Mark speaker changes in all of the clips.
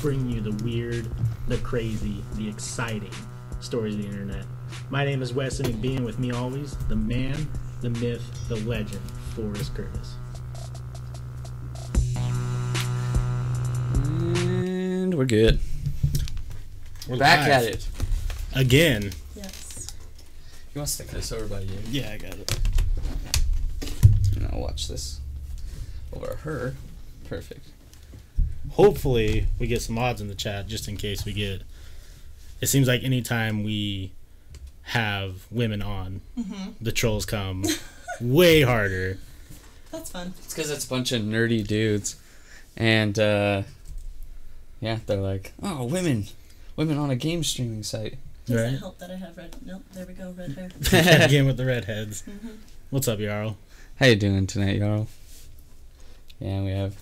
Speaker 1: bringing you the weird, the crazy, the exciting stories of the internet. My name is Weston McBean. With me always, the man, the myth, the legend, Forrest Curtis.
Speaker 2: And we're good.
Speaker 3: We're
Speaker 2: Back
Speaker 3: live.
Speaker 2: at it.
Speaker 3: again.
Speaker 4: Yes.
Speaker 2: You want to stick this over by you?
Speaker 3: Yeah, I got it.
Speaker 2: And I'll watch this over her. Perfect.
Speaker 3: Hopefully, we get some odds in the chat just in case we get. It seems like anytime we have women on,
Speaker 2: Mm-hmm.
Speaker 3: the trolls come way harder.
Speaker 4: That's fun.
Speaker 2: It's because it's a bunch of nerdy dudes, and uh, yeah, they're like, oh, women, women on a game streaming site.
Speaker 4: Does
Speaker 3: Right.
Speaker 4: it help that I have red? Nope, there we go, red hair.
Speaker 3: again with the redheads.
Speaker 2: Mm-hmm.
Speaker 3: What's up, Yarl?
Speaker 2: How you doing tonight, Jarl? Yeah, we have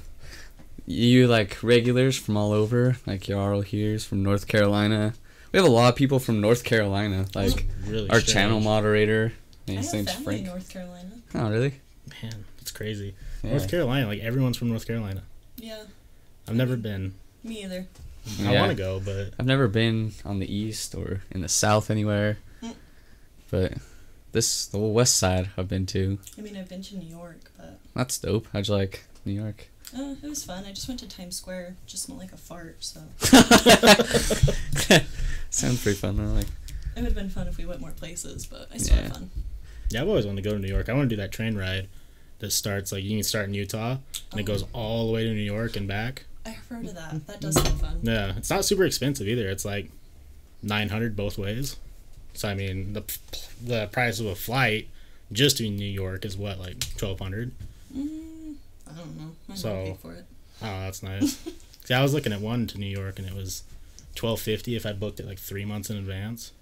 Speaker 2: you like regulars from all over, like Jarl here's from North Carolina. We have a lot of people from North Carolina, like
Speaker 3: Really?
Speaker 2: our
Speaker 3: strange.
Speaker 2: channel moderator. and
Speaker 4: I have
Speaker 2: His
Speaker 4: family
Speaker 2: name's
Speaker 4: in
Speaker 2: Frank.
Speaker 4: North Carolina.
Speaker 2: Oh, really?
Speaker 3: Man, it's crazy.
Speaker 2: Yeah.
Speaker 3: North Carolina, like everyone's from North Carolina.
Speaker 4: Yeah,
Speaker 3: I've never been.
Speaker 4: me either.
Speaker 3: I
Speaker 2: Yeah.
Speaker 3: want to go, but
Speaker 2: I've never been on the east or in the south anywhere,
Speaker 4: Mm.
Speaker 2: but this the whole west side I've been to.
Speaker 4: I mean, I've been to New York, but
Speaker 2: That's dope. How'd you like New York?
Speaker 4: uh, it was fun. I just went to Times Square. Just smelled like a fart, so
Speaker 2: Sounds pretty fun. I like.
Speaker 4: it would have been fun if we went more places. But I still
Speaker 2: Yeah.
Speaker 4: had fun.
Speaker 3: yeah, I've always wanted to go to New York. I want to do that train ride that starts like you can start in Utah and it
Speaker 4: Oh.
Speaker 3: goes Mm. all the way to New York and back.
Speaker 4: I heard of that. That does sound fun.
Speaker 3: Yeah, it's not super expensive either. It's like nine hundred both ways. So I mean, the the price of a flight just to New York is what like twelve hundred.
Speaker 4: Mm, I don't know. I
Speaker 3: So-
Speaker 4: so, paid for it.
Speaker 3: Oh, that's nice. See, I was looking at one to New York and it was twelve fifty if I booked it like three months in advance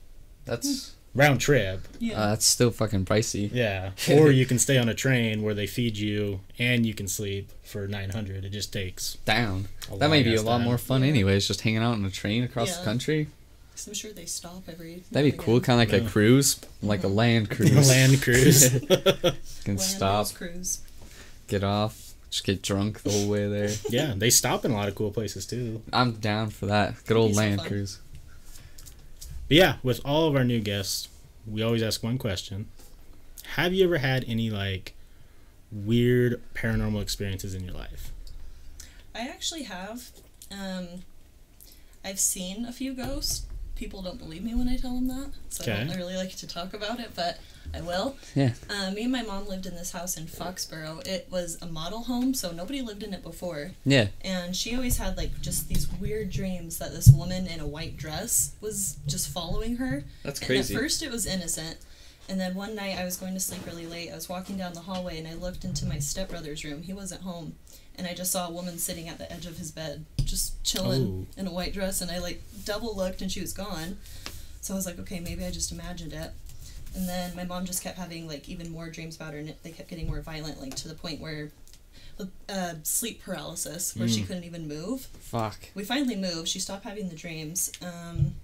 Speaker 2: That's
Speaker 3: round trip.
Speaker 4: Mm, Yeah.
Speaker 2: uh, that's still fucking pricey.
Speaker 3: Yeah, or you can stay on a train where they feed you and you can sleep for nine hundred. It just takes.
Speaker 2: Down.
Speaker 3: A
Speaker 2: That may be a
Speaker 3: long-ass
Speaker 2: lot
Speaker 3: time.
Speaker 2: more fun,
Speaker 4: Yeah.
Speaker 2: anyways. Just hanging out on a train across the
Speaker 4: Yeah.
Speaker 2: country.
Speaker 4: 'Cause I'm sure they stop every.
Speaker 2: That'd be
Speaker 4: now and
Speaker 2: cool,
Speaker 4: again.
Speaker 2: kind of like a
Speaker 3: Yeah.
Speaker 2: cruise, like a land cruise.
Speaker 3: land cruise.
Speaker 2: can
Speaker 4: Land
Speaker 2: stop,
Speaker 4: Rover Cruise.
Speaker 2: get off, just get drunk the whole way there.
Speaker 3: yeah, they stop in a lot of cool places too.
Speaker 2: I'm down for that. Good old
Speaker 4: Be so
Speaker 2: land
Speaker 4: fun.
Speaker 2: cruise.
Speaker 3: But yeah, with all of our new guests, we always ask one question: Have you ever had any like weird paranormal experiences in your life?
Speaker 4: I actually have. Um, I've seen a few ghosts. People don't believe me when I tell them that, so I
Speaker 3: Okay.
Speaker 4: don't really like to talk about it, but I will.
Speaker 2: Yeah.
Speaker 4: Uh, me and my mom lived in this house in Foxborough. It was a model home, so nobody lived in it before.
Speaker 2: Yeah.
Speaker 4: And she always had like just these weird dreams that this woman in a white dress was just following her.
Speaker 2: That's
Speaker 4: And at first it was innocent. And then one night I was going to sleep really late. I was walking down the hallway and I looked into my stepbrother's room. He wasn't home. And I just saw a woman sitting at the edge of his bed, just chilling in a white dress. And I like double looked and she was gone. So I was like, okay, maybe I just imagined it. And then my mom just kept having like even more dreams about her and it- they kept getting more violent, like to the point where uh, sleep paralysis, where she couldn't even move
Speaker 2: Fuck.
Speaker 4: we finally moved. She stopped having the dreams. Um,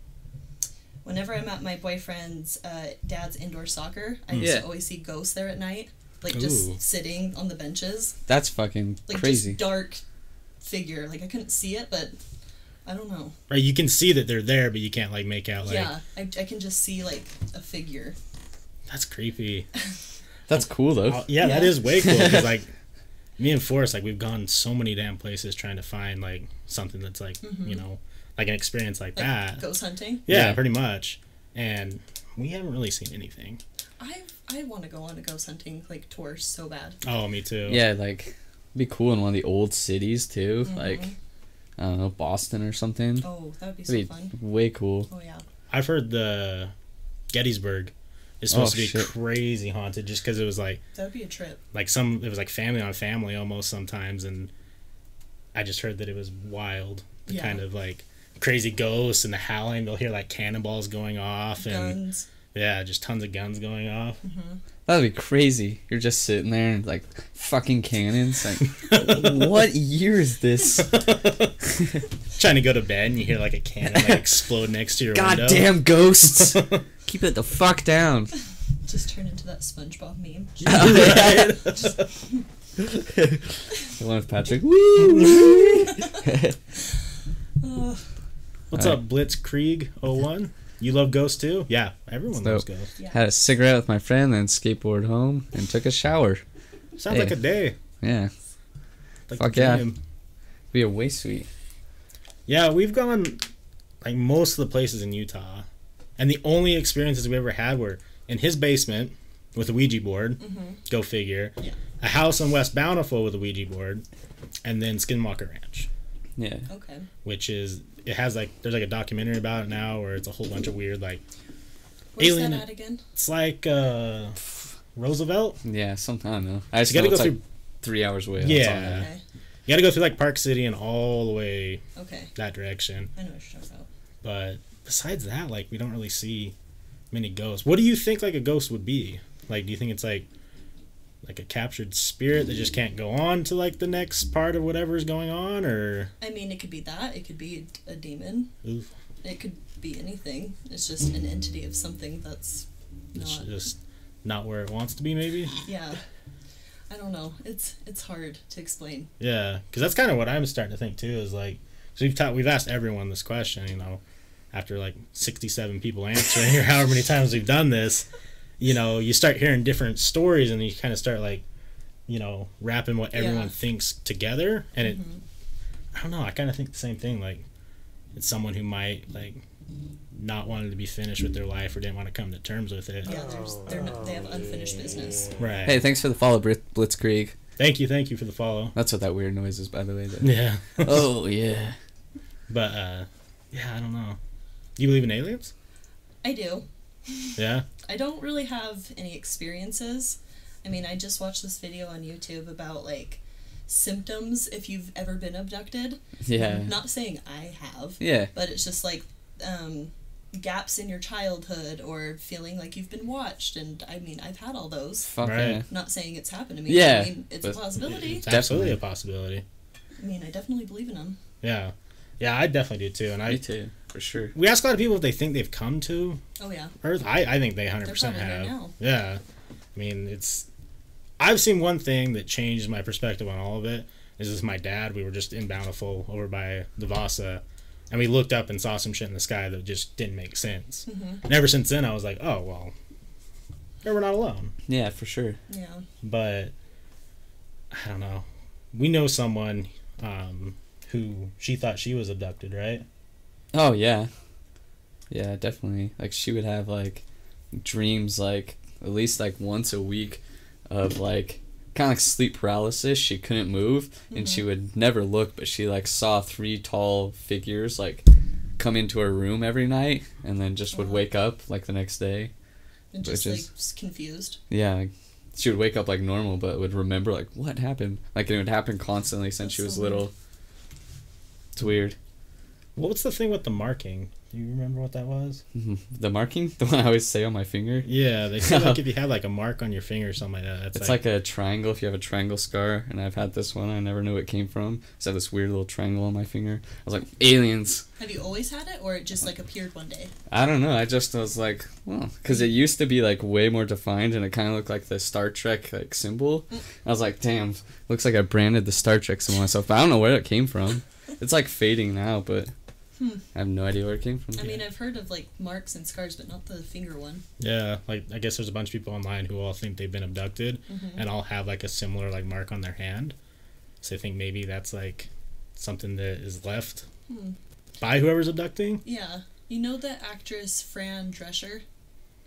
Speaker 4: whenever I'm at my boyfriend's uh, dad's indoor soccer, I used
Speaker 2: Yeah.
Speaker 4: to always see ghosts there at night, like just
Speaker 3: Ooh.
Speaker 4: sitting on the benches,
Speaker 2: That's fucking
Speaker 4: like
Speaker 2: crazy.
Speaker 4: just dark figure. Like I couldn't see it, but I don't know.
Speaker 3: Right, you can see that they're there, but you can't like make out. Like
Speaker 4: yeah, I, I can just see like a figure.
Speaker 3: that's creepy.
Speaker 2: That's cool though.
Speaker 3: Oh, yeah, that
Speaker 4: Yeah.
Speaker 3: is way cool. 'cause, like me and Forrest, like we've gone so many damn places trying to find like something that's like you know like an experience like,
Speaker 4: Mm-hmm. Like
Speaker 3: that.
Speaker 4: ghost hunting.
Speaker 3: Yeah,
Speaker 2: Yeah.
Speaker 3: pretty much. And we haven't really seen anything.
Speaker 4: I I want to go on a ghost hunting like tour so bad.
Speaker 3: Oh, me too.
Speaker 2: yeah, like be cool in one of the old cities too, like I don't know, Boston or something.
Speaker 4: Mm-hmm. Oh, that would be so
Speaker 2: That'd be
Speaker 4: fun.
Speaker 2: way cool.
Speaker 4: Oh yeah.
Speaker 3: I've heard the Gettysburg is supposed
Speaker 2: Oh,
Speaker 3: to be
Speaker 2: shit.
Speaker 3: crazy haunted just because it was like
Speaker 4: That would be a trip.
Speaker 3: like some it was like family on family almost sometimes and I just heard that it was wild the
Speaker 4: Yeah.
Speaker 3: kind of like crazy ghosts and the howling they'll hear like cannonballs going off and
Speaker 4: Guns.
Speaker 3: yeah just tons of guns going off
Speaker 2: That'd be crazy. You're just sitting there and like fucking cannons. Like, what year is this?
Speaker 3: trying to go to bed and you hear like a cannon like explode next to your window
Speaker 2: Goddamn ghosts! Keep it the fuck down.
Speaker 4: Just turn into that SpongeBob meme.
Speaker 2: The one with Patrick. Woo!
Speaker 4: Ugh,
Speaker 3: What's
Speaker 2: Alright.
Speaker 3: up, Blitzkrieg 01? You love Ghost too? Yeah, everyone
Speaker 2: So-
Speaker 3: loves Ghost.
Speaker 4: yeah.
Speaker 2: Had a cigarette with my friend, then skateboard home and took a shower.
Speaker 3: Sounds
Speaker 2: Yeah.
Speaker 3: like a day.
Speaker 2: Yeah,
Speaker 3: Like
Speaker 2: Fuck
Speaker 3: the
Speaker 2: yeah.
Speaker 3: dream.
Speaker 2: be a way sweet.
Speaker 3: Yeah, we've gone like most of the places in Utah, and the only experiences we ever had were in his basement with a Ouija board. Go figure.
Speaker 4: Yeah.
Speaker 3: A house on West Bountiful with a Ouija board, and then Skinwalker Ranch,
Speaker 2: Yeah,
Speaker 4: Okay.
Speaker 3: which is it has like there's like a documentary about it now, where it's a whole bunch of weird like
Speaker 4: Where's
Speaker 3: Alien-
Speaker 4: that at again?
Speaker 3: it's like uh Roosevelt.
Speaker 2: yeah. Something I don't know. I just
Speaker 3: You gotta
Speaker 2: know it's
Speaker 3: go
Speaker 2: like
Speaker 3: through-
Speaker 2: three hours away. that's all I
Speaker 3: Yeah.
Speaker 2: know.
Speaker 4: Okay.
Speaker 3: You got to go through like Park City and all the way
Speaker 4: Okay.
Speaker 3: that direction.
Speaker 4: I know what you're talking about.
Speaker 3: But besides that, like we don't really see many ghosts. What do you think like a ghost would be? Like, do you think it's like like a captured spirit that just can't go on to like the next part of whatever's going on, or
Speaker 4: I mean, it could be that. It could be a demon.
Speaker 3: oof,
Speaker 4: It could be anything. It's just an entity of something that's
Speaker 3: it's
Speaker 4: not.
Speaker 3: just not where it wants to be, maybe?
Speaker 4: Yeah. I don't know. It's it's hard to explain.
Speaker 3: Yeah, because that's kind of what I'm starting to think too. Is like, so we've taught, we've asked everyone this question, you know, after like 67 people answering or however many times we've done this, you know, you start hearing different stories and you kind of start like, you know, wrapping what everyone
Speaker 4: Yeah. Mm-hmm.
Speaker 3: thinks together, and it, I don't know, I kind of think the same thing. Like, it's someone who might like not wanted to be finished with their life or didn't want to come to terms with it.
Speaker 4: Yeah, there's, they're not, they have unfinished business.
Speaker 3: Right.
Speaker 2: Hey, thanks for the follow, Brit- Blitzkrieg.
Speaker 3: Thank you, thank you for the follow.
Speaker 2: That's what that weird noise is, by the way. that-
Speaker 3: Yeah.
Speaker 2: oh yeah.
Speaker 3: But uh yeah, I don't know. You believe in aliens?
Speaker 4: I do.
Speaker 3: Yeah.
Speaker 4: I don't really have any experiences. I mean, I just watched this video on YouTube about like symptoms if you've ever been abducted.
Speaker 2: Yeah.
Speaker 4: Not saying I have,
Speaker 2: Yeah.
Speaker 4: but it's just like um, gaps in your childhood or feeling like you've been watched. And I mean, I've had all those.
Speaker 2: Fuck
Speaker 3: Right.
Speaker 2: yeah.
Speaker 4: Not saying it's happened to me.
Speaker 2: Yeah,
Speaker 4: I mean, it's a
Speaker 2: but-
Speaker 4: possibility.
Speaker 3: It's absolutely
Speaker 2: Definitely.
Speaker 3: a possibility.
Speaker 4: I mean, I definitely believe in them.
Speaker 3: Yeah. Yeah, I definitely do too. And I
Speaker 2: Me too, for sure.
Speaker 3: we ask a lot of people if they think they've come to
Speaker 4: Oh yeah,
Speaker 3: Earth. I, I think they hundred percent
Speaker 4: They're
Speaker 3: have.
Speaker 4: probably there now.
Speaker 3: Yeah. I mean it's I've seen one thing that changed my perspective on all of it. This is my dad. We were just in Bountiful over by the Vasa and we looked up and saw some shit in the sky that just didn't make sense.
Speaker 4: Mm-hmm.
Speaker 3: And ever since then I was like, Oh well yeah, we're not alone.
Speaker 2: Yeah, for sure.
Speaker 4: yeah.
Speaker 3: but I don't know. We know someone um, who she thought she was abducted, right?
Speaker 2: Oh yeah, yeah, definitely. Like she would have like dreams, like at least like once a week, of like kind of like sleep paralysis. She couldn't move, and she would never look, but she like saw three tall figures like come into her room every night, and then just would
Speaker 4: Wow.
Speaker 2: wake up like the next day.
Speaker 4: And just
Speaker 2: Which
Speaker 4: like
Speaker 2: is-
Speaker 4: s- confused.
Speaker 2: Yeah. Like, she would wake up like normal, but would remember like what happened. Like it would happen constantly since she
Speaker 4: That's
Speaker 2: was
Speaker 4: so weird.
Speaker 2: little. It's weird.
Speaker 3: What's the thing with the marking? Do you remember what that was?
Speaker 2: The marking, the one I always say on my finger.
Speaker 3: Yeah, they say like if you have like a mark on your finger or something like that. That's
Speaker 2: It's
Speaker 3: like,
Speaker 2: like, a triangle if you have a triangle scar, and I've had this one. I never knew it came from. I just have this weird little triangle on my finger. I was like, aliens.
Speaker 4: Have you always had it, or it just like appeared one day?
Speaker 2: I don't know. I just was like, well, because it used to be like way more defined, and it kind of looked like the Star Trek like symbol. I was like, damn, looks like I branded the Star Trek symbol myself. But I don't know where it came from. It's like fading now, but I have no idea where it came from.
Speaker 4: Hmm. I mean, I've heard of like marks and scars, but not the finger one.
Speaker 3: yeah, like I guess there's a bunch of people online who all think they've been abducted and all have like a similar like mark on their hand. So I think maybe that's like something that is left
Speaker 4: Hmm.
Speaker 3: by whoever's abducting.
Speaker 4: Yeah, you know the actress Fran Drescher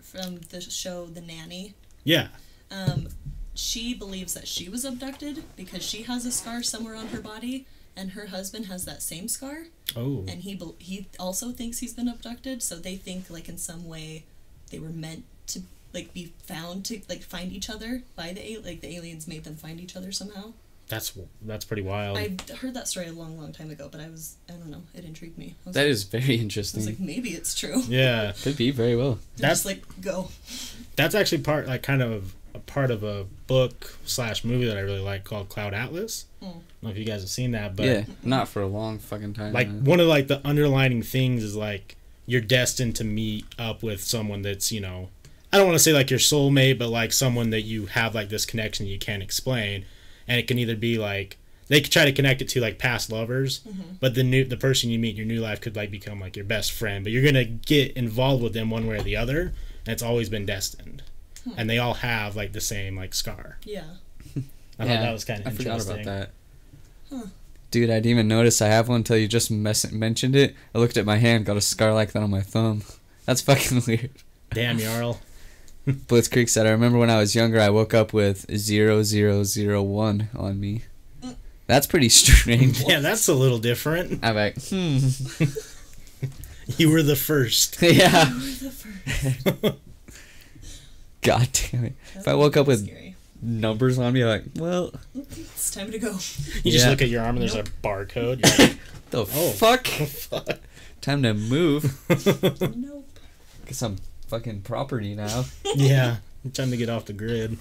Speaker 4: from the show The Nanny.
Speaker 3: Yeah.
Speaker 4: Um, she believes that she was abducted because she has a scar somewhere on her body, and her husband has that same scar,
Speaker 3: Oh.
Speaker 4: and he bel he also thinks he's been abducted. So they think like in some way they were meant to like be found to like find each other by the al- like the aliens made them find each other somehow.
Speaker 3: That's that's pretty wild.
Speaker 4: I heard that story a long, long time ago, but I was I don't know, it intrigued me. I was,
Speaker 2: that
Speaker 4: like,
Speaker 2: is very
Speaker 4: I was
Speaker 2: interesting.
Speaker 4: like maybe it's true.
Speaker 3: yeah.
Speaker 2: Could be very well.
Speaker 4: That's like go.
Speaker 3: that's actually part like kind of a part of a book slash movie that I really like called Cloud Atlas. I don't know if you guys have seen that, but
Speaker 2: yeah, not for a long fucking time.
Speaker 3: like
Speaker 2: now.
Speaker 3: one of like the underlining things is like you're destined to meet up with someone that's you know I don't want to say like your soulmate, but like someone that you have like this connection you can't explain, and it can either be like they could try to connect it to like past lovers, but the new the person you meet in your new life could like become like your best friend. But you're gonna get involved with them one way or the other, and it's always been destined. And they all have like the same like scar.
Speaker 4: Yeah.
Speaker 3: I thought that was kind of interesting.
Speaker 2: I forgot about that. Dude, I didn't even notice I have one until you just mes- mentioned it. I looked at my hand, got a scar like that on my thumb. That's fucking weird.
Speaker 3: Damn, Jarl.
Speaker 2: Blitzkrieg said, I remember when I was younger, I woke up with 0001 on me. That's pretty strange.
Speaker 3: Yeah, that's a little different.
Speaker 2: I'm like, hmm.
Speaker 3: You were the first.
Speaker 2: yeah.
Speaker 4: The first.
Speaker 2: God damn it. If I woke up with
Speaker 4: Scary.
Speaker 2: numbers on me, I'm like, well,
Speaker 4: It's time to go.
Speaker 3: You just
Speaker 2: Yeah.
Speaker 3: look at your arm and there's a barcode. You're like,
Speaker 2: the
Speaker 3: Oh.
Speaker 2: fuck?
Speaker 3: fuck.
Speaker 2: Time to move.
Speaker 4: Nope.
Speaker 2: Get some fucking property now.
Speaker 3: Yeah. Time to get off the grid.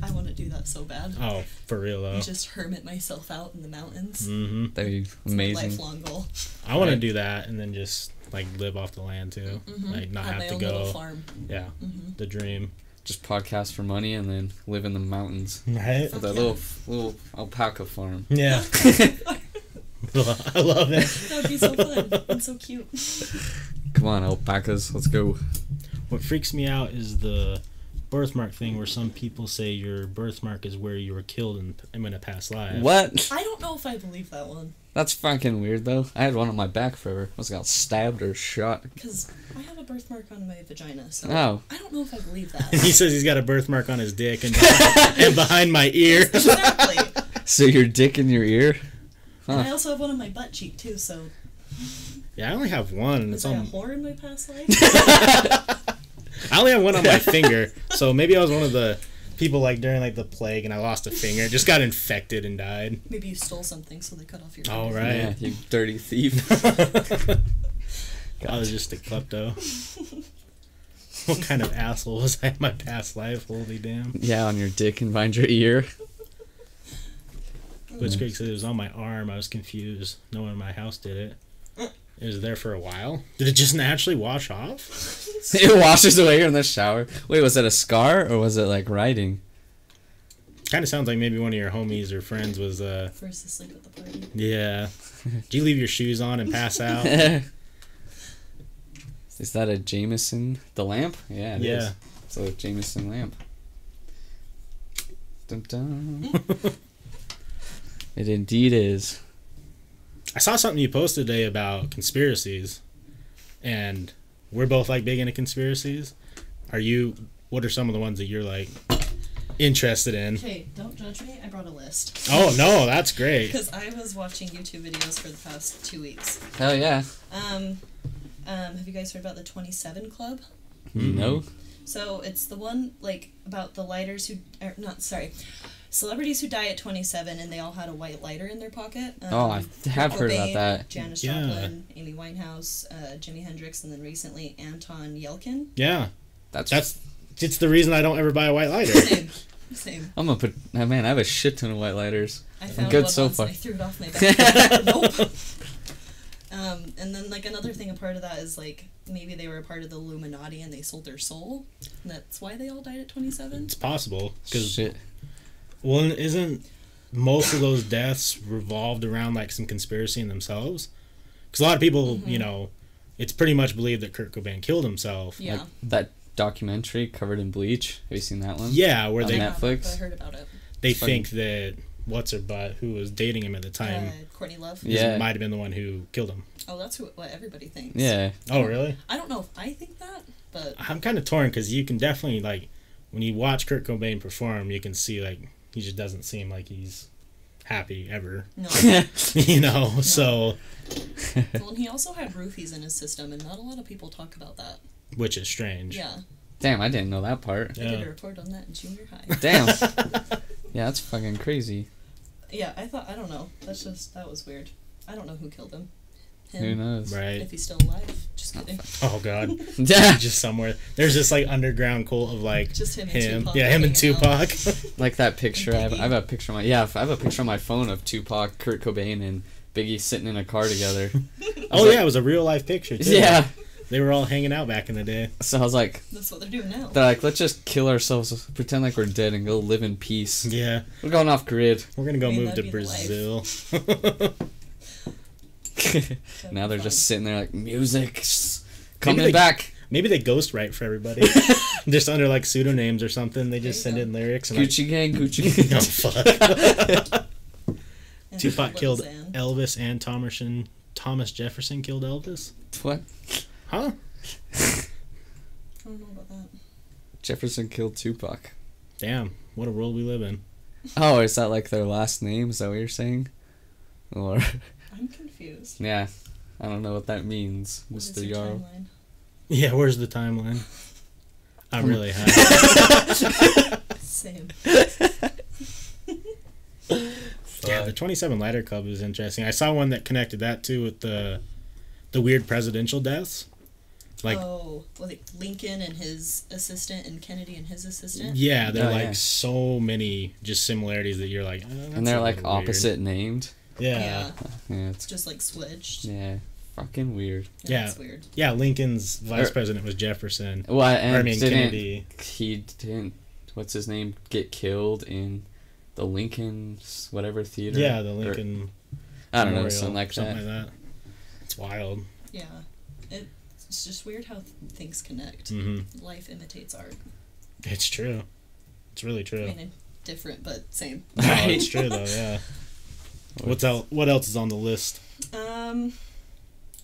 Speaker 4: I want to do that so bad.
Speaker 3: Oh, for real though.
Speaker 4: Just hermit myself out in the mounds.
Speaker 3: hmm
Speaker 2: That'd be
Speaker 4: It's my
Speaker 2: amazing.
Speaker 4: lifelong goal.
Speaker 3: I want to
Speaker 2: Right.
Speaker 3: do that and then just like live off the land too, like not
Speaker 4: Mm-hmm. Have
Speaker 3: have
Speaker 4: my
Speaker 3: to
Speaker 4: own little
Speaker 3: go.
Speaker 4: farm. Mm-hmm.
Speaker 3: Yeah, the dream.
Speaker 2: Just podcast for money and then live in the mountains.
Speaker 3: Right?
Speaker 2: With a little, little alpaca farm.
Speaker 3: Yeah. I love it.
Speaker 4: That would be so fun and so cute.
Speaker 2: Come on, alpacas, let's go.
Speaker 3: What freaks me out is the birthmark thing, where some people say your birthmark is where you were killed in, in a past life.
Speaker 2: What?
Speaker 4: I don't know if I believe that one
Speaker 2: That's fucking weird though. I had one on my back forever. Must have got stabbed or shot.
Speaker 4: because I have a birthmark on my vagina, so
Speaker 2: Oh.
Speaker 4: I don't know if I believe
Speaker 3: He
Speaker 4: that.
Speaker 3: says he's got a birthmark on his dick and behind, and behind my ear.
Speaker 4: exactly.
Speaker 2: So your dick in your ear?
Speaker 4: And I
Speaker 2: Huh.
Speaker 4: also have one on my butt cheek too. So
Speaker 3: Yeah, I only have one. and It's
Speaker 4: was I a
Speaker 3: on.
Speaker 4: whore in my past life?
Speaker 3: I only have one on my finger, so maybe I was one of the people like during like the plague and I lost a finger, just got infected and died.
Speaker 4: Maybe you stole something, so they cut off your.
Speaker 3: All
Speaker 4: fingers.
Speaker 2: Yeah,
Speaker 3: right.
Speaker 2: you dirty thief.
Speaker 3: I was just a klepto. what kind of asshole was I in my past life? Holy damn.
Speaker 2: yeah, on your dick and behind your ear.
Speaker 3: Which Greg said it was on my arm. I was confused. No one in my house did it. It was there for a while. Did it just naturally wash off?
Speaker 2: it washes away in the shower. Wait, was it a scar or was it like riding?
Speaker 3: Kind of sounds like maybe one of your homies or friends was, uh,
Speaker 4: First asleep at the party.
Speaker 3: yeah. Do you leave your shoes on and pass out?
Speaker 2: Is that a Jameson? The lamp? Yeah, it is.
Speaker 3: Yeah.
Speaker 2: It's a Jameson lamp. Dun dun. it indeed is.
Speaker 3: I saw something you posted today about conspiracies, and we're both like big into conspiracies. Are you? What are some of the ones that you're like interested in?
Speaker 4: Okay, don't judge me. I brought a list
Speaker 3: Oh no, that's great.
Speaker 4: because I was watching YouTube videos for the past two weeks.
Speaker 2: Hell yeah.
Speaker 4: Um, um, have you guys heard about the Twenty Seven Club?
Speaker 3: Mm-hmm.
Speaker 2: No?
Speaker 4: So it's the one like about the lighters who are not sorry, celebrities who die at 27 and they all had a white lighter in their pocket. Um,
Speaker 2: Oh, I have heard about
Speaker 4: Cobain,
Speaker 2: that.
Speaker 4: Janis
Speaker 3: Yeah.
Speaker 4: Joplin, Amy Winehouse, uh, Jimi Hendrix, and then recently Anton Yelkin.
Speaker 3: Yeah,
Speaker 2: That's,
Speaker 3: that's it's the reason I don't ever buy a white lighter.
Speaker 4: Same, same.
Speaker 2: I'm gonna put. Oh, man, I have a shit ton of white lighters.
Speaker 4: I found
Speaker 2: good
Speaker 4: one
Speaker 2: so
Speaker 4: once
Speaker 2: far.
Speaker 4: and I threw it off my back. nope. Um, and then like another thing, a part of that is like maybe they were a part of the Illuminati and they sold their soul. And that's why they all died at 27.
Speaker 3: It's possible because
Speaker 2: Shit.
Speaker 3: well, isn't most of those deaths revolved around like some conspiracy in themselves? Because a lot of people,
Speaker 4: Mm-hmm.
Speaker 3: you know, it's pretty much believed that Kurt Cobain killed himself.
Speaker 4: Yeah.
Speaker 2: That documentary covered in bleach. Have you seen that one?
Speaker 3: Yeah, where
Speaker 2: On
Speaker 3: they
Speaker 2: Netflix.
Speaker 4: But I heard about it.
Speaker 3: they
Speaker 2: funny.
Speaker 3: think that what's her butt, who was dating him at the time,
Speaker 4: Uh, Courtney Love.
Speaker 2: Yeah.
Speaker 3: might have been the one who killed him.
Speaker 4: Oh, that's who, what everybody thinks.
Speaker 2: Yeah.
Speaker 3: Oh, really?
Speaker 4: I don't know if I think that, but
Speaker 3: I'm kind of torn because you can definitely like when you watch Kurt Cobain perform, you can see like he just doesn't seem like he's happy ever,
Speaker 4: no.
Speaker 3: you know. So
Speaker 4: well, and he also had roofies in his system, and not a lot of people talk about that.
Speaker 3: which is strange.
Speaker 4: Yeah.
Speaker 2: Damn, I didn't know that part.
Speaker 4: I did
Speaker 3: Yeah.
Speaker 4: a report on that in junior high.
Speaker 2: Damn. yeah, that's fucking crazy.
Speaker 4: yeah, I thought, I don't know. That's just, that was weird. I don't know who killed him. Him.
Speaker 2: Who knows?
Speaker 3: Right.
Speaker 4: If he's still alive. Just kidding.
Speaker 3: Oh God.
Speaker 2: Yeah.
Speaker 3: just somewhere. There's this like underground cult of like
Speaker 4: Just him and Tupac
Speaker 3: Yeah, him and
Speaker 4: hanging out.
Speaker 3: Tupac.
Speaker 2: like that picture. I have, I
Speaker 4: Biggie.
Speaker 2: have a picture on my yeah. I have a picture on my phone of Tupac, Kurt Cobain, and Biggie sitting in a car together.
Speaker 3: oh yeah, it was a real life picture too.
Speaker 2: yeah.
Speaker 3: They were all hanging out back in the day.
Speaker 2: So I was like,
Speaker 4: That's what they're doing now.
Speaker 2: they're like, let's just kill ourselves, pretend like we're dead, and go live in peace.
Speaker 3: Yeah,
Speaker 2: We're going off grid.
Speaker 3: we're gonna go
Speaker 4: I mean,
Speaker 3: move to
Speaker 4: that'd be the life.
Speaker 3: Brazil.
Speaker 2: now they're just sitting there like music s-
Speaker 3: Maybe
Speaker 2: coming
Speaker 3: they-
Speaker 2: back.
Speaker 3: Maybe they ghostwrite for everybody, just under like pseudonyms or something. They just
Speaker 4: There you
Speaker 3: send in lyrics. And
Speaker 2: Gucci gang, Gucci.
Speaker 3: Like, oh
Speaker 2: gang.
Speaker 3: fuck!
Speaker 4: And
Speaker 3: Tupac
Speaker 4: Little
Speaker 3: killed
Speaker 4: Xan.
Speaker 3: Elvis and Thomerson. Thomas Jefferson killed Elvis.
Speaker 2: what?
Speaker 3: Huh?
Speaker 4: I don't know about that.
Speaker 2: Jefferson killed Tupac.
Speaker 3: Damn! What a world we live in.
Speaker 2: Oh, is that like their last name? Is that what you're saying? Or
Speaker 4: I'm confused.
Speaker 2: yeah, I don't know what that means,
Speaker 4: What is
Speaker 2: Mister
Speaker 4: your
Speaker 2: Yarl.
Speaker 4: timeline?
Speaker 3: Yeah, where's the timeline? I'm really high.
Speaker 4: Same.
Speaker 3: yeah, the 27 Lighter Club is interesting. I saw one that connected that too with the the weird presidential deaths. Like,
Speaker 4: oh, well, like Lincoln and his assistant, and Kennedy and his assistant.
Speaker 3: yeah, they're
Speaker 2: Oh,
Speaker 3: like
Speaker 2: yeah.
Speaker 3: so many just similarities that you're like, oh, that's
Speaker 2: And they're
Speaker 3: a
Speaker 2: like
Speaker 3: little weird.
Speaker 2: opposite named.
Speaker 3: Yeah. yeah,
Speaker 4: Yeah,
Speaker 2: Yeah, it's
Speaker 4: just like switched. Yeah,
Speaker 2: yeah, fucking weird.
Speaker 3: Yeah.
Speaker 4: that's weird.
Speaker 3: Lincoln's vice
Speaker 2: Or-
Speaker 3: president was Jefferson.
Speaker 2: Well, and
Speaker 3: Or, I mean,
Speaker 2: didn't
Speaker 3: Kennedy.
Speaker 2: he didn't? What's his name? Get killed in the Lincoln's whatever theater.
Speaker 3: Yeah, the
Speaker 2: Or-
Speaker 3: Lincoln.
Speaker 2: I don't know
Speaker 3: Memorial,
Speaker 2: something like that.
Speaker 3: like that. It's wild.
Speaker 4: Yeah, it, it's just weird how th- things connect.
Speaker 2: Mm-hmm.
Speaker 3: hmm
Speaker 4: Life imitates art.
Speaker 3: It's true. It's really true.
Speaker 4: I mean, it- different, but same.
Speaker 3: No, it's true though. Yeah. What's el- What else is on the list?
Speaker 4: Um,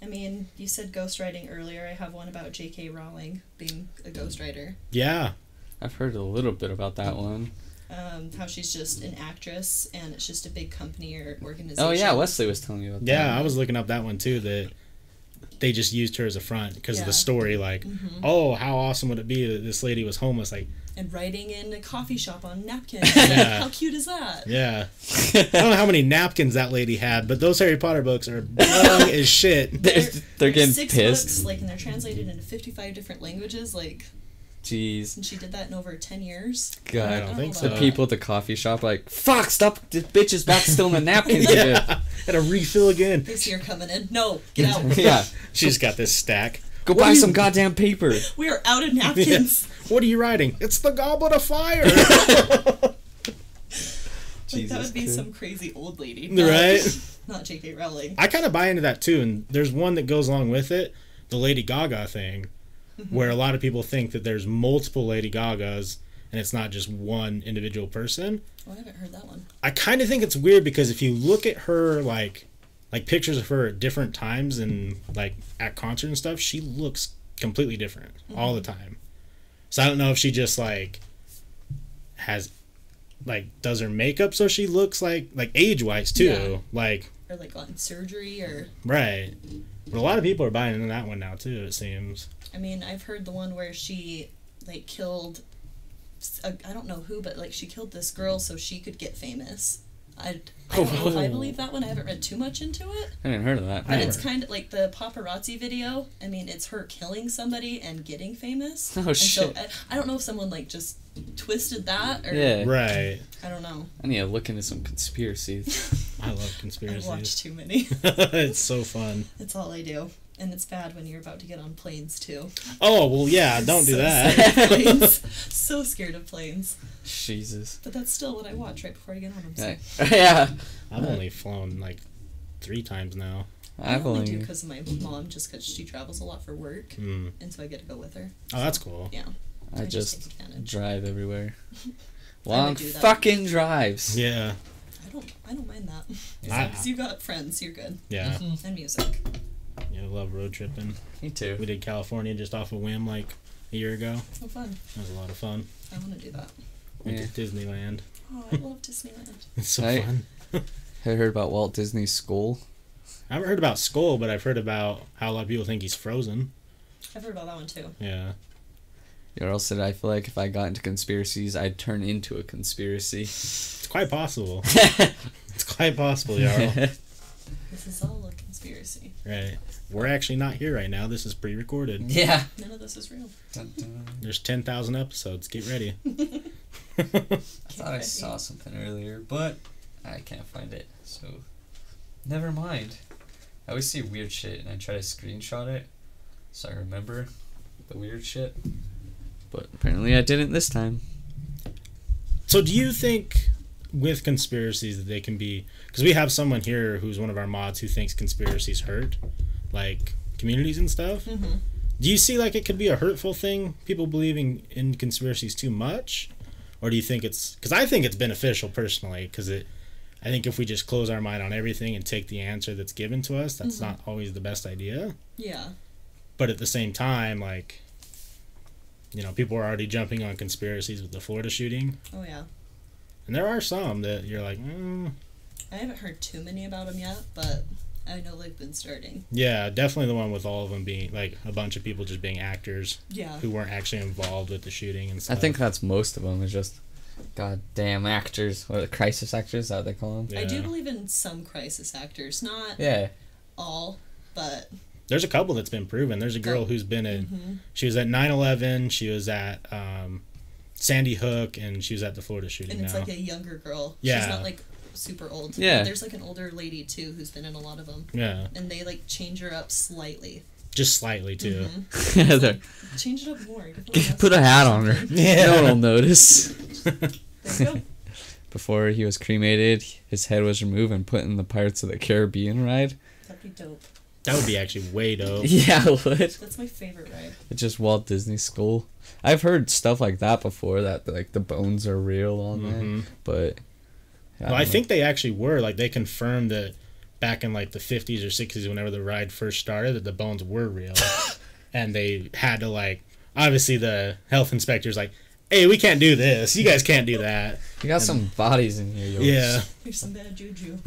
Speaker 4: I mean, you said ghostwriting earlier. I have one about J.K. Rowling being a ghostwriter.
Speaker 3: Yeah.
Speaker 2: I've heard a little bit about that one.
Speaker 4: Um, how she's just an actress and it's just a big company or organization.
Speaker 2: Oh yeah, Wesley was telling me about that.
Speaker 3: Yeah, I was looking up that one too. That they just used her as a front because of
Speaker 4: Yeah.
Speaker 3: the story. Like, oh, how awesome would it be that this lady was homeless? Like,
Speaker 4: And writing in a coffee shop on napkins.
Speaker 3: Yeah.
Speaker 4: How cute is that?
Speaker 3: yeah. I don't know how many napkins that lady had, but those Harry Potter books are long as shit.
Speaker 2: They're, they're getting
Speaker 4: six
Speaker 2: pissed.
Speaker 4: books, like, and they're translated into fifty-five different languages. Like,
Speaker 2: Jeez,
Speaker 4: and she did that in over ten years. Oh,
Speaker 2: God.
Speaker 3: I don't think
Speaker 4: know
Speaker 3: so.
Speaker 2: The
Speaker 4: about
Speaker 2: people at the coffee shop like, fuck, stop, this bitch is back still in the napkins.
Speaker 3: Yeah. And a refill again.
Speaker 4: This year coming in. No, get out.
Speaker 2: yeah.
Speaker 3: She's got this stack.
Speaker 2: Go
Speaker 3: What
Speaker 2: buy
Speaker 3: do you-
Speaker 2: some goddamn paper.
Speaker 4: We are out of
Speaker 3: Yeah.
Speaker 4: napkins.
Speaker 3: What are you writing? It's the Goblet of Fire.
Speaker 4: Like, that
Speaker 2: Jesus
Speaker 4: would be
Speaker 2: Christ.
Speaker 4: some crazy old lady. Not-
Speaker 3: right?
Speaker 4: Not J.K. Rowling.
Speaker 3: I kind of buy into that too, and there's one that goes along with it, the Lady Gaga thing, where a lot of people think that there's multiple Lady Gagas and it's not just one individual person.
Speaker 4: Oh, I haven't heard that one.
Speaker 3: I kind of think it's weird because if you look at her like like pictures of her at different times and like at concert and stuff, she looks completely different all the
Speaker 4: Mm-hmm.
Speaker 3: time. So I don't know if she just like has like does her makeup so she looks like like age wise too.
Speaker 4: Yeah.
Speaker 3: Like
Speaker 4: Or like gotten surgery, or
Speaker 3: Right. But a lot of people are buying into that one now too, it seems.
Speaker 4: I mean, I've heard the one where she like killed. s- a- I don't know who, but like she killed this girl so she could get famous. I, I don't know if I
Speaker 2: Oh.
Speaker 4: believe that one. I haven't read too much into it.
Speaker 2: I didn't heard of that.
Speaker 4: But
Speaker 3: Never.
Speaker 4: it's kind of like the paparazzi video. I mean, it's her killing somebody and getting famous.
Speaker 2: Oh,
Speaker 4: and So
Speaker 2: shit.
Speaker 4: I, I don't know if someone like just twisted that or
Speaker 2: Yeah.
Speaker 3: Right.
Speaker 4: I don't know.
Speaker 2: I need to look into some conspiracies.
Speaker 3: I love
Speaker 4: I watch
Speaker 3: conspiracies.
Speaker 4: too many.
Speaker 3: it's so fun.
Speaker 4: That's all I do. And it's bad when you're about to get on planes too.
Speaker 3: Oh well yeah, don't do
Speaker 4: So
Speaker 3: that.
Speaker 4: scared of planes. so scared of planes.
Speaker 2: Jesus.
Speaker 4: But that's still what I watch right before I get on them. So
Speaker 2: Yeah. yeah.
Speaker 3: I've only flown like three times now.
Speaker 4: I
Speaker 2: I've
Speaker 4: only do
Speaker 2: only.
Speaker 4: because of my mom, just because she travels a lot for work,
Speaker 3: Mm.
Speaker 4: and so I get to go with her.
Speaker 3: Oh that's cool.
Speaker 4: Yeah,
Speaker 2: I
Speaker 4: take
Speaker 2: just
Speaker 4: advantage.
Speaker 2: drive everywhere. Long
Speaker 4: do that.
Speaker 2: fucking drives.
Speaker 3: Yeah.
Speaker 4: I don't, I don't mind that.
Speaker 3: I-
Speaker 4: Because you got friends, you're good,
Speaker 3: yeah.
Speaker 4: and music.
Speaker 3: Yeah, I love road tripping.
Speaker 2: Me
Speaker 3: We
Speaker 2: too.
Speaker 3: did California just off a whim like a year ago.
Speaker 4: So fun.
Speaker 3: That was a lot of fun.
Speaker 4: I want to do that.
Speaker 3: Went
Speaker 2: Yeah.
Speaker 3: to Disneyland.
Speaker 4: Oh, I love Disneyland.
Speaker 3: It's so
Speaker 2: Right.
Speaker 3: fun.
Speaker 2: Have you heard about Walt Disney's school?
Speaker 3: I haven't heard about Skull, but I've heard about how a lot of people think he's frozen.
Speaker 4: I've heard about that one too.
Speaker 3: Yeah.
Speaker 2: Or else said, I feel like if I got into conspiracies, I'd turn into a conspiracy.
Speaker 3: It's quite possible. it's quite possible, Jarl.
Speaker 4: This is all a conspiracy.
Speaker 3: Right. We're actually not here right now. This is pre-recorded.
Speaker 2: yeah.
Speaker 4: None of this is real.
Speaker 3: There's 10,000 episodes. Get ready.
Speaker 2: I thought I saw something earlier, but I can't find it. So, never mind. I always see weird shit and I try to screenshot it, so I remember the weird shit. But apparently I didn't this time.
Speaker 3: So, do you think with conspiracies that they can be? Because we have someone here who's one of our mods who thinks conspiracies hurt, like communities and stuff.
Speaker 2: Mm-hmm.
Speaker 3: Do you see like it could be a hurtful thing? People believing in conspiracies too much, or do you think it's? Because I think it's beneficial personally. Because it, I think if we just close our mind on everything and take the answer that's given to us, that's not always the best idea.
Speaker 4: Yeah.
Speaker 3: But at the same time, like. You know, people are already jumping on conspiracies with the Florida shooting.
Speaker 4: Oh yeah.
Speaker 3: And there are some that you're like, mm,
Speaker 4: I haven't heard too many about them yet, but I know they've been starting.
Speaker 3: yeah, definitely the one with all of them being like a bunch of people just being actors
Speaker 4: Yeah.
Speaker 3: who weren't actually involved with the shooting and
Speaker 2: I
Speaker 3: stuff.
Speaker 2: think that's most of them. Is just goddamn actors or the crisis actors. Is that what they call them?
Speaker 4: I do
Speaker 3: Yeah.
Speaker 4: believe in some crisis actors, not
Speaker 2: Yeah.
Speaker 4: all, but
Speaker 3: there's a couple that's been proven. There's a girl
Speaker 4: Oh.
Speaker 3: who's been in, she was at 9 11, she was at um, Sandy Hook, and she was at the Florida shooting
Speaker 4: and it's
Speaker 3: now.
Speaker 4: like a younger girl.
Speaker 3: Yeah.
Speaker 4: She's not like super old.
Speaker 2: Yeah.
Speaker 4: There's like an older lady too who's been in a lot of them,
Speaker 3: yeah,
Speaker 4: and they like change her up slightly.
Speaker 3: just slightly too.
Speaker 4: Mm-hmm.
Speaker 2: They're-
Speaker 4: Change it up more. give her less-
Speaker 2: Put a hat on her.
Speaker 3: Yeah.
Speaker 2: No one will notice.
Speaker 4: There you go.
Speaker 2: Before he was cremated, his head was removed and put in the Pirates of the Caribbean ride.
Speaker 4: That'd be dope.
Speaker 3: That would be actually way dope.
Speaker 2: Yeah, it would.
Speaker 4: That's my favorite ride.
Speaker 2: It's just Walt Disney School. I've heard stuff like that before that like the bones are real on
Speaker 3: Mhm.
Speaker 2: there, but yeah,
Speaker 3: Well, I
Speaker 2: don't know.
Speaker 3: think they actually were. Like they confirmed that back in like the fifties or sixties, whenever the ride first started, that the bones were real, and they had to like obviously the health inspectors like, hey, we can't do this. You guys can't do that.
Speaker 2: you got some bodies in here. Yo.
Speaker 3: Yeah.
Speaker 4: Here's some bad juju.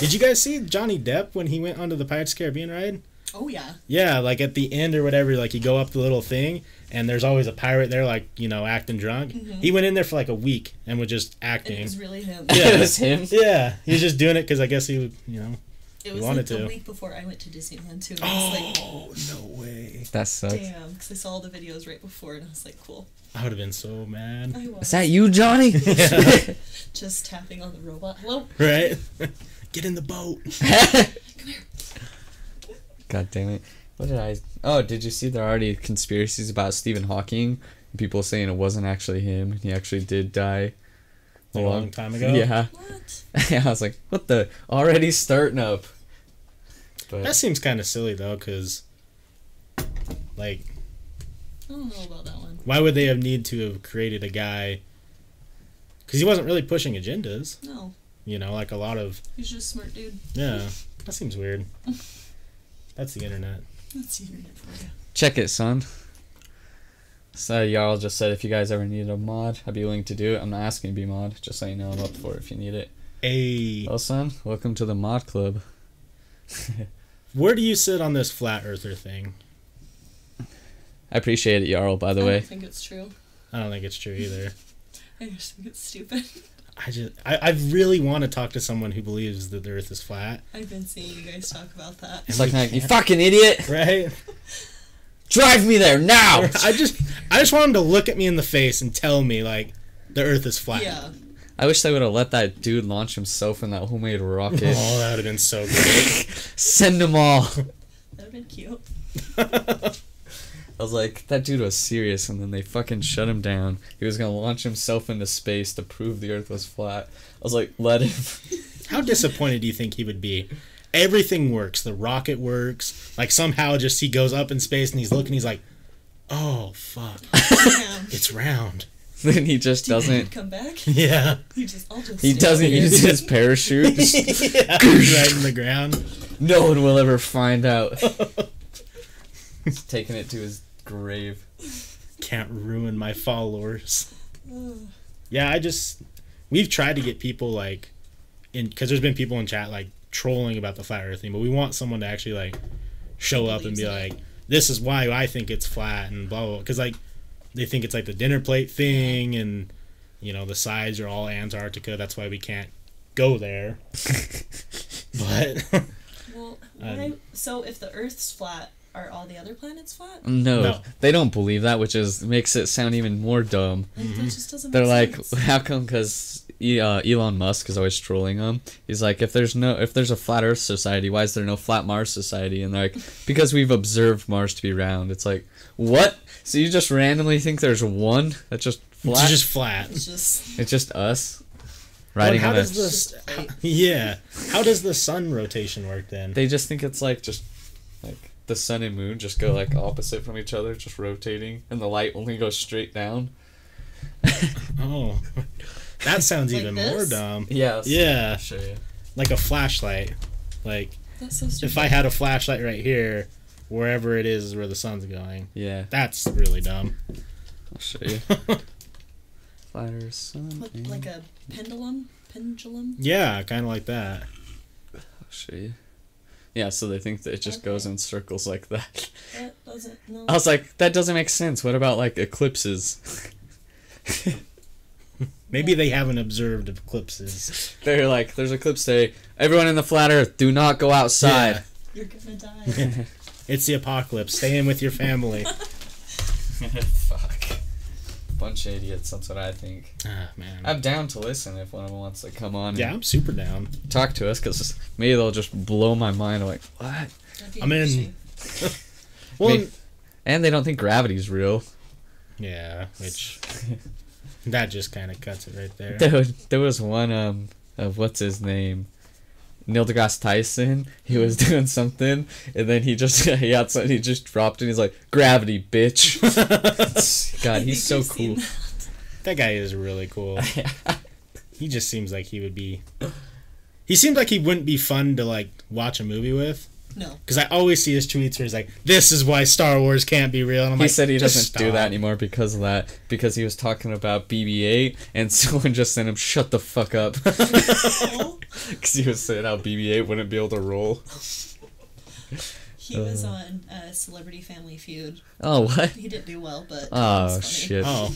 Speaker 3: Did you guys see Johnny Depp when he went onto the Pirates of the Caribbean ride?
Speaker 4: Oh yeah.
Speaker 3: Yeah, like at the end or whatever, like you go up the little thing and there's always a pirate there, like, you know, acting drunk. He went in there for like a week and was just
Speaker 4: Mm-hmm. And it
Speaker 3: acting.
Speaker 4: was really him.
Speaker 2: it was him.
Speaker 3: Yeah, he was just doing it because I guess he, would, you know.
Speaker 4: It was
Speaker 3: wanted
Speaker 4: like the
Speaker 3: to.
Speaker 4: week before I went to Disneyland too. And I
Speaker 3: Oh, no way.
Speaker 2: That sucks.
Speaker 4: was like, damn, because I saw all the videos right before, and I was like, cool.
Speaker 3: I would have been so mad.
Speaker 4: I was
Speaker 2: Is that you, Johnny?
Speaker 4: just tapping on the robot. Hello,
Speaker 3: Right? Get in the boat.
Speaker 2: God damn it! What did I? Oh, did you see there are already conspiracies about Stephen Hawking? People saying it wasn't actually him. He actually did die
Speaker 3: A long time ago?
Speaker 2: Yeah,
Speaker 4: what?
Speaker 2: I was like, what the? Already starting up. But
Speaker 3: That seems kind of silly though, because like,
Speaker 4: I don't know about that one.
Speaker 3: why would they have need to have created a guy? Because he wasn't really pushing agendas,
Speaker 4: No,
Speaker 3: you know, like a lot of
Speaker 4: he's just a smart dude.
Speaker 3: yeah. That seems weird. That's the internet.
Speaker 4: That's the internet for you.
Speaker 2: Check it, son. So Jarl just said if you guys ever need a mod, I'd be willing to do it. I'm not asking to be mod, just so you know I'm up for it if you need it.
Speaker 3: A
Speaker 2: Well son, welcome to the mod club.
Speaker 3: where do you sit on this flat earther thing?
Speaker 2: I appreciate it, Jarl, by the
Speaker 4: I
Speaker 2: way.
Speaker 4: don't think it's true.
Speaker 3: I don't think it's true either.
Speaker 4: I just think it's stupid.
Speaker 3: I just I, I really want to talk to someone who believes that the earth is flat.
Speaker 4: I've been seeing you guys talk about that.
Speaker 2: It's like you fucking idiot!
Speaker 3: Right?
Speaker 2: Drive me there now!
Speaker 3: I just I just want him to look at me in the face and tell me like the earth is flat.
Speaker 4: Yeah,
Speaker 2: I wish they would have let that dude launch himself in that homemade rocket.
Speaker 3: Oh, that would have been so good.
Speaker 2: Send them all.
Speaker 4: that'd been cute.
Speaker 2: I was like, that dude was serious, and then they fucking shut him down. He was gonna launch himself into space to prove the Earth was flat. I was like, let him.
Speaker 3: How disappointed do you think he would be? Everything works. The rocket works. Like somehow just he goes up in space and he's looking, he's like, Oh fuck.
Speaker 4: Damn.
Speaker 3: It's round.
Speaker 2: then he just doesn't.
Speaker 4: come back?
Speaker 3: Yeah.
Speaker 4: You just, I'll just.
Speaker 2: He
Speaker 4: stay
Speaker 2: doesn't
Speaker 4: here.
Speaker 2: use his parachute. Just-
Speaker 3: yeah. right in the ground.
Speaker 2: no one will ever find out. He's taking it to his grave.
Speaker 3: Can't ruin my followers.
Speaker 4: Ugh.
Speaker 3: Yeah, I just we've tried to get people like in because there's been people in chat like trolling about the flat earth thing, but we want someone to actually like show up and be
Speaker 4: Believes
Speaker 3: like, This is why I think it's flat and blah blah because like they think it's like the dinner plate thing and you know, the sides are all Antarctica, that's why we can't go there. but
Speaker 4: Well,
Speaker 2: Um,
Speaker 4: what I, so if the Earth's flat, are all the other planets flat?
Speaker 2: No,
Speaker 3: No.
Speaker 2: they don't believe that, which is makes it sound even more dumb.
Speaker 4: Like, that just doesn't.
Speaker 2: Mm-hmm. They're
Speaker 4: make
Speaker 2: like,
Speaker 4: sense.
Speaker 2: how come? Because E- uh, Elon Musk is always trolling him. He's like, if there's no, if there's a flat Earth society, why is there no flat Mars society? And they're like, because we've observed Mars to be round. It's like, what? So you just randomly think there's one that's just flat?
Speaker 3: It's just flat.
Speaker 4: It's just
Speaker 2: It's just us
Speaker 3: But
Speaker 2: riding
Speaker 3: how
Speaker 2: on a.
Speaker 3: does this?
Speaker 4: just uh, plate.
Speaker 3: Yeah. How does the sun rotation work then?
Speaker 2: They just think it's like just like the sun and moon just go like opposite from each other, just rotating, and the light only goes straight down.
Speaker 3: Oh, that sounds
Speaker 4: Like
Speaker 3: even more
Speaker 4: this?
Speaker 3: dumb.
Speaker 2: Yeah.
Speaker 3: Yeah,
Speaker 2: Show you.
Speaker 3: like a flashlight. Like
Speaker 4: That's so stupid.
Speaker 3: if I had a flashlight right here, wherever it is is where the sun's going.
Speaker 2: Yeah.
Speaker 3: That's really dumb.
Speaker 2: I'll show you. Flat Earth sun.
Speaker 4: Look
Speaker 2: and-
Speaker 4: like a pendulum, pendulum.
Speaker 3: yeah, kind of like that.
Speaker 2: I'll show you. Yeah, so they think that it just goes in circles like that.
Speaker 4: That doesn't. No.
Speaker 2: I was like, that doesn't make sense. What about like eclipses?
Speaker 3: Maybe they haven't observed eclipses.
Speaker 2: They're like, there's eclipse day. Everyone in the flat Earth, do not go outside.
Speaker 4: You're gonna die.
Speaker 3: It's the apocalypse. Stay in with your family.
Speaker 2: Fuck. Bunch of idiots. That's what I think.
Speaker 3: ah, man.
Speaker 2: I'm down to listen if one of them wants to come on. and-
Speaker 3: yeah, I'm super down.
Speaker 2: talk to us because maybe they'll just blow my mind. I'm like, what?
Speaker 4: That'd be
Speaker 3: I'm in.
Speaker 4: interesting.
Speaker 3: Well,
Speaker 2: Maybe- and they don't think gravity's real.
Speaker 3: yeah, which that just kind of cuts it right there.
Speaker 2: There, was- there was one um of what's his name, Neil deGrasse Tyson. He was doing something, and then he just he had something. He just dropped it. He's like, gravity, bitch.
Speaker 4: I
Speaker 2: God,
Speaker 4: think
Speaker 2: he's so
Speaker 4: I've seen
Speaker 2: cool.
Speaker 4: that.
Speaker 3: That guy is really cool. he just seems like he would be. He seems like he wouldn't be fun to like watch a movie with.
Speaker 4: No.
Speaker 3: Because I always see his tweets where he's like, "This is why Star Wars can't be real." And I'm
Speaker 2: He
Speaker 3: like,
Speaker 2: said he
Speaker 3: "Just
Speaker 2: doesn't do
Speaker 3: stop."
Speaker 2: that anymore because of that. Because he was talking about BB-8, and someone just sent him, "Shut the fuck up,"
Speaker 4: Oh,
Speaker 2: because he was saying how BB-8 wouldn't be able to roll.
Speaker 4: he was on uh, Celebrity Family Feud.
Speaker 2: Oh what?
Speaker 4: He didn't do well, but.
Speaker 2: Oh
Speaker 4: it's funny.
Speaker 2: shit!
Speaker 3: Oh,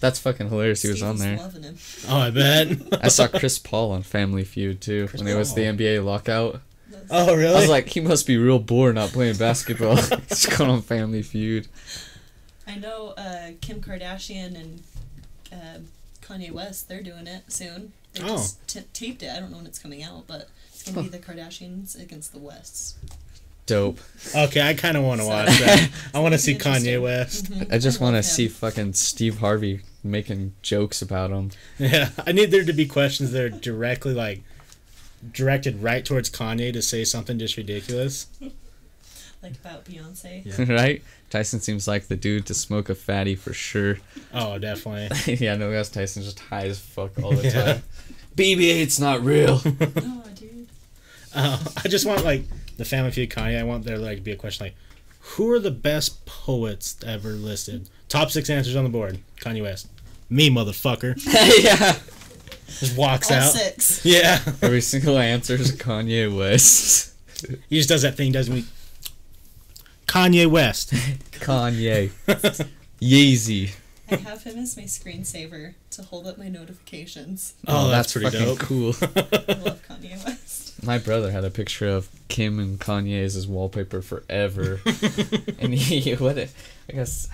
Speaker 2: That's fucking hilarious. He was
Speaker 4: Steve
Speaker 2: on there.
Speaker 4: Loving him.
Speaker 3: oh, I bet.
Speaker 2: I saw Chris Paul on Family Feud too when it was the
Speaker 3: Paul.
Speaker 2: NBA lockout.
Speaker 4: That's-
Speaker 3: oh, really?
Speaker 2: I was like, he must be real bored not playing basketball. He's going on Family Feud.
Speaker 4: I know uh, Kim Kardashian and uh, Kanye West. They're doing it soon. They
Speaker 3: Oh.
Speaker 4: just t- taped it. I don't know when it's coming out, but it's gonna be the Kardashians against the Wests.
Speaker 2: Dope.
Speaker 3: okay, I kind of want to
Speaker 4: So-
Speaker 3: watch that. I want to see
Speaker 4: Interesting.
Speaker 3: Kanye West.
Speaker 2: I just want to
Speaker 4: love
Speaker 2: see
Speaker 4: him.
Speaker 2: fucking Steve Harvey making jokes about him.
Speaker 3: Yeah, I need there to be questions that are directly like directed right towards Kanye to say something just ridiculous.
Speaker 4: Like about Beyonce.
Speaker 3: Yeah.
Speaker 2: right? Tyson seems like the dude to smoke a fatty for sure.
Speaker 3: Oh, definitely.
Speaker 2: yeah, no, that's Tyson's just high as fuck all the
Speaker 3: Yeah.
Speaker 2: time. BB-8's not real.
Speaker 4: No, dude.
Speaker 3: Uh, I just want like the Family Feud Kanye. I want there like to be a question like, who are the best poets ever listed? Top six answers on the board. Kanye West. Me, motherfucker.
Speaker 2: yeah.
Speaker 3: Just walks
Speaker 4: All
Speaker 3: out.
Speaker 4: six.
Speaker 3: Yeah.
Speaker 2: Every single answer is Kanye West.
Speaker 3: He just does that thing, doesn't he? Kanye
Speaker 2: Oh,
Speaker 3: West.
Speaker 2: Kanye. Yeezy.
Speaker 4: I have him as my screensaver to hold up my notifications.
Speaker 3: Oh, that's pretty
Speaker 2: fucking
Speaker 3: dope.
Speaker 2: cool.
Speaker 4: I love Kanye West.
Speaker 2: My brother had a picture of Kim and Kanye as his wallpaper forever. and he, what, it, I guess,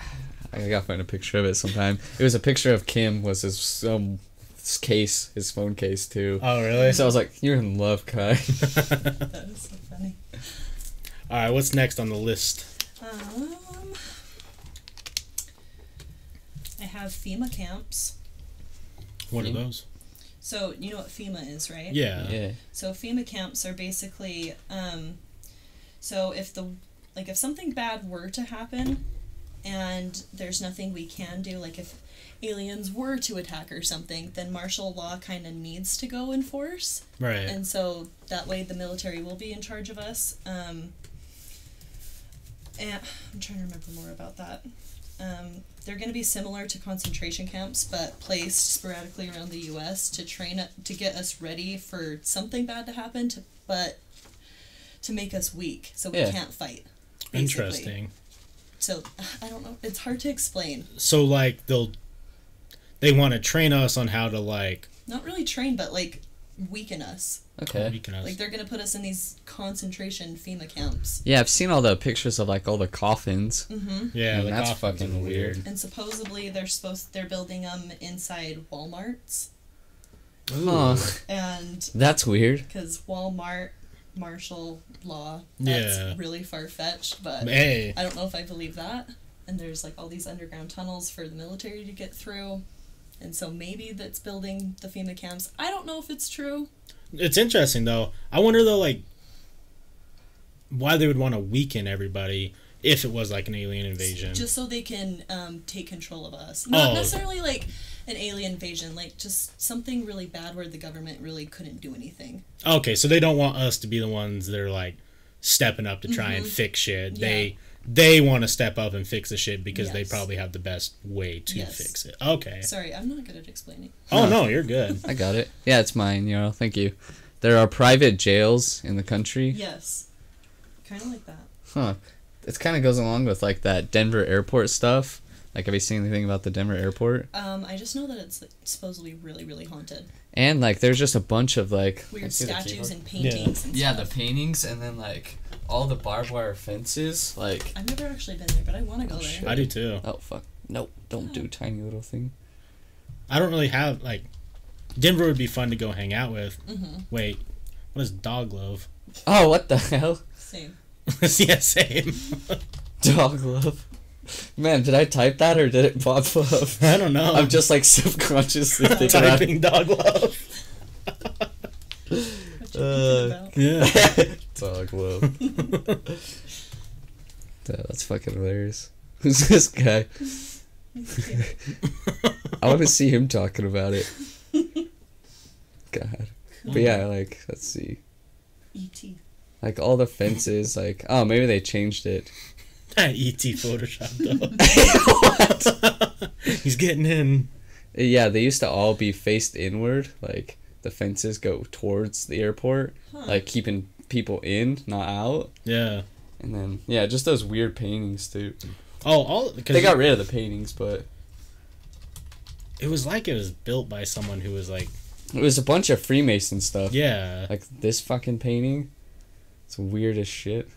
Speaker 2: I gotta find a picture of it sometime. It was a picture of Kim was his, um, his case, his phone case too.
Speaker 3: Oh, really?
Speaker 2: so I was like, you're in love, Kai.
Speaker 4: That is so funny.
Speaker 3: All right, what's next on the list?
Speaker 4: Um, I have FEMA camps.
Speaker 3: What are
Speaker 2: Hmm.
Speaker 3: those?
Speaker 4: So you know what FEMA is, right?
Speaker 3: Yeah.
Speaker 2: yeah.
Speaker 4: So FEMA camps are basically, um, so if the like if something bad were to happen, and there's nothing we can do, like if aliens were to attack or something, then martial law kind of needs to go in force,
Speaker 3: Right.
Speaker 4: and so that way the military will be in charge of us. Um, and I'm trying to remember more about that. Um, they're going to be similar to concentration camps, but placed sporadically around the U.S. to train u- to get us ready for something bad to happen, to, but to make us weak, so we
Speaker 2: Yeah.
Speaker 4: can't fight. basically.
Speaker 3: Interesting.
Speaker 4: So I don't know. It's hard to explain.
Speaker 3: So like they'll they want to train us on how to like
Speaker 4: Not really train, but like weaken us.
Speaker 2: Okay.
Speaker 3: weaken us.
Speaker 4: Like they're going to put us in these concentration FEMA camps,
Speaker 2: Yeah, I've seen all the pictures of like all the coffins.
Speaker 3: yeah,
Speaker 2: Man,
Speaker 3: like
Speaker 2: that's
Speaker 3: offerings
Speaker 2: fucking
Speaker 3: are
Speaker 2: weird.
Speaker 4: and supposedly they're supposed they're building them inside WalMarts.
Speaker 2: Oh,
Speaker 4: and
Speaker 2: that's weird.
Speaker 4: because Walmart, martial law, that's
Speaker 3: Yeah.
Speaker 4: really far fetched, but
Speaker 3: Hey.
Speaker 4: I don't know if I believe that. And there's like all these underground tunnels for the military to get through. And so maybe that's building the FEMA camps. I don't know if it's true.
Speaker 3: It's interesting though. I wonder though, like, why they would want to weaken everybody if it was like an alien invasion.
Speaker 4: Just so they can um, take control of us. Not
Speaker 3: Oh.
Speaker 4: necessarily like an alien invasion, like just something really bad where the government really couldn't do anything.
Speaker 3: okay, so they don't want us to be the ones that are like stepping up to try
Speaker 4: Mm-hmm.
Speaker 3: and fix shit. They they want to step up and fix the shit because they
Speaker 4: Yes.
Speaker 3: probably have the best way to
Speaker 4: Yes.
Speaker 3: fix it. Okay.
Speaker 4: Sorry, I'm not good at explaining.
Speaker 3: Oh no, you're good.
Speaker 2: I got it. Yeah, it's mine, Yarl. Thank you. There are private jails in the country.
Speaker 4: Yes. Kind of like that.
Speaker 2: Huh. It kind of goes along with like that Denver airport stuff. Like, have you seen anything about the Denver airport?
Speaker 4: Um, I just know that it's like, supposedly really, really haunted.
Speaker 2: And like, there's just a bunch of like
Speaker 4: Weird
Speaker 2: see the
Speaker 4: statues
Speaker 2: keyboard?
Speaker 4: and paintings. And
Speaker 2: Yeah, the
Speaker 4: stuff.
Speaker 2: paintings and then like all the barbed wire fences. Like,
Speaker 4: I've never actually been there, but I want to go there.
Speaker 2: shit.
Speaker 3: I do too.
Speaker 2: oh fuck, nope, don't do tiny little thing.
Speaker 3: I don't really have like Denver would be fun to go hang out with.
Speaker 4: Mm-hmm.
Speaker 3: Wait, what is dog love?
Speaker 2: Oh, what the hell,
Speaker 4: Same.
Speaker 3: yeah, same.
Speaker 2: dog love. Man, did I type that or did it pop up?
Speaker 3: I don't know.
Speaker 2: I'm just like subconsciously thinking about it.
Speaker 3: typing dog love.
Speaker 4: What you
Speaker 2: Uh,
Speaker 4: thinking about?
Speaker 3: Yeah.
Speaker 2: Dog love. that's fucking hilarious. Who's this guy? I want to see him talking about it. God. But yeah, like, let's see.
Speaker 4: E.T.
Speaker 2: Like, all the fences, like, oh, maybe they changed it.
Speaker 3: That ET Eh, E Photoshop though. He's getting in.
Speaker 2: Uh, Yeah, they used to all be faced inward. Like, the fences go towards the airport, like, keeping people in, not out.
Speaker 3: Yeah.
Speaker 2: And then, yeah, just those weird paintings, too.
Speaker 3: Oh, all because
Speaker 2: They got rid of the paintings, but
Speaker 3: it was like it was built by someone who was like,
Speaker 2: it was a bunch of Freemason stuff.
Speaker 3: yeah,
Speaker 2: Like this fucking painting, it's weird as shit.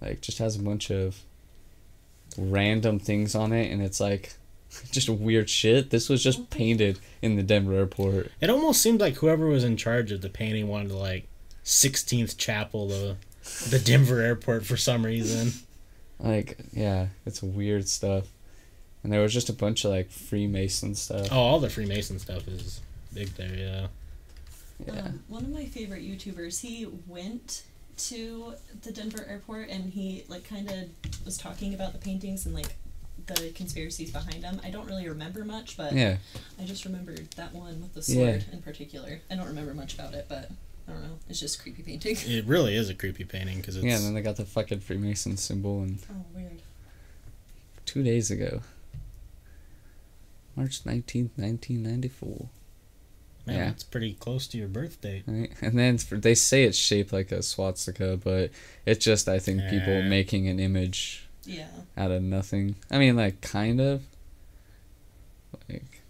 Speaker 2: Like just has a bunch of random things on it, and it's like just weird shit. This was just painted in the Denver airport.
Speaker 3: it almost seemed like whoever was in charge of the painting wanted to like 16th Chapel the the Denver airport for some reason.
Speaker 2: Like yeah, it's weird stuff. And there was just a bunch of like Freemason stuff.
Speaker 3: Oh, all the Freemason stuff is big there. Yeah.
Speaker 2: Yeah.
Speaker 4: Um, one of my favorite YouTubers, he went to the Denver airport and he like kind of was talking about the paintings and like the conspiracies behind them. I don't really remember much, but
Speaker 2: Yeah.
Speaker 4: I just remembered that one with the sword
Speaker 2: Yeah.
Speaker 4: in particular. I don't remember much about it, but I don't know. It's just creepy painting.
Speaker 3: It really is a creepy painting because it's
Speaker 2: Yeah, and then they got the fucking Freemason symbol and
Speaker 4: Oh, weird.
Speaker 2: two days ago. March 19th, 1994.
Speaker 3: man,
Speaker 2: yeah.
Speaker 3: that's pretty close to your birthday.
Speaker 2: Right? And then for, they say it's shaped like a swastika, but it's just I think people
Speaker 3: Yeah.
Speaker 2: making an image
Speaker 4: Yeah.
Speaker 2: out of nothing. I mean, like kind of. Like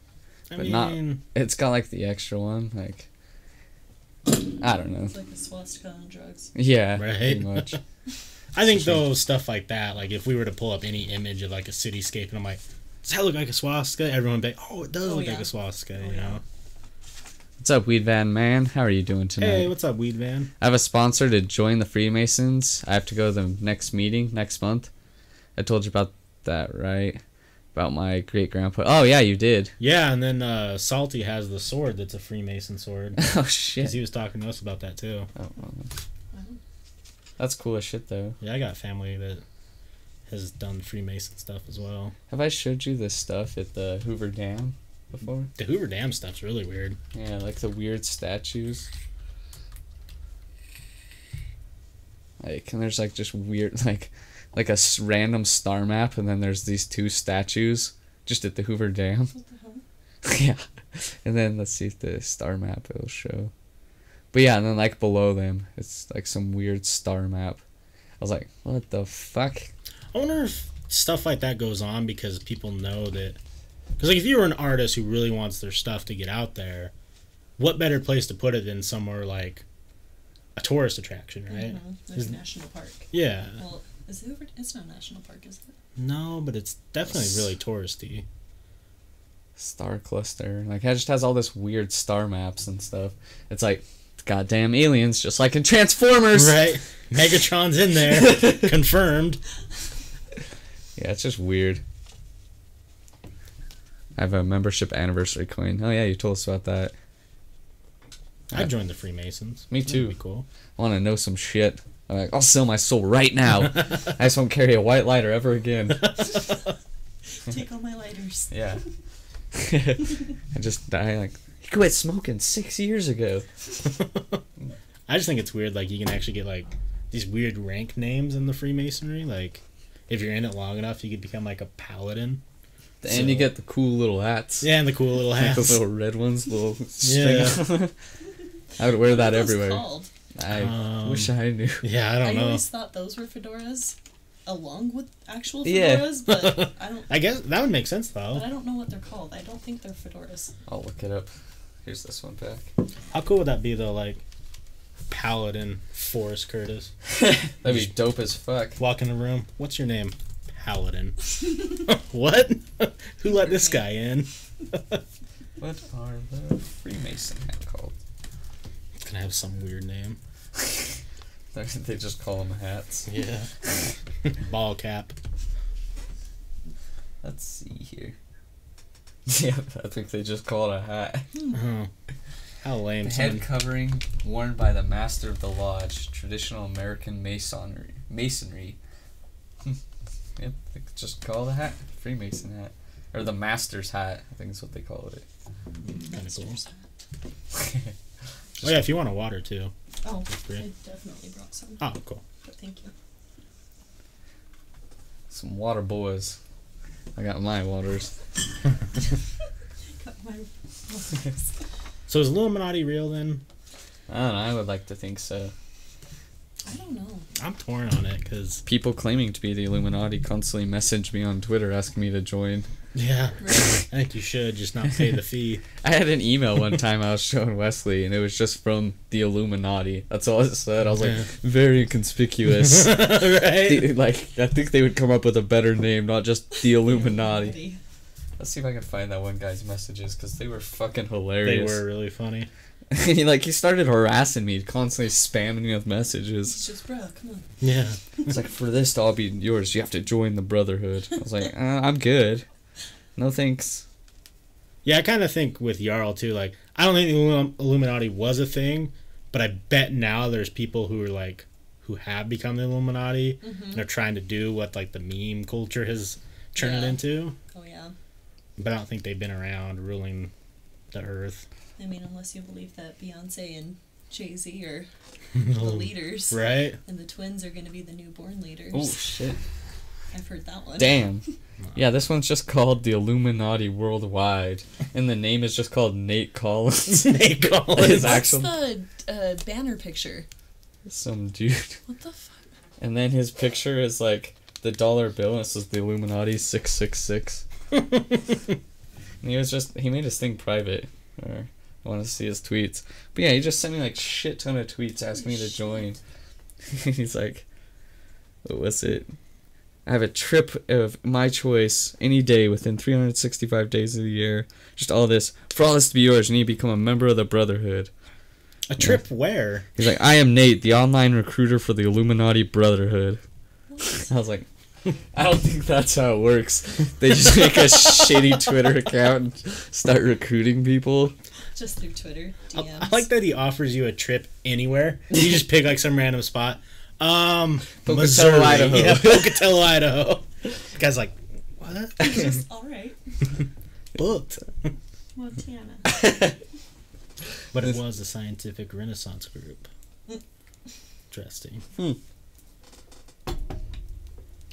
Speaker 3: I
Speaker 2: But
Speaker 3: mean,
Speaker 2: not- it's got like the extra one, like I don't know.
Speaker 4: It's like a swastika on drugs.
Speaker 2: Yeah,
Speaker 3: Right.
Speaker 2: pretty much.
Speaker 3: I think though stuff like that, like if we were to pull up any image of like a cityscape and I'm like, does that look like a swastika? Everyone would be like, oh, it does
Speaker 4: Oh,
Speaker 3: look like
Speaker 4: yeah.
Speaker 3: a swastika,
Speaker 4: Oh,
Speaker 3: you
Speaker 4: yeah.
Speaker 3: know?
Speaker 2: What's up, Weed Van Man? How are you doing tonight?
Speaker 3: Hey, what's up, Weed Van?
Speaker 2: I have a sponsor to join the Freemasons. I have to go to the next meeting next month. I told you about that, right? About my great grandpa. Oh yeah, you did.
Speaker 3: Yeah, and then uh, Salty has the sword that's a Freemason sword.
Speaker 2: Oh
Speaker 3: Because
Speaker 2: shit.
Speaker 3: he was talking to us about that too.
Speaker 2: Oh, well, that's cool as shit, though.
Speaker 3: Yeah, I got family that has done Freemason stuff as well.
Speaker 2: Have I showed you this stuff at the Hoover Dam before?
Speaker 3: The Hoover Dam stuff's really weird.
Speaker 2: Yeah, like the weird statues. Like, and there's like just weird, like, like a s- random star map, and then there's these two statues just at the Hoover Dam.
Speaker 4: What the hell?
Speaker 2: yeah. And then let's see if the star map it'll show. But yeah, and then like below them, it's like some weird star map. I was like, what the fuck?
Speaker 3: I wonder if stuff like that goes on because people know that. Because like if you were an artist who really wants their stuff to get out there, what better place to put it than somewhere like a tourist attraction, right? Uh.
Speaker 4: Mhm. There's a national park.
Speaker 3: Yeah.
Speaker 4: Well, is Hoover? It's not a national park, is it?
Speaker 3: No, but it's definitely really touristy.
Speaker 2: star cluster. Like it just has all this weird star maps and stuff. It's like goddamn aliens, just like in Transformers.
Speaker 3: Right. Megatron's in there. Confirmed.
Speaker 2: Yeah, it's just weird. I have a membership anniversary coin. Oh yeah, you told us about that.
Speaker 3: I joined the Freemasons.
Speaker 2: Me
Speaker 3: That'd
Speaker 2: too.
Speaker 3: be cool.
Speaker 2: I want to know some shit. I'm like, I'll sell my soul right now. I just won't carry a white lighter ever again.
Speaker 4: Take all my lighters.
Speaker 2: Yeah. I just die like you quit smoking six years ago.
Speaker 3: I just think it's weird. Like you can actually get like these weird rank names in the Freemasonry. Like if you're in it long enough, you could become like a paladin.
Speaker 2: And you
Speaker 3: So-
Speaker 2: get the cool little hats.
Speaker 3: Yeah, and the cool little
Speaker 2: Like those
Speaker 3: hats.
Speaker 2: little red ones, little
Speaker 3: Yeah.
Speaker 2: string. I would wear that
Speaker 4: What are those
Speaker 2: everywhere.
Speaker 4: called?
Speaker 2: I
Speaker 3: Um,
Speaker 2: wish I knew.
Speaker 3: Yeah, I
Speaker 4: I,
Speaker 3: don't know.
Speaker 4: always thought those were fedoras, along with actual
Speaker 2: Yeah.
Speaker 4: fedoras, but I don't.
Speaker 3: I guess that would make sense
Speaker 4: But
Speaker 3: though.
Speaker 4: I don't know what they're called. I don't think they're fedoras.
Speaker 2: I'll look it up. Here's this one back.
Speaker 3: How cool would that be though? Like paladin Forrest Curtis
Speaker 2: That'd be dope as fuck.
Speaker 3: walk in the room. What's your name? Paladin. what? Who let this guy in?
Speaker 2: What are the Freemason hat called?
Speaker 3: It's gonna have some weird name.
Speaker 2: They just call them hats.
Speaker 3: Yeah. Ball cap.
Speaker 2: Let's see here. Yeah, I think they just call it a hat.
Speaker 3: Oh, how lame. son.
Speaker 2: Head covering worn by the master of the lodge, traditional American masonry. Masonry. yep, they could just call the hat Freemason hat, or the master's hat. I think is what they call it.
Speaker 3: Hmm, Kinda cool.
Speaker 4: Masters.
Speaker 3: Oh yeah, if you want a water too.
Speaker 4: Oh,
Speaker 3: great.
Speaker 4: I definitely brought some.
Speaker 3: Oh, cool.
Speaker 4: But thank you.
Speaker 2: Some water boys. I got my waters.
Speaker 4: Got my
Speaker 3: So is Illuminati real then?
Speaker 2: I don't know. I would like to think so.
Speaker 4: I don't know.
Speaker 3: I'm torn on it because
Speaker 2: People claiming to be the Illuminati constantly message me on Twitter asking me to join.
Speaker 3: yeah,
Speaker 4: Really?
Speaker 3: I think you should just not pay the fee.
Speaker 2: I had an email one time I was showing Wesley, and it was just from the Illuminati. That's all it said. I was like,
Speaker 3: Yeah.
Speaker 2: very conspicuous.
Speaker 3: right?
Speaker 2: The- like, I think they would come up with a better name, not just the Illuminati. Let's see if I can find that one guy's messages because they were fucking
Speaker 3: They
Speaker 2: hilarious.
Speaker 3: were really funny.
Speaker 2: He, like, he started harassing me, constantly spamming me with messages.
Speaker 4: It's just, bro, come on.
Speaker 3: Yeah.
Speaker 2: It's like, for this to all be yours, you have to join the Brotherhood. I was like, uh, I'm good. No thanks.
Speaker 3: Yeah, I kind of think with Jarl too, like, I don't think the Illum- Illuminati was a thing, but I bet now there's people who are like, who have become the Illuminati
Speaker 2: Mm-hmm.
Speaker 3: and are trying to do what like the meme culture has turned it
Speaker 4: Yeah.
Speaker 3: into,
Speaker 4: Oh, yeah.
Speaker 3: but I don't think they've been around ruling the earth.
Speaker 4: I mean, unless you believe that Beyonce and Jay Z are the
Speaker 3: Oh, right?
Speaker 4: leaders, and the twins are going to be the newborn leaders.
Speaker 2: Oh, shit.
Speaker 4: I've heard that one.
Speaker 2: Damn. Yeah, this one's just called the Illuminati Worldwide, and the name is just called Nate Collins.
Speaker 3: Snake Collins.
Speaker 2: His
Speaker 4: What's
Speaker 2: actual
Speaker 4: the uh, banner picture?
Speaker 2: some dude,
Speaker 4: What the fuck?
Speaker 2: and then his picture is like the dollar bill, and it says the Illuminati six six six. And he was just he made his thing private. Or I want to see his tweets, but yeah, he just sent me like shit ton of tweets asking me to join. He's like, what was it? I have a trip of my choice any day within 365 days of the year. Just all this. For all this to be yours, you need to become a member of the Brotherhood.
Speaker 3: A trip where?
Speaker 2: He's like, I am Nate, the online recruiter for the Illuminati Brotherhood. I was like, I don't think that's how it works. They just make a shitty Twitter account and start recruiting people.
Speaker 4: Just through Twitter
Speaker 3: I,
Speaker 4: DMs.
Speaker 3: I like that he offers you a trip anywhere. You just pick like some random spot. Um,
Speaker 2: Pocatello,
Speaker 3: Missouri.
Speaker 2: Idaho.
Speaker 3: Yeah, Pocatello, Idaho. The guy's like, what?
Speaker 4: Just, all right,
Speaker 3: Booked.
Speaker 4: Montana.
Speaker 3: But it was the Scientific Renaissance Group. Interesting.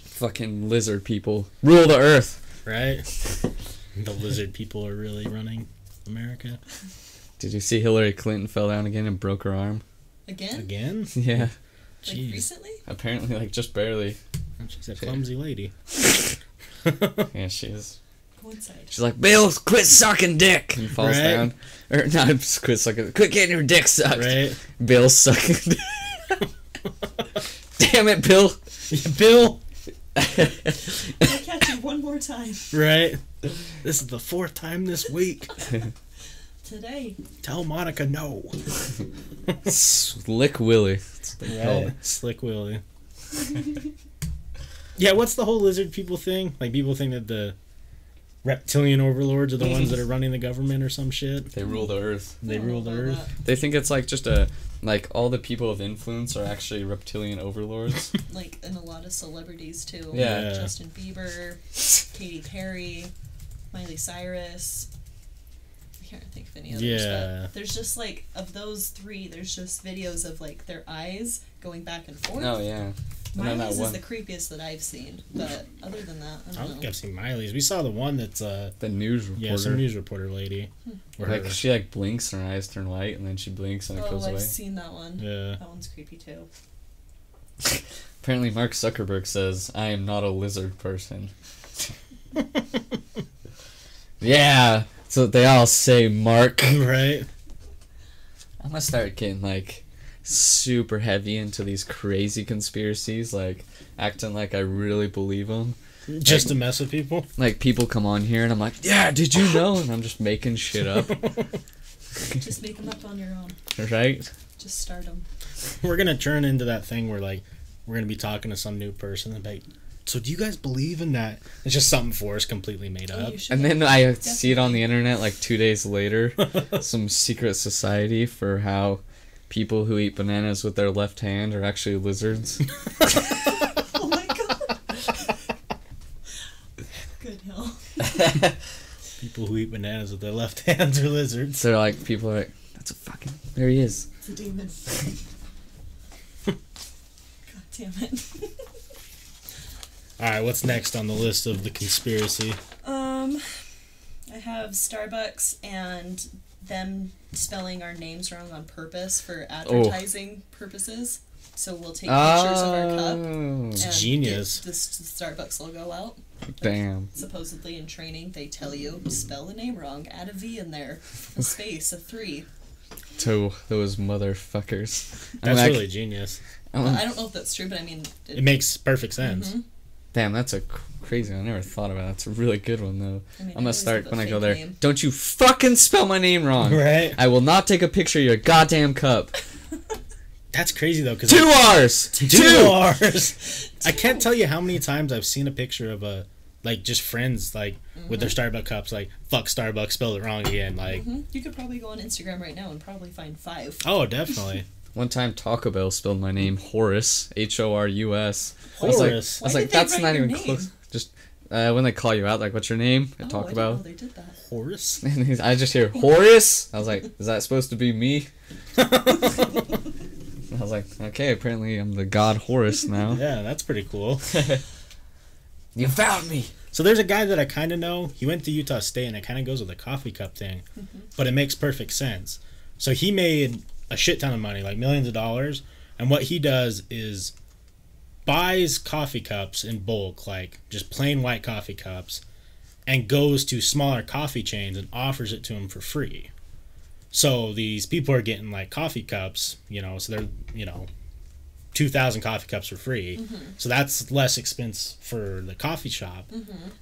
Speaker 2: Fucking lizard people. Rule the earth.
Speaker 3: Right? The lizard people are really running America.
Speaker 2: Did you see Hillary Clinton fell down again and broke her arm?
Speaker 4: Again?
Speaker 3: Again?
Speaker 2: Yeah.
Speaker 4: Like
Speaker 3: Oh, Jeez.
Speaker 4: recently?
Speaker 2: Apparently, like, just barely.
Speaker 3: She's a clumsy lady.
Speaker 2: Yeah, she is.
Speaker 4: One side.
Speaker 2: She's like, Bill, quit sucking dick! And falls
Speaker 3: Right.
Speaker 2: down. Or, not quit sucking. Quit getting your dick sucked!
Speaker 3: Right?
Speaker 2: Bill sucking. Damn it, Bill.
Speaker 3: Bill!
Speaker 4: I catch you one more time
Speaker 3: Right? This is the fourth time this week.
Speaker 4: today.
Speaker 3: Tell Monica no.
Speaker 2: Slick Willie. That's what they call it.
Speaker 3: Slick Willie. yeah, what's the whole lizard people thing? Like, people think that the reptilian overlords are the ones that are running the government or some shit.
Speaker 2: They rule the earth.
Speaker 3: They
Speaker 4: I don't
Speaker 3: rule the
Speaker 4: know
Speaker 3: earth.
Speaker 4: about
Speaker 2: They think it's like just a like all the people of influence are actually reptilian overlords.
Speaker 4: that. Like, and a lot of celebrities too.
Speaker 2: Yeah.
Speaker 4: Like Justin Bieber, Katy Perry, Miley Cyrus. I can't think of any others.
Speaker 3: Yeah.
Speaker 4: But there's just like, of those three, there's just videos of like their eyes going back and forth.
Speaker 2: oh yeah. And then that
Speaker 4: Miley's is
Speaker 2: one
Speaker 4: the creepiest that I've seen, but other than that, I
Speaker 3: I don't
Speaker 4: don't
Speaker 3: think
Speaker 4: know.
Speaker 3: I've seen Miley's. We saw the one that's, uh,
Speaker 2: the news reporter.
Speaker 3: yeah, some news reporter lady. Where
Speaker 2: like
Speaker 3: her-
Speaker 2: she like blinks and her eyes turn white and then she blinks and it
Speaker 4: Oh,
Speaker 2: goes
Speaker 4: I've
Speaker 2: away.
Speaker 4: seen that one.
Speaker 3: yeah.
Speaker 4: That one's creepy too.
Speaker 2: Apparently Mark Zuckerberg says, I am not a lizard person. yeah. So they all say Mark.
Speaker 3: Right?
Speaker 2: I'm gonna start getting like super heavy into these crazy conspiracies, like acting like I really believe them.
Speaker 3: Just to mess with people.
Speaker 2: Like people come on here and I'm like, yeah, did you know? And I'm just making shit up,
Speaker 4: Just make them up on your own.
Speaker 2: right?
Speaker 4: Just start them.
Speaker 3: We're gonna turn into that thing where like we're gonna be talking to some new person and be like, so do you guys believe in that? It's just something for us completely
Speaker 4: Oh,
Speaker 3: made up.
Speaker 2: And then I see it on the internet like two days later, some secret society for how people who eat bananas with their left hand are actually lizards.
Speaker 4: oh my god. Good hell.
Speaker 3: People who eat bananas with their left hands are lizards.
Speaker 2: so like people are like, that's a fucking there he is.
Speaker 4: It's a demon. god damn it.
Speaker 3: All right, what's next on the list of the conspiracy?
Speaker 4: Um, I have Starbucks and them spelling our names wrong on purpose for
Speaker 2: Oh.
Speaker 4: advertising purposes. So we'll take pictures of our cup.
Speaker 2: Oh,
Speaker 4: and
Speaker 3: genius.
Speaker 4: get The s- Starbucks logo out.
Speaker 2: damn.
Speaker 4: supposedly in training they tell you spell the name wrong add a v in there a space a three
Speaker 2: to those motherfuckers. I'm
Speaker 3: That's
Speaker 2: like,
Speaker 3: really genius.
Speaker 2: I'm
Speaker 4: Well,
Speaker 2: like,
Speaker 4: i don't know if that's true but i mean Mm-hmm.
Speaker 3: It makes perfect sense.
Speaker 2: damn, that's a cr- crazy. I never thought about. It. That's a really good one though.
Speaker 4: I mean,
Speaker 2: I'm gonna
Speaker 4: always
Speaker 2: start
Speaker 4: have a
Speaker 2: when I go
Speaker 4: fake
Speaker 2: there.
Speaker 4: name.
Speaker 2: Don't you fucking spell my name wrong.
Speaker 3: Right?
Speaker 2: I will not take a picture of your goddamn cup.
Speaker 3: That's crazy though, because
Speaker 2: Two R's. Two.
Speaker 3: R's. I can't tell you how many times I've seen a picture of a like just friends like with their Starbucks cups like fuck Starbucks spelled it wrong again like
Speaker 4: Mhm. you could probably go on instagram right now and probably find five
Speaker 3: oh definitely
Speaker 2: One time Taco Bell spelled my name Horace. H O R U S. I was like, I
Speaker 3: Horace.
Speaker 2: was
Speaker 4: Why
Speaker 2: like
Speaker 4: did they
Speaker 2: that's
Speaker 4: write
Speaker 2: not
Speaker 4: your
Speaker 2: even
Speaker 4: name?
Speaker 2: close. Just uh, when they call you out, like, what's your name? At
Speaker 4: Oh, I
Speaker 2: Taco
Speaker 4: didn't
Speaker 2: Bell.
Speaker 4: know they did that
Speaker 3: Horace.
Speaker 2: And he's, I just hear Horace. I was like, is that supposed to be me? I was like, okay, apparently I'm the god Horus now.
Speaker 3: Yeah, that's pretty cool.
Speaker 2: You found me.
Speaker 3: So there's a guy that I kind of know. He went to Utah State, and it kind of goes with the coffee cup thing, but it makes perfect sense. So he made a shit ton of money, like millions of dollars. And what he does is buys coffee cups in bulk, like just plain white coffee cups, and goes to smaller coffee chains and offers it to them for free. So these people are getting like coffee cups, you know, so they're, you know, 2,000 coffee cups for free. So that's less expense for the coffee shop.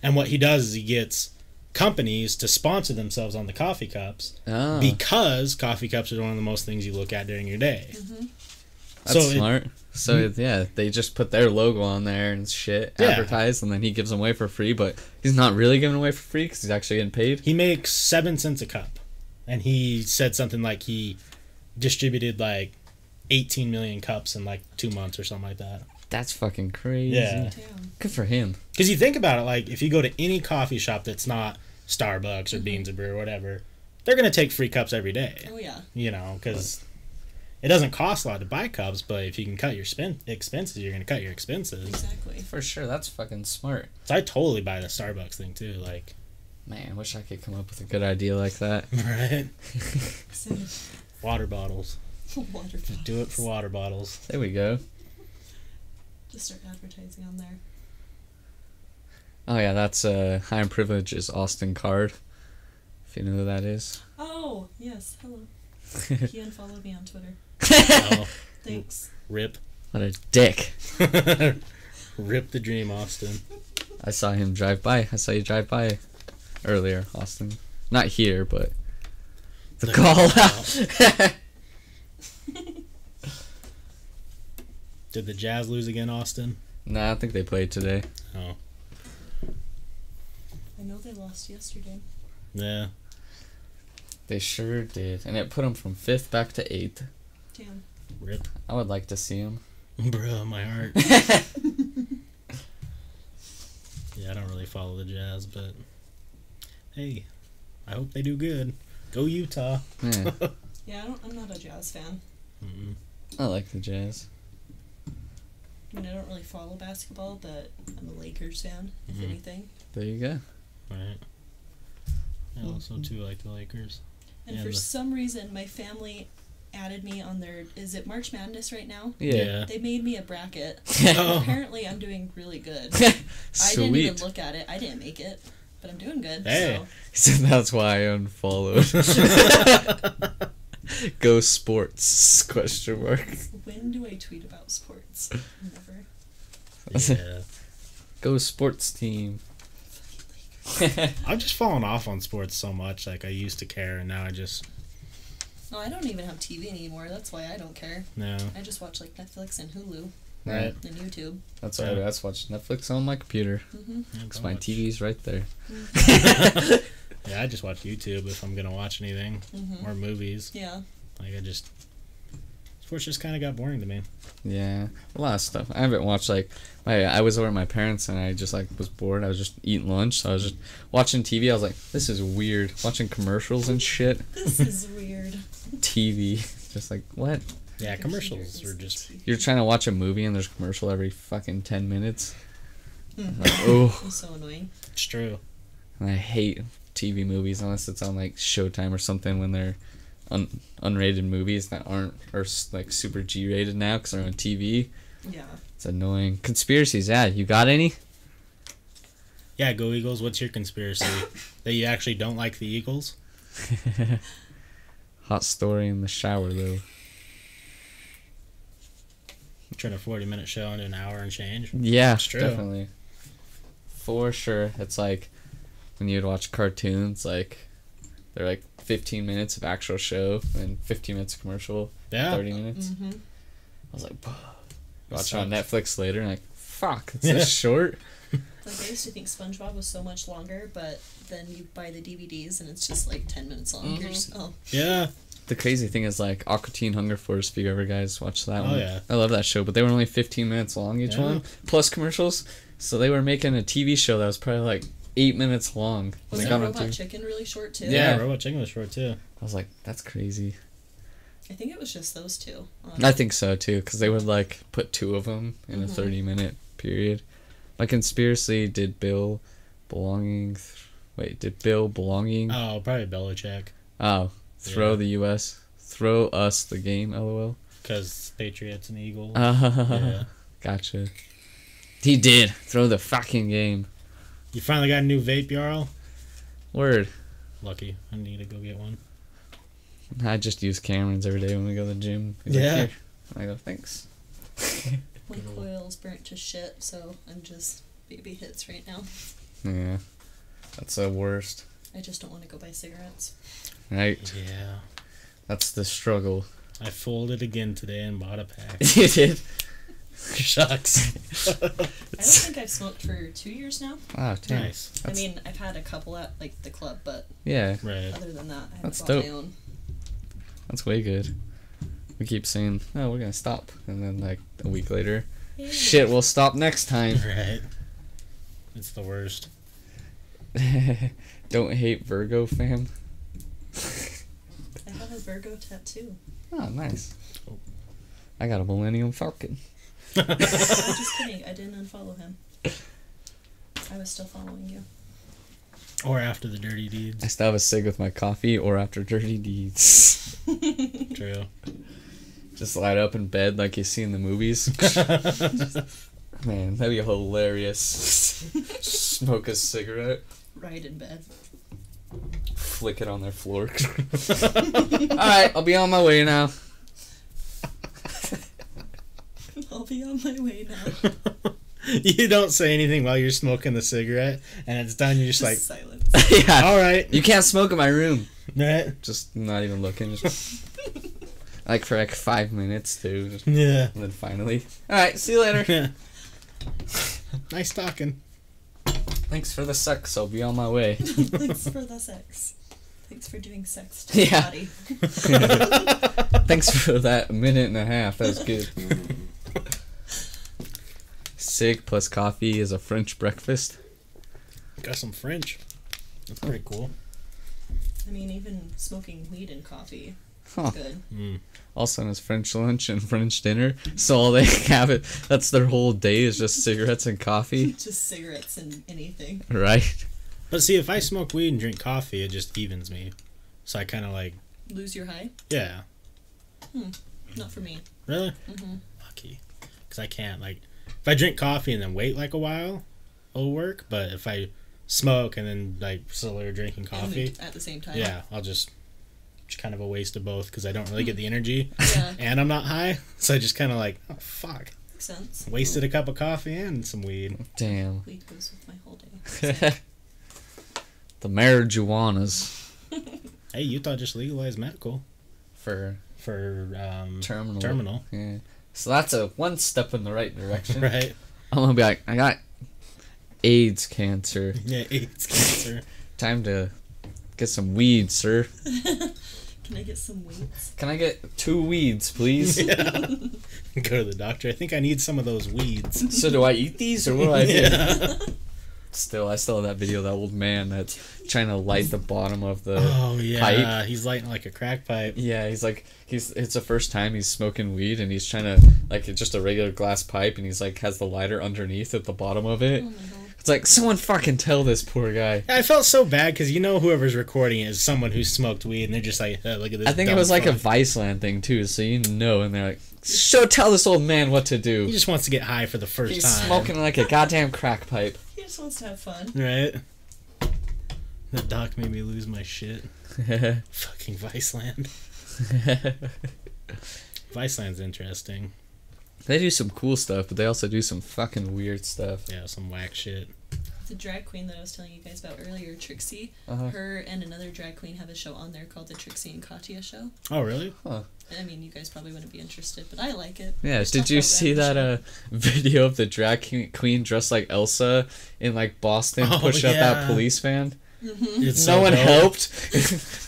Speaker 3: And what he does is he gets companies to sponsor themselves on the coffee cups
Speaker 2: Oh,
Speaker 3: because coffee cups are one of the most things you look at during your day.
Speaker 2: that's
Speaker 3: so it-
Speaker 2: smart. so yeah, they just put their logo on there and shit,
Speaker 3: Yeah.
Speaker 2: advertise, and then he gives them away for free. But he's not really giving away for free because he's actually getting paid.
Speaker 3: He makes seven cents a cup. And he said something like he distributed like 18 million cups in like two months or something like that.
Speaker 2: That's fucking crazy.
Speaker 3: Yeah.
Speaker 4: damn
Speaker 2: Good for him.
Speaker 3: Because you think about it, like if you go to any coffee shop that's not Starbucks or Beans and Brew or whatever, they're going to take free cups every day.
Speaker 4: oh yeah
Speaker 3: you know, because it doesn't cost a lot to buy cups, but if you can cut your spend expenses, you're gonna cut your expenses.
Speaker 4: exactly
Speaker 2: For sure, that's fucking smart.
Speaker 3: So I totally buy the Starbucks thing too. Like,
Speaker 2: Man, I wish I could come up with a good idea like that.
Speaker 3: right?
Speaker 4: Same.
Speaker 3: Water bottles.
Speaker 4: water
Speaker 3: Do it for water bottles.
Speaker 2: There we go.
Speaker 4: just start advertising on there
Speaker 2: Oh yeah, that's uh, high in privilege is Austin Card. If you know who that is.
Speaker 4: oh yes hello he unfollowed me on twitter
Speaker 3: Oh,
Speaker 4: thanks
Speaker 3: rip.
Speaker 2: What a dick.
Speaker 3: That's Rip the dream, Austin.
Speaker 2: I saw him drive by. I saw you drive by earlier, Austin. Not here, but the,
Speaker 3: The
Speaker 2: call out.
Speaker 3: Did the Jazz lose again, Austin?
Speaker 2: nah, I think they played today.
Speaker 3: Oh,
Speaker 4: I know they lost yesterday.
Speaker 3: yeah.
Speaker 2: They sure did, and it put them from fifth back to eighth.
Speaker 4: Damn.
Speaker 3: Rip,
Speaker 2: I would like to see him.
Speaker 3: bro, my heart. Yeah, I don't really follow the Jazz, but hey, I hope they do good. Go Utah.
Speaker 2: yeah,
Speaker 4: Yeah, I don't, I'm not a jazz fan.
Speaker 3: Mm-mm.
Speaker 2: I like the Jazz.
Speaker 4: I mean, I don't really follow basketball, but I'm a Lakers fan, if
Speaker 3: Mhm.
Speaker 4: anything.
Speaker 2: There you go.
Speaker 3: Right. I also too like the Lakers.
Speaker 4: And
Speaker 3: Yeah,
Speaker 4: for
Speaker 3: the-
Speaker 4: some reason, my family added me on their. Is it March Madness right now?
Speaker 2: Yeah.
Speaker 4: They made me a bracket.
Speaker 3: Oh.
Speaker 4: Apparently, I'm doing really good. I didn't even
Speaker 2: Sweet.
Speaker 4: look at it. I didn't make it, but I'm doing good.
Speaker 3: Hey.
Speaker 4: So.
Speaker 2: So that's why I unfollowed. Go sports? Question mark.
Speaker 4: When do I tweet about sports? Never.
Speaker 3: Yeah.
Speaker 2: Go sports team.
Speaker 3: I've just fallen off on sports so much. Like I used to care, and now I just
Speaker 4: No, I don't even have TV anymore. That's why I don't care.
Speaker 3: no.
Speaker 4: I just watch like Netflix and Hulu
Speaker 2: Right.
Speaker 4: and YouTube.
Speaker 2: That's why I just watch Netflix on my computer. Cause my TV's right there.
Speaker 3: Yeah, I just watch YouTube if I'm gonna watch anything or
Speaker 2: Mm-hmm.
Speaker 3: movies.
Speaker 4: Mm-hmm. Yeah.
Speaker 3: Like I just sports just kind of got boring to me.
Speaker 2: Yeah, a lot of stuff. I haven't watched like my. I was over at my parents and I just like was bored. I was just eating lunch, so I was just watching TV. I was like, this is weird. Watching commercials and shit.
Speaker 4: This is weird.
Speaker 2: TV, just like what?
Speaker 3: Yeah, commercials were just
Speaker 2: You're trying to watch a movie and there's a commercial every fucking ten minutes. Like, oh,
Speaker 4: It's so annoying.
Speaker 3: it's true.
Speaker 2: and I hate TV movies unless it's on like Showtime or something when they're un- unrated movies that aren't or s- like super G-rated now because they're on TV.
Speaker 4: Yeah.
Speaker 2: It's annoying. Conspiracies, yeah. You got any?
Speaker 3: Yeah, go Eagles. What's your conspiracy that you actually don't like the Eagles?
Speaker 2: Hot story in the shower though.
Speaker 3: Turn a forty-minute show into an hour and change.
Speaker 2: Yeah,
Speaker 3: true.
Speaker 2: definitely. For sure. It's like when you'd watch cartoons, like they're like 15 minutes of actual show and 15 minutes of commercial,
Speaker 3: Yeah,
Speaker 2: 30 minutes.
Speaker 4: Mm-hmm.
Speaker 2: I was like,
Speaker 3: That
Speaker 2: watch it on
Speaker 3: sucks.
Speaker 2: Netflix later and like, fuck, it's this short.
Speaker 4: Like I used to think SpongeBob was so much longer, but then you buy the DVDs and it's just like ten minutes long.
Speaker 2: Mm-hmm.
Speaker 4: You're just, oh,
Speaker 3: Yeah,
Speaker 2: The crazy thing is like Aqua Teen Hunger Force. If you ever guys watch that
Speaker 3: Oh,
Speaker 2: one,
Speaker 3: yeah.
Speaker 2: I love that show. But they were only 15 minutes long each
Speaker 3: Yeah.
Speaker 2: one plus commercials, so they were making a TV show that was probably like eight minutes long.
Speaker 4: was
Speaker 2: They
Speaker 4: that
Speaker 2: got on
Speaker 4: Robot
Speaker 2: TV.
Speaker 4: Chicken really short too?
Speaker 3: yeah.
Speaker 2: Yeah.
Speaker 3: Robot Chicken was short too.
Speaker 2: I was like, that's crazy.
Speaker 4: I think it was just those two.
Speaker 2: I think so too, because they would like put two of them in a thirty-minute period. My conspiracy: Did Bill belonging? Th- wait, did Bill belonging?
Speaker 3: Oh, probably Belichick
Speaker 2: oh, throw
Speaker 3: Yeah.
Speaker 2: the U.S. Throw us the game. LOL.
Speaker 3: because Patriots and Eagles.
Speaker 2: Uh,
Speaker 3: yeah.
Speaker 2: Gotcha. He did throw the fucking game.
Speaker 3: You finally got a new vape, Jarl.
Speaker 2: Word.
Speaker 3: Lucky. I need to go get one.
Speaker 2: I just use Cameron's every day when we go to the gym. He's
Speaker 3: Yeah.
Speaker 2: Like, "Here." I go thanks.
Speaker 4: My coil's burnt to shit, so I'm just baby hits right now.
Speaker 2: Yeah. That's the worst.
Speaker 4: I just don't want to go buy cigarettes.
Speaker 2: Right.
Speaker 3: Yeah.
Speaker 2: That's the struggle.
Speaker 3: I folded again today and bought a pack.
Speaker 2: you did.
Speaker 3: Shucks.
Speaker 4: I don't think I've smoked for two years now.
Speaker 2: Oh, damn.
Speaker 3: Nice.
Speaker 2: That's-
Speaker 4: I mean, I've had a couple at like the club, but
Speaker 2: Yeah.
Speaker 3: Right.
Speaker 4: other than that, I haven't
Speaker 2: That's
Speaker 4: bought
Speaker 2: dope.
Speaker 4: my own.
Speaker 2: That's way good. We keep saying, "Oh, we're gonna stop," and then like a week later, shit, we'll stop next time.
Speaker 3: Right. It's the worst.
Speaker 2: Don't hate Virgo, fam.
Speaker 4: I have a Virgo tattoo.
Speaker 2: Oh, nice. I got a Millennium Falcon.
Speaker 4: I'm just kidding. I didn't unfollow him. I was still following you.
Speaker 3: Or after the dirty deeds.
Speaker 2: I still have a cig with my coffee, or after dirty deeds,
Speaker 3: True.
Speaker 2: just light up in bed like you see in the movies. Man, that'd be hilarious. Smoke a cigarette,
Speaker 4: Right in bed.
Speaker 2: flick it on their floor. All right, I'll be on my way now.
Speaker 4: I'll be on my way now.
Speaker 3: you don't say anything while you're smoking the cigarette, and it's done. You're just like,
Speaker 4: silence.
Speaker 2: yeah.
Speaker 3: all right,
Speaker 2: You can't smoke in my room.
Speaker 3: right,
Speaker 2: Just not even looking. Just like for like five minutes, dude. Just-
Speaker 3: yeah.
Speaker 2: And then finally, all right. See you later.
Speaker 3: nice talking.
Speaker 2: Thanks for the sex. I'll be on my way.
Speaker 4: Thanks for the sex. Thanks for doing sex to
Speaker 2: Yeah.
Speaker 4: the body.
Speaker 2: Thanks for that minute and a half. That was good. Sig plus coffee is a French breakfast.
Speaker 3: Got some French. That's pretty cool.
Speaker 4: I mean, even smoking weed and coffee.
Speaker 2: Huh.
Speaker 4: Good.
Speaker 2: Also known as French lunch and French dinner. So all they have it. That's their whole day is just cigarettes and coffee.
Speaker 4: Just cigarettes and anything.
Speaker 2: Right.
Speaker 3: But see, if I smoke weed and drink coffee, it just evens me. So I kind of like,
Speaker 4: Lose your high?
Speaker 3: yeah,
Speaker 4: Not for me.
Speaker 3: really, lucky, because I can't like, if I drink coffee and then wait like a while, it'll work. But if I smoke and then like still are drinking
Speaker 4: And
Speaker 3: coffee,
Speaker 4: At the same time.
Speaker 3: yeah, I'll just, it's kind of a waste of both because I don't really get the energy
Speaker 4: Yeah.
Speaker 3: and I'm not high. So I just kind of like, oh fuck,
Speaker 4: Makes sense.
Speaker 3: wasted a cup of coffee and some weed.
Speaker 2: Damn.
Speaker 4: Weed goes with my whole day.
Speaker 2: the marijuanas
Speaker 3: Hey, Utah just legalized medical
Speaker 2: for
Speaker 3: for um,
Speaker 2: terminal.
Speaker 3: terminal,
Speaker 2: Yeah. So that's a one step in the right direction.
Speaker 3: right?
Speaker 2: I'm gonna be like, I got AIDS cancer.
Speaker 3: Yeah, AIDS cancer.
Speaker 2: Time to get some weed, sir.
Speaker 4: Can I get some weights?
Speaker 2: Can I get two weeds, please?
Speaker 3: Go to the doctor. I think I need some of those weeds.
Speaker 2: So do I eat these or what do I do? Still, I still have that video of that old man that's trying to light the bottom of the.
Speaker 3: Oh yeah,
Speaker 2: Pipe.
Speaker 3: he's lighting like a crack pipe.
Speaker 2: Yeah, he's like he's it's the first time he's smoking weed and he's trying to like it's just a regular glass pipe and he's like has the lighter underneath at the bottom of it. It's like someone fucking tell this poor guy.
Speaker 3: I felt so bad because you know whoever's recording it is someone who smoked weed, and they're just like, "Uh, look at this.
Speaker 2: I think it
Speaker 3: dumb
Speaker 2: was like a
Speaker 3: fuck."
Speaker 2: Viceland thing too, so you know and they're like so tell this old man what to
Speaker 3: he
Speaker 2: do.
Speaker 3: just wants to get high for the first
Speaker 2: He's
Speaker 3: time.
Speaker 2: smoking like a goddamn crack pipe.
Speaker 4: He just wants to have fun.
Speaker 3: right. The doc made me lose my shit. Fucking Viceland. Viceland's interesting.
Speaker 2: They do some cool stuff, but they also do some fucking weird stuff.
Speaker 3: Yeah, some whack shit.
Speaker 4: The drag queen that I was telling you guys about earlier, Trixie,
Speaker 2: Uh-huh.
Speaker 4: her and another drag queen have a show on there called the Trixie and Katya Show.
Speaker 3: Oh really?
Speaker 4: I mean, you guys probably wouldn't be interested, but I like it.
Speaker 2: Yeah,
Speaker 4: There's
Speaker 2: did
Speaker 4: stuff
Speaker 2: you
Speaker 4: about
Speaker 2: see
Speaker 4: drag
Speaker 2: that uh, video of the drag que- queen dressed like Elsa in like Boston
Speaker 3: Oh,
Speaker 2: push up that
Speaker 3: yeah.
Speaker 2: police van?
Speaker 3: It's
Speaker 2: Mm-hmm. no
Speaker 3: so
Speaker 2: one
Speaker 3: dope.
Speaker 2: helped.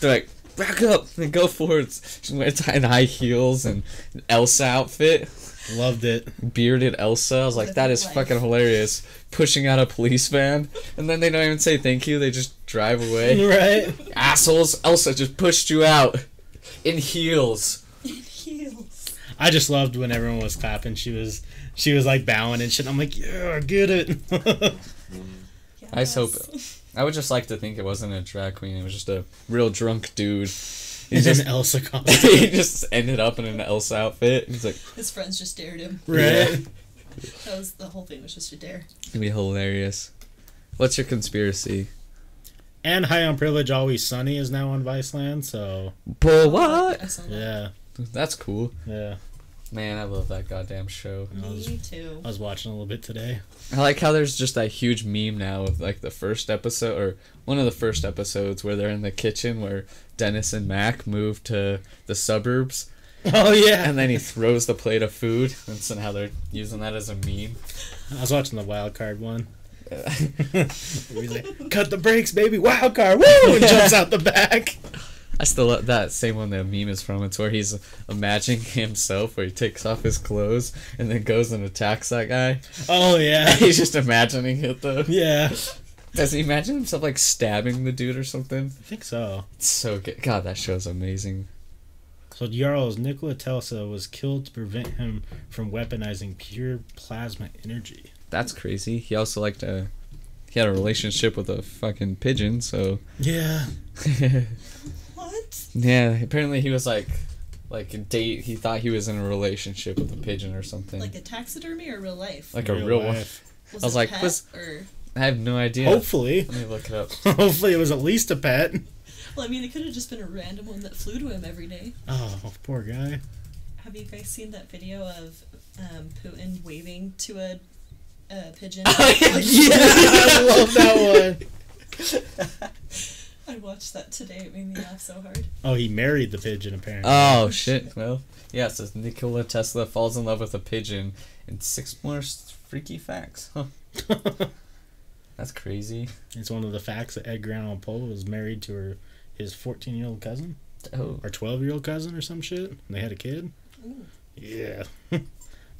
Speaker 2: They're like, back up and go forwards. She went in high heels and Elsa outfit,
Speaker 3: Loved it.
Speaker 2: bearded Elsa. I was like, that is
Speaker 4: Life.
Speaker 2: fucking hilarious. Pushing out a police van, and then they don't even say thank you. They just drive away.
Speaker 3: Right.
Speaker 2: Assholes! Elsa just pushed you out in heels.
Speaker 4: Heels.
Speaker 3: I just loved when everyone was clapping. She was she was like bowing and shit. I'm like, yeah, get it.
Speaker 2: I just hope-
Speaker 4: Yes.
Speaker 2: I would just like to think it wasn't a drag queen. It was just a real drunk dude. He
Speaker 3: It's
Speaker 2: just
Speaker 3: an Elsa concert.
Speaker 2: he just ended up in an Elsa outfit. He's like,
Speaker 4: His friends just dared him.
Speaker 3: Right.
Speaker 4: That was the whole thing was just a dare.
Speaker 2: it'd be hilarious. What's your conspiracy?
Speaker 3: And High on Privilege Always Sunny is now on Viceland, so
Speaker 2: But what?
Speaker 4: I saw that.
Speaker 3: yeah.
Speaker 2: That's cool.
Speaker 3: Yeah.
Speaker 2: Man, I love that goddamn show.
Speaker 4: Me too.
Speaker 3: I was watching a little bit today.
Speaker 2: I like how there's just that huge meme now of like the first episode or one of the first episodes where they're in the kitchen where Dennis and Mac move to the suburbs
Speaker 3: Oh yeah.
Speaker 2: and then he throws the plate of food and somehow they're using that as a meme.
Speaker 3: I was watching the wild card one. He's like, Cut the brakes, baby, wild card, woo and jumps out the back.
Speaker 2: I still love that same one that meme is from. It's where he's imagining himself, where he takes off his clothes and then goes and attacks that guy.
Speaker 3: Oh yeah.
Speaker 2: He's just imagining it though.
Speaker 3: Yeah.
Speaker 2: Does he imagine himself like stabbing the dude or something?
Speaker 3: I think so.
Speaker 2: It's so good. God, that show's amazing.
Speaker 3: So Jarl's Nikola Tesla was killed to prevent him from weaponizing pure plasma energy.
Speaker 2: That's crazy. He also liked a. He had a relationship with a fucking pigeon, so.
Speaker 3: Yeah.
Speaker 4: What?
Speaker 2: yeah, apparently he was like. Like a date. He thought he was in a relationship with a pigeon or something.
Speaker 4: Like a taxidermy or real life?
Speaker 2: Like a real one. I was
Speaker 4: it
Speaker 2: like,
Speaker 4: pet
Speaker 2: was-
Speaker 4: or
Speaker 2: I have no idea.
Speaker 3: Hopefully.
Speaker 2: Let me look it up.
Speaker 3: Hopefully it was at least a pet.
Speaker 4: well, I mean, it could have just been a random one that flew to him every day.
Speaker 3: Oh, poor guy.
Speaker 4: Have you guys seen that video of um, Putin waving to a uh, pigeon.
Speaker 2: Oh,
Speaker 3: I love that one.
Speaker 4: I watched that today. It made me laugh so hard.
Speaker 3: Oh, he married the pigeon apparently.
Speaker 2: Oh shit! Well, yeah. So Nikola Tesla falls in love with a pigeon, and six more s- freaky facts. Huh. That's crazy.
Speaker 3: it's one of the facts that Edgar Allan Poe was married to her, his 14 year old cousin
Speaker 2: Oh,
Speaker 3: or 12 year old cousin or some shit. And they had a kid.
Speaker 4: Ooh.
Speaker 3: Yeah.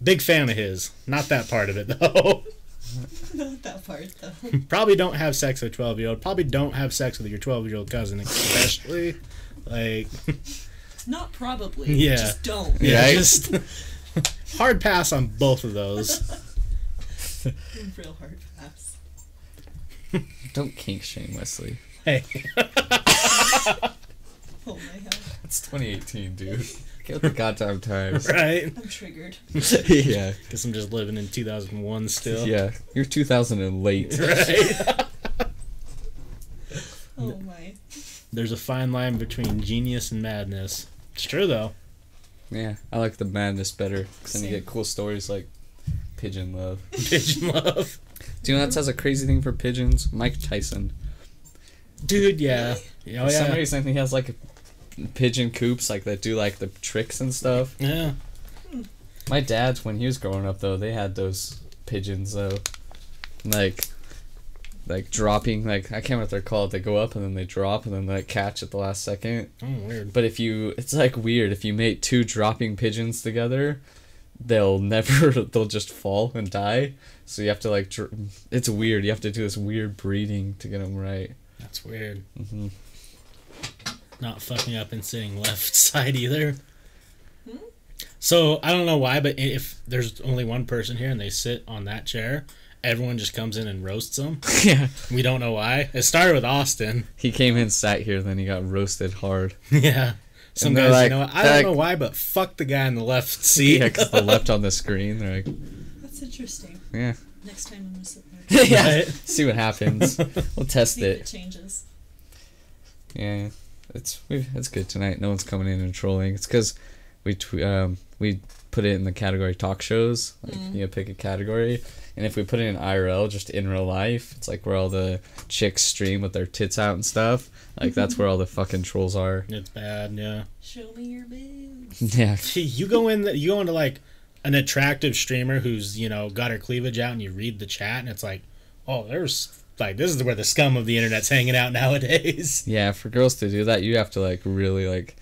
Speaker 3: Big fan of his. Not that part of it though.
Speaker 4: Not that part though.
Speaker 3: probably don't have sex with a 12 year old. Probably don't have sex with your 12 year old cousin, especially. like,
Speaker 4: Not probably.
Speaker 3: Yeah.
Speaker 4: Just don't.
Speaker 3: yeah,
Speaker 2: Right.
Speaker 3: just hard pass on both of those.
Speaker 4: Real hard pass.
Speaker 2: don't kink shame, Wesley.
Speaker 3: Hey,
Speaker 4: Oh my god.
Speaker 2: It's 2018, dude. Get with the goddamn times.
Speaker 3: right?
Speaker 4: I'm triggered.
Speaker 2: yeah,
Speaker 3: Because I'm just living in 2001 still.
Speaker 2: yeah. You're 2000 and late.
Speaker 3: Right?
Speaker 4: Oh my.
Speaker 3: There's a fine line between genius and madness. It's true though.
Speaker 2: Yeah, I like the madness better. 'cause then you
Speaker 4: Same.
Speaker 2: get cool stories like pigeon love.
Speaker 3: Pigeon love.
Speaker 2: Do you know that says a crazy thing for pigeons? Mike Tyson.
Speaker 3: Dude, yeah. Oh,
Speaker 2: For some
Speaker 3: yeah.
Speaker 2: reason, he has like pigeon coops like that do like the tricks and stuff.
Speaker 3: Yeah.
Speaker 2: My dad's when he was growing up though, they had those pigeons though, like, like dropping like I can't remember what they're called. They go up and then they drop and then they like, catch at the last second.
Speaker 3: Oh, weird.
Speaker 2: But if you, it's like weird. If you mate two dropping pigeons together, they'll never. They'll just fall and die. So you have to like. Dr- it's weird. You have to do this weird breeding to get them right.
Speaker 3: That's weird.
Speaker 2: hmm
Speaker 3: Not fucking up and sitting left side either. So I don't know why, but i- if there's only one person here and they sit on that chair, everyone just comes in and roasts them.
Speaker 2: yeah.
Speaker 3: We don't know why. It started with Austin.
Speaker 2: He came in, sat here, then he got roasted hard.
Speaker 3: yeah. Some
Speaker 2: And they're
Speaker 3: guys,
Speaker 2: like,
Speaker 3: you know, what? I
Speaker 2: they're
Speaker 3: don't
Speaker 2: like-
Speaker 3: know why, but fuck the guy in the left seat.
Speaker 2: Yeah, 'cause the left on the screen. They're like,
Speaker 4: That's interesting.
Speaker 2: yeah.
Speaker 4: Next time I'm gonna sit there.
Speaker 2: yeah.
Speaker 3: Right?
Speaker 2: See what happens. We'll test
Speaker 4: See if it
Speaker 2: it.
Speaker 4: changes.
Speaker 2: Yeah. It's we. It's good tonight. No one's coming in and trolling. It's because we tw- um we put it in the category talk shows. Like you know, pick a category, and if we put it in IRL, just in real life, it's like where all the chicks stream with their tits out and stuff. Like that's where all the fucking trolls are.
Speaker 3: It's bad, yeah.
Speaker 4: Show me your boobs.
Speaker 2: Yeah.
Speaker 3: See, you go in, the, you go into like an attractive streamer who's you know got her cleavage out, and you read the chat, and it's like, oh, there's like this is where the scum of the internet's hanging out nowadays.
Speaker 2: Yeah, for girls to do that, you have to like really like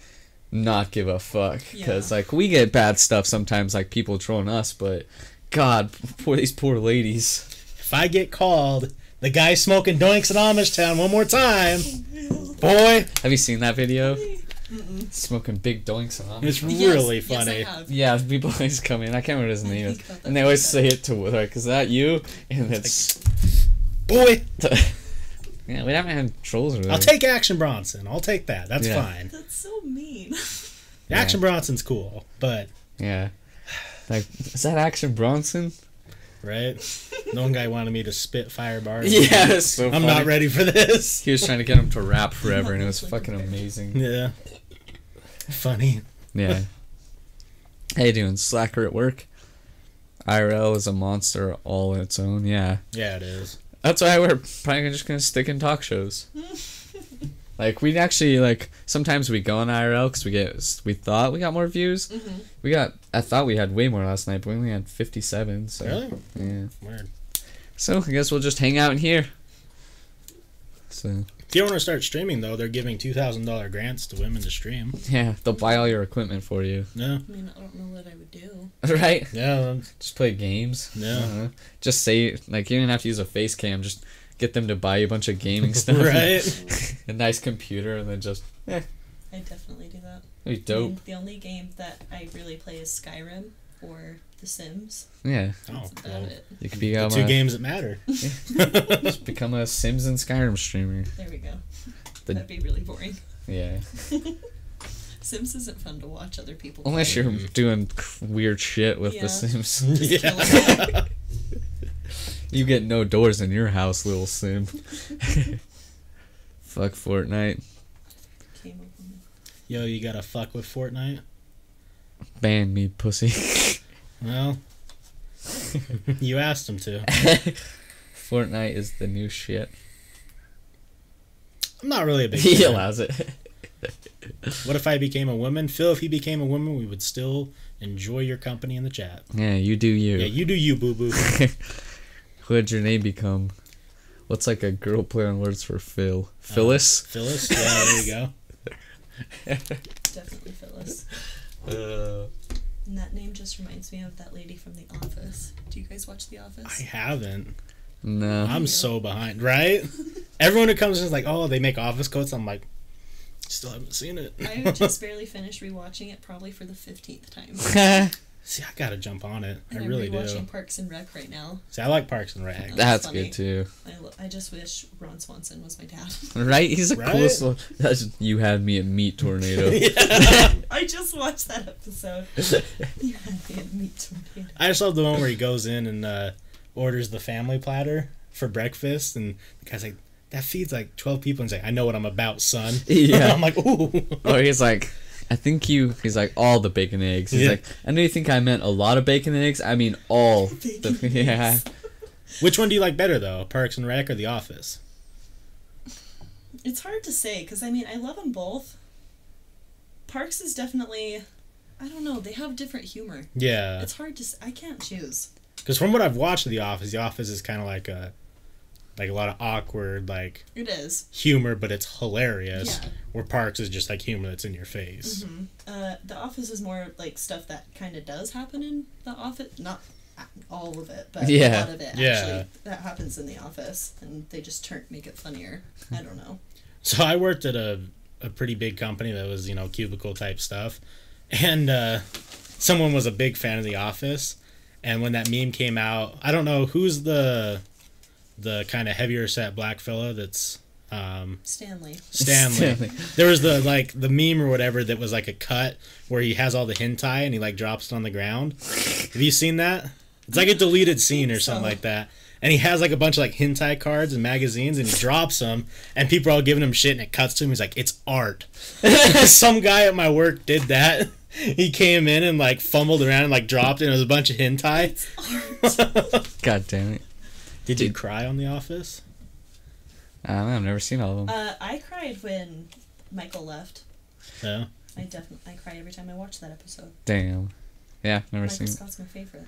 Speaker 2: not give a fuck because
Speaker 4: Yeah.
Speaker 2: like we get bad stuff sometimes, like people trolling us, but God, poor these poor ladies.
Speaker 3: If I get called the guy smoking doinks in Amish Town one more time, boy,
Speaker 2: Have you seen that video? Smoking big doinks on.
Speaker 3: it's
Speaker 4: Yes,
Speaker 3: really
Speaker 4: yes, I
Speaker 3: funny.
Speaker 4: have.
Speaker 2: Yeah, people always come in. I can't remember his name,
Speaker 4: think
Speaker 2: is.
Speaker 4: about
Speaker 2: and
Speaker 4: that
Speaker 2: they always
Speaker 4: video.
Speaker 2: say it to her, like, "Is that you?" And it's
Speaker 3: boy,
Speaker 2: yeah, we haven't had trolls or
Speaker 3: I'll
Speaker 2: whatever.
Speaker 3: take Action Bronson. I'll take that. That's
Speaker 2: Yeah.
Speaker 3: fine.
Speaker 4: That's so mean.
Speaker 3: Action Bronson's cool, but
Speaker 2: yeah, like is that Action Bronson?
Speaker 3: right, the one guy wanted me to spit fire bars.
Speaker 2: it's so
Speaker 3: I'm not
Speaker 2: funny.
Speaker 3: ready for this.
Speaker 2: He was trying to get him to rap forever, and it was fucking amazing.
Speaker 3: Yeah, funny.
Speaker 2: Yeah. How you doing? Slacker at work? IRL is a monster all its own, yeah.
Speaker 3: Yeah, it is.
Speaker 2: That's why we're probably just gonna stick in talk shows. like we actually like sometimes we go on IRL because we get we thought we got more views.
Speaker 3: Mm-hmm.
Speaker 2: We got I thought we had way more last night, but we only had fifty seven. So
Speaker 3: Really?
Speaker 2: yeah.
Speaker 3: Weird.
Speaker 2: So I guess we'll just hang out in here. So
Speaker 3: If you want to start streaming, though, they're giving two thousand dollar grants to women to stream.
Speaker 2: yeah, they'll buy all your equipment for you,
Speaker 3: No,
Speaker 4: I mean, I don't know what I would do.
Speaker 2: right?
Speaker 3: yeah, um,
Speaker 2: Just play games.
Speaker 3: Yeah.
Speaker 2: Uh-huh. Just say like you don't have to use a face cam. Just get them to buy you a bunch of gaming stuff.
Speaker 3: right.
Speaker 2: a nice computer, and then just eh,
Speaker 4: I'd definitely do that.
Speaker 2: it'd be
Speaker 4: I
Speaker 2: dope.
Speaker 4: mean, the only game that I really play is Skyrim or The Sims.
Speaker 2: Yeah,
Speaker 3: Oh,
Speaker 4: That's
Speaker 3: well,
Speaker 4: about it.
Speaker 2: you could
Speaker 3: the
Speaker 2: become
Speaker 3: two
Speaker 2: a,
Speaker 3: games that matter.
Speaker 2: just become a Sims and Skyrim streamer.
Speaker 4: There we go.
Speaker 2: The-
Speaker 4: That'd be really boring.
Speaker 2: Yeah,
Speaker 4: Sims isn't fun to watch other people.
Speaker 2: unless
Speaker 4: play.
Speaker 2: you're doing weird shit with
Speaker 4: Yeah.
Speaker 2: the Sims,
Speaker 3: yeah.
Speaker 2: you get no doors in your house, little Sim. Fuck Fortnite,
Speaker 4: Came up with-
Speaker 3: Yo, you gotta fuck with Fortnite.
Speaker 2: ban me, pussy.
Speaker 3: Well, You asked him to.
Speaker 2: Fortnite is the new shit.
Speaker 3: I'm not really a big
Speaker 2: he
Speaker 3: fan.
Speaker 2: allows it.
Speaker 3: What if I became a woman? Phil, if he became a woman, we would still enjoy your company in the chat.
Speaker 2: Yeah, you do you.
Speaker 3: Yeah, you do you, boo boo.
Speaker 2: What'd your name become? What's like a girl play on words for Phil? Phyllis?
Speaker 3: Phyllis, yeah, there you go.
Speaker 4: Definitely Phyllis.
Speaker 2: Uh,
Speaker 4: And that name just reminds me of that lady from The Office. Do you guys watch The
Speaker 3: I
Speaker 4: Office?
Speaker 3: haven't.
Speaker 2: no.
Speaker 3: I'm so behind, right? Everyone who comes in is like, oh, they make office coats. I'm like, still haven't seen it.
Speaker 4: I, just barely finished rewatching it, probably for the fifteenth time.
Speaker 2: That's
Speaker 3: See, I gotta jump on it. I
Speaker 4: And I'm
Speaker 3: really
Speaker 4: rewatching
Speaker 3: do.
Speaker 4: Parks and Rec right now.
Speaker 3: See, I like Parks and Rec.
Speaker 4: funny.
Speaker 2: good too.
Speaker 4: I, lo- I just wish Ron Swanson was my dad.
Speaker 2: Right? He's the
Speaker 3: Right?
Speaker 2: coolest one. That's, you had me at Meat Tornado.
Speaker 4: I just watched that episode. you had me at meat tornado.
Speaker 3: I just love the one where he goes in and uh, orders the family platter for breakfast, and the guy's like, that feeds like 12 people. And he's like, I know what I'm about, son.
Speaker 2: Yeah.
Speaker 3: I'm like, ooh.
Speaker 2: Or he's like, I think you. He's like all the bacon eggs. He's
Speaker 3: Yeah.
Speaker 2: like, I know you think I meant a lot of bacon eggs. I mean all. the,
Speaker 4: Bacon
Speaker 2: yeah.
Speaker 3: Which one do you like better, though? Parks and Rec or The Office?
Speaker 4: It's hard to say because I mean I love them both. Parks is definitely, I don't know. They have different humor.
Speaker 3: Yeah.
Speaker 4: It's hard to. s- I can't choose.
Speaker 3: Because from what I've watched of The Office, The Office is kind of like a. Like a lot of awkward, like
Speaker 4: It is.
Speaker 3: humor, but it's hilarious.
Speaker 4: Yeah.
Speaker 3: Where Parks is just like humor that's in your face.
Speaker 4: Uh, the Office is more like stuff that kind of does happen in the office. Not a- all of it, but a
Speaker 2: Yeah.
Speaker 4: lot of it
Speaker 3: Yeah.
Speaker 4: actually that happens in the office, and they just turn make it funnier. I don't know.
Speaker 3: So I worked at a, a pretty big company that was, you know, cubicle type stuff. And uh, someone was a big fan of The Office. And when that meme came out, I don't know who's the the kind of heavier set black fella that's um,
Speaker 4: Stanley.
Speaker 3: Stanley. There was the like the meme or whatever that was like a cut where he has all the hentai and he like drops it on the ground. Have you seen that? It's like a deleted scene or something like that. And he has like a bunch of like hentai cards and magazines and he drops them and people are all giving him shit and it cuts to him. He's like, it's art. Some guy at my work did that. He came in and like fumbled around and like dropped it. And it was a bunch of hentai.
Speaker 2: God damn it.
Speaker 3: Did you cry on The Office?
Speaker 2: I don't know, I've never seen all of them.
Speaker 4: Uh, I cried when Michael left.
Speaker 3: No.
Speaker 4: I definitely I cry every time I watch that episode.
Speaker 2: Damn. Yeah, never
Speaker 4: Michael
Speaker 2: seen.
Speaker 4: Scott's my favorite.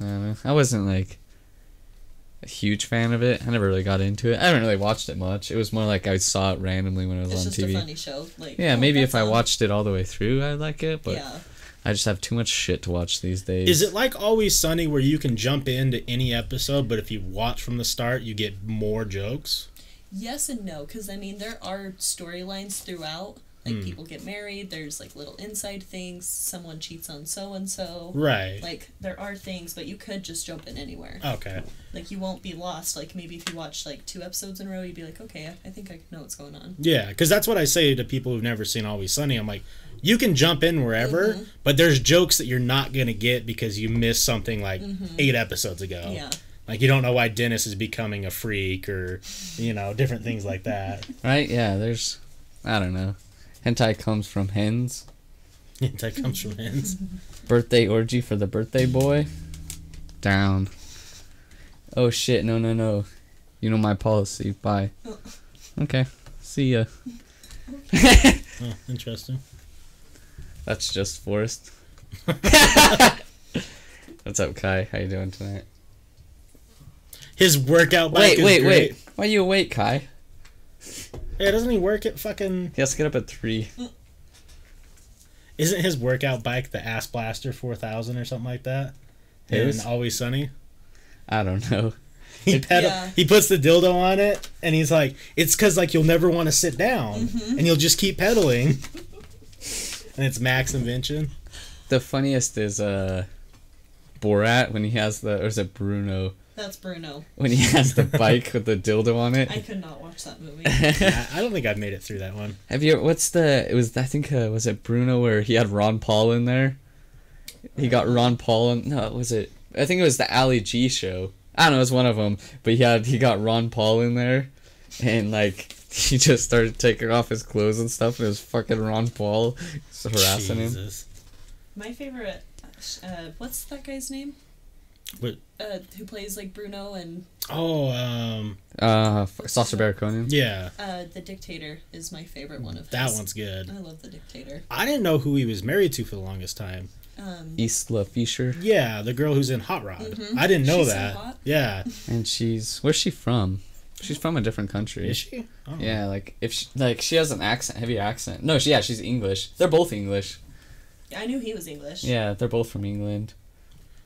Speaker 2: I don't know. I wasn't like a huge fan of it. I never really got into it. I haven't really watched it much. It was more like I saw it randomly when it was
Speaker 4: It's
Speaker 2: on
Speaker 4: just
Speaker 2: TV.
Speaker 4: a funny show. Like
Speaker 2: Yeah,
Speaker 4: oh,
Speaker 2: maybe
Speaker 4: that's
Speaker 2: if I
Speaker 4: on.
Speaker 2: watched it all the way through, I'd like it. But
Speaker 4: yeah,
Speaker 2: I just have too much shit to watch these days.
Speaker 3: Is it like Always Sunny where you can jump into any episode, but if you watch from the start, you get more jokes?
Speaker 4: yes and no, because I mean there are storylines throughout.
Speaker 2: Hmm.
Speaker 4: Like people get married. There's like little inside things. Someone cheats on so and so.
Speaker 3: Right.
Speaker 4: Like there are things, but you could just jump in anywhere.
Speaker 3: okay.
Speaker 4: Like you won't be lost. Like maybe if you watch like two episodes in a row, you'd be like, okay, I- I think I know what's going on.
Speaker 3: Yeah, because that's what I say to people who've never seen Always Sunny. I'm like, you can jump in wherever, but there's jokes that you're not going to get because you missed something like eight episodes ago.
Speaker 4: Yeah.
Speaker 3: Like, you don't know why Dennis is becoming a freak or, you know, different things like that.
Speaker 2: right? Yeah, there's. I don't know. Hentai comes from hens.
Speaker 3: that comes from hands.
Speaker 2: Birthday orgy for the birthday boy. Down. Oh shit! No, no, no. You know my policy. Bye.
Speaker 4: Oh.
Speaker 2: Okay. See ya.
Speaker 3: Oh, interesting.
Speaker 2: That's just Forrest. What's up, Kai? How you doing tonight?
Speaker 3: His workout bike
Speaker 2: Wait,
Speaker 3: is
Speaker 2: wait,
Speaker 3: great.
Speaker 2: wait. Why are you awake, Kai?
Speaker 3: Yeah, doesn't he work at fucking.
Speaker 2: He has to get up at three.
Speaker 3: Isn't his workout bike the Ass Blaster 4000 or something like that?
Speaker 2: His?
Speaker 3: And Always Sunny?
Speaker 2: I don't know.
Speaker 3: He, pedal-
Speaker 4: Yeah.
Speaker 3: he puts the dildo on it and he's like, it's because like you'll never want to sit down
Speaker 4: Mm-hmm.
Speaker 3: and you'll just keep pedaling. and it's Max invention.
Speaker 2: The funniest is uh, Borat when he has the or is it Bruno
Speaker 4: That's Bruno.
Speaker 2: when he has the bike with the dildo on it.
Speaker 4: I could not watch that movie.
Speaker 3: I, I don't think I've made it through that one.
Speaker 2: Have you? What's the? It was I think uh, was it Bruno where he had Ron Paul in there. He got Ron Paul in. No, was it? I think it was the Ali G show. I don't know. It was one of them. But he had he got Ron Paul in there, and like he just started taking off his clothes and stuff, and it was fucking Ron Paul just harassing him.
Speaker 3: Jesus.
Speaker 4: My favorite. Uh, what's that guy's name?
Speaker 3: What?
Speaker 4: Uh, who plays like Bruno and
Speaker 3: Oh, um,
Speaker 2: Uh, f- Saucer Bear Conan.
Speaker 3: yeah,
Speaker 4: uh, the Dictator is my favorite one of
Speaker 3: that
Speaker 4: his.
Speaker 3: one's good.
Speaker 4: I love the Dictator.
Speaker 3: I didn't know who he was married to for the longest time.
Speaker 4: Um,
Speaker 2: Isla Fisher,
Speaker 3: Yeah, the girl who's in Hot Rod. I didn't know
Speaker 4: Mm-hmm. She's so
Speaker 3: that.
Speaker 4: hot.
Speaker 3: Yeah,
Speaker 2: and she's where's she from? She's from a different country.
Speaker 3: is she? Oh.
Speaker 2: Yeah, like if she, like she has an accent, heavy accent. No, she, yeah, she's English. They're both English.
Speaker 4: I knew he was English.
Speaker 2: Yeah, they're both from England.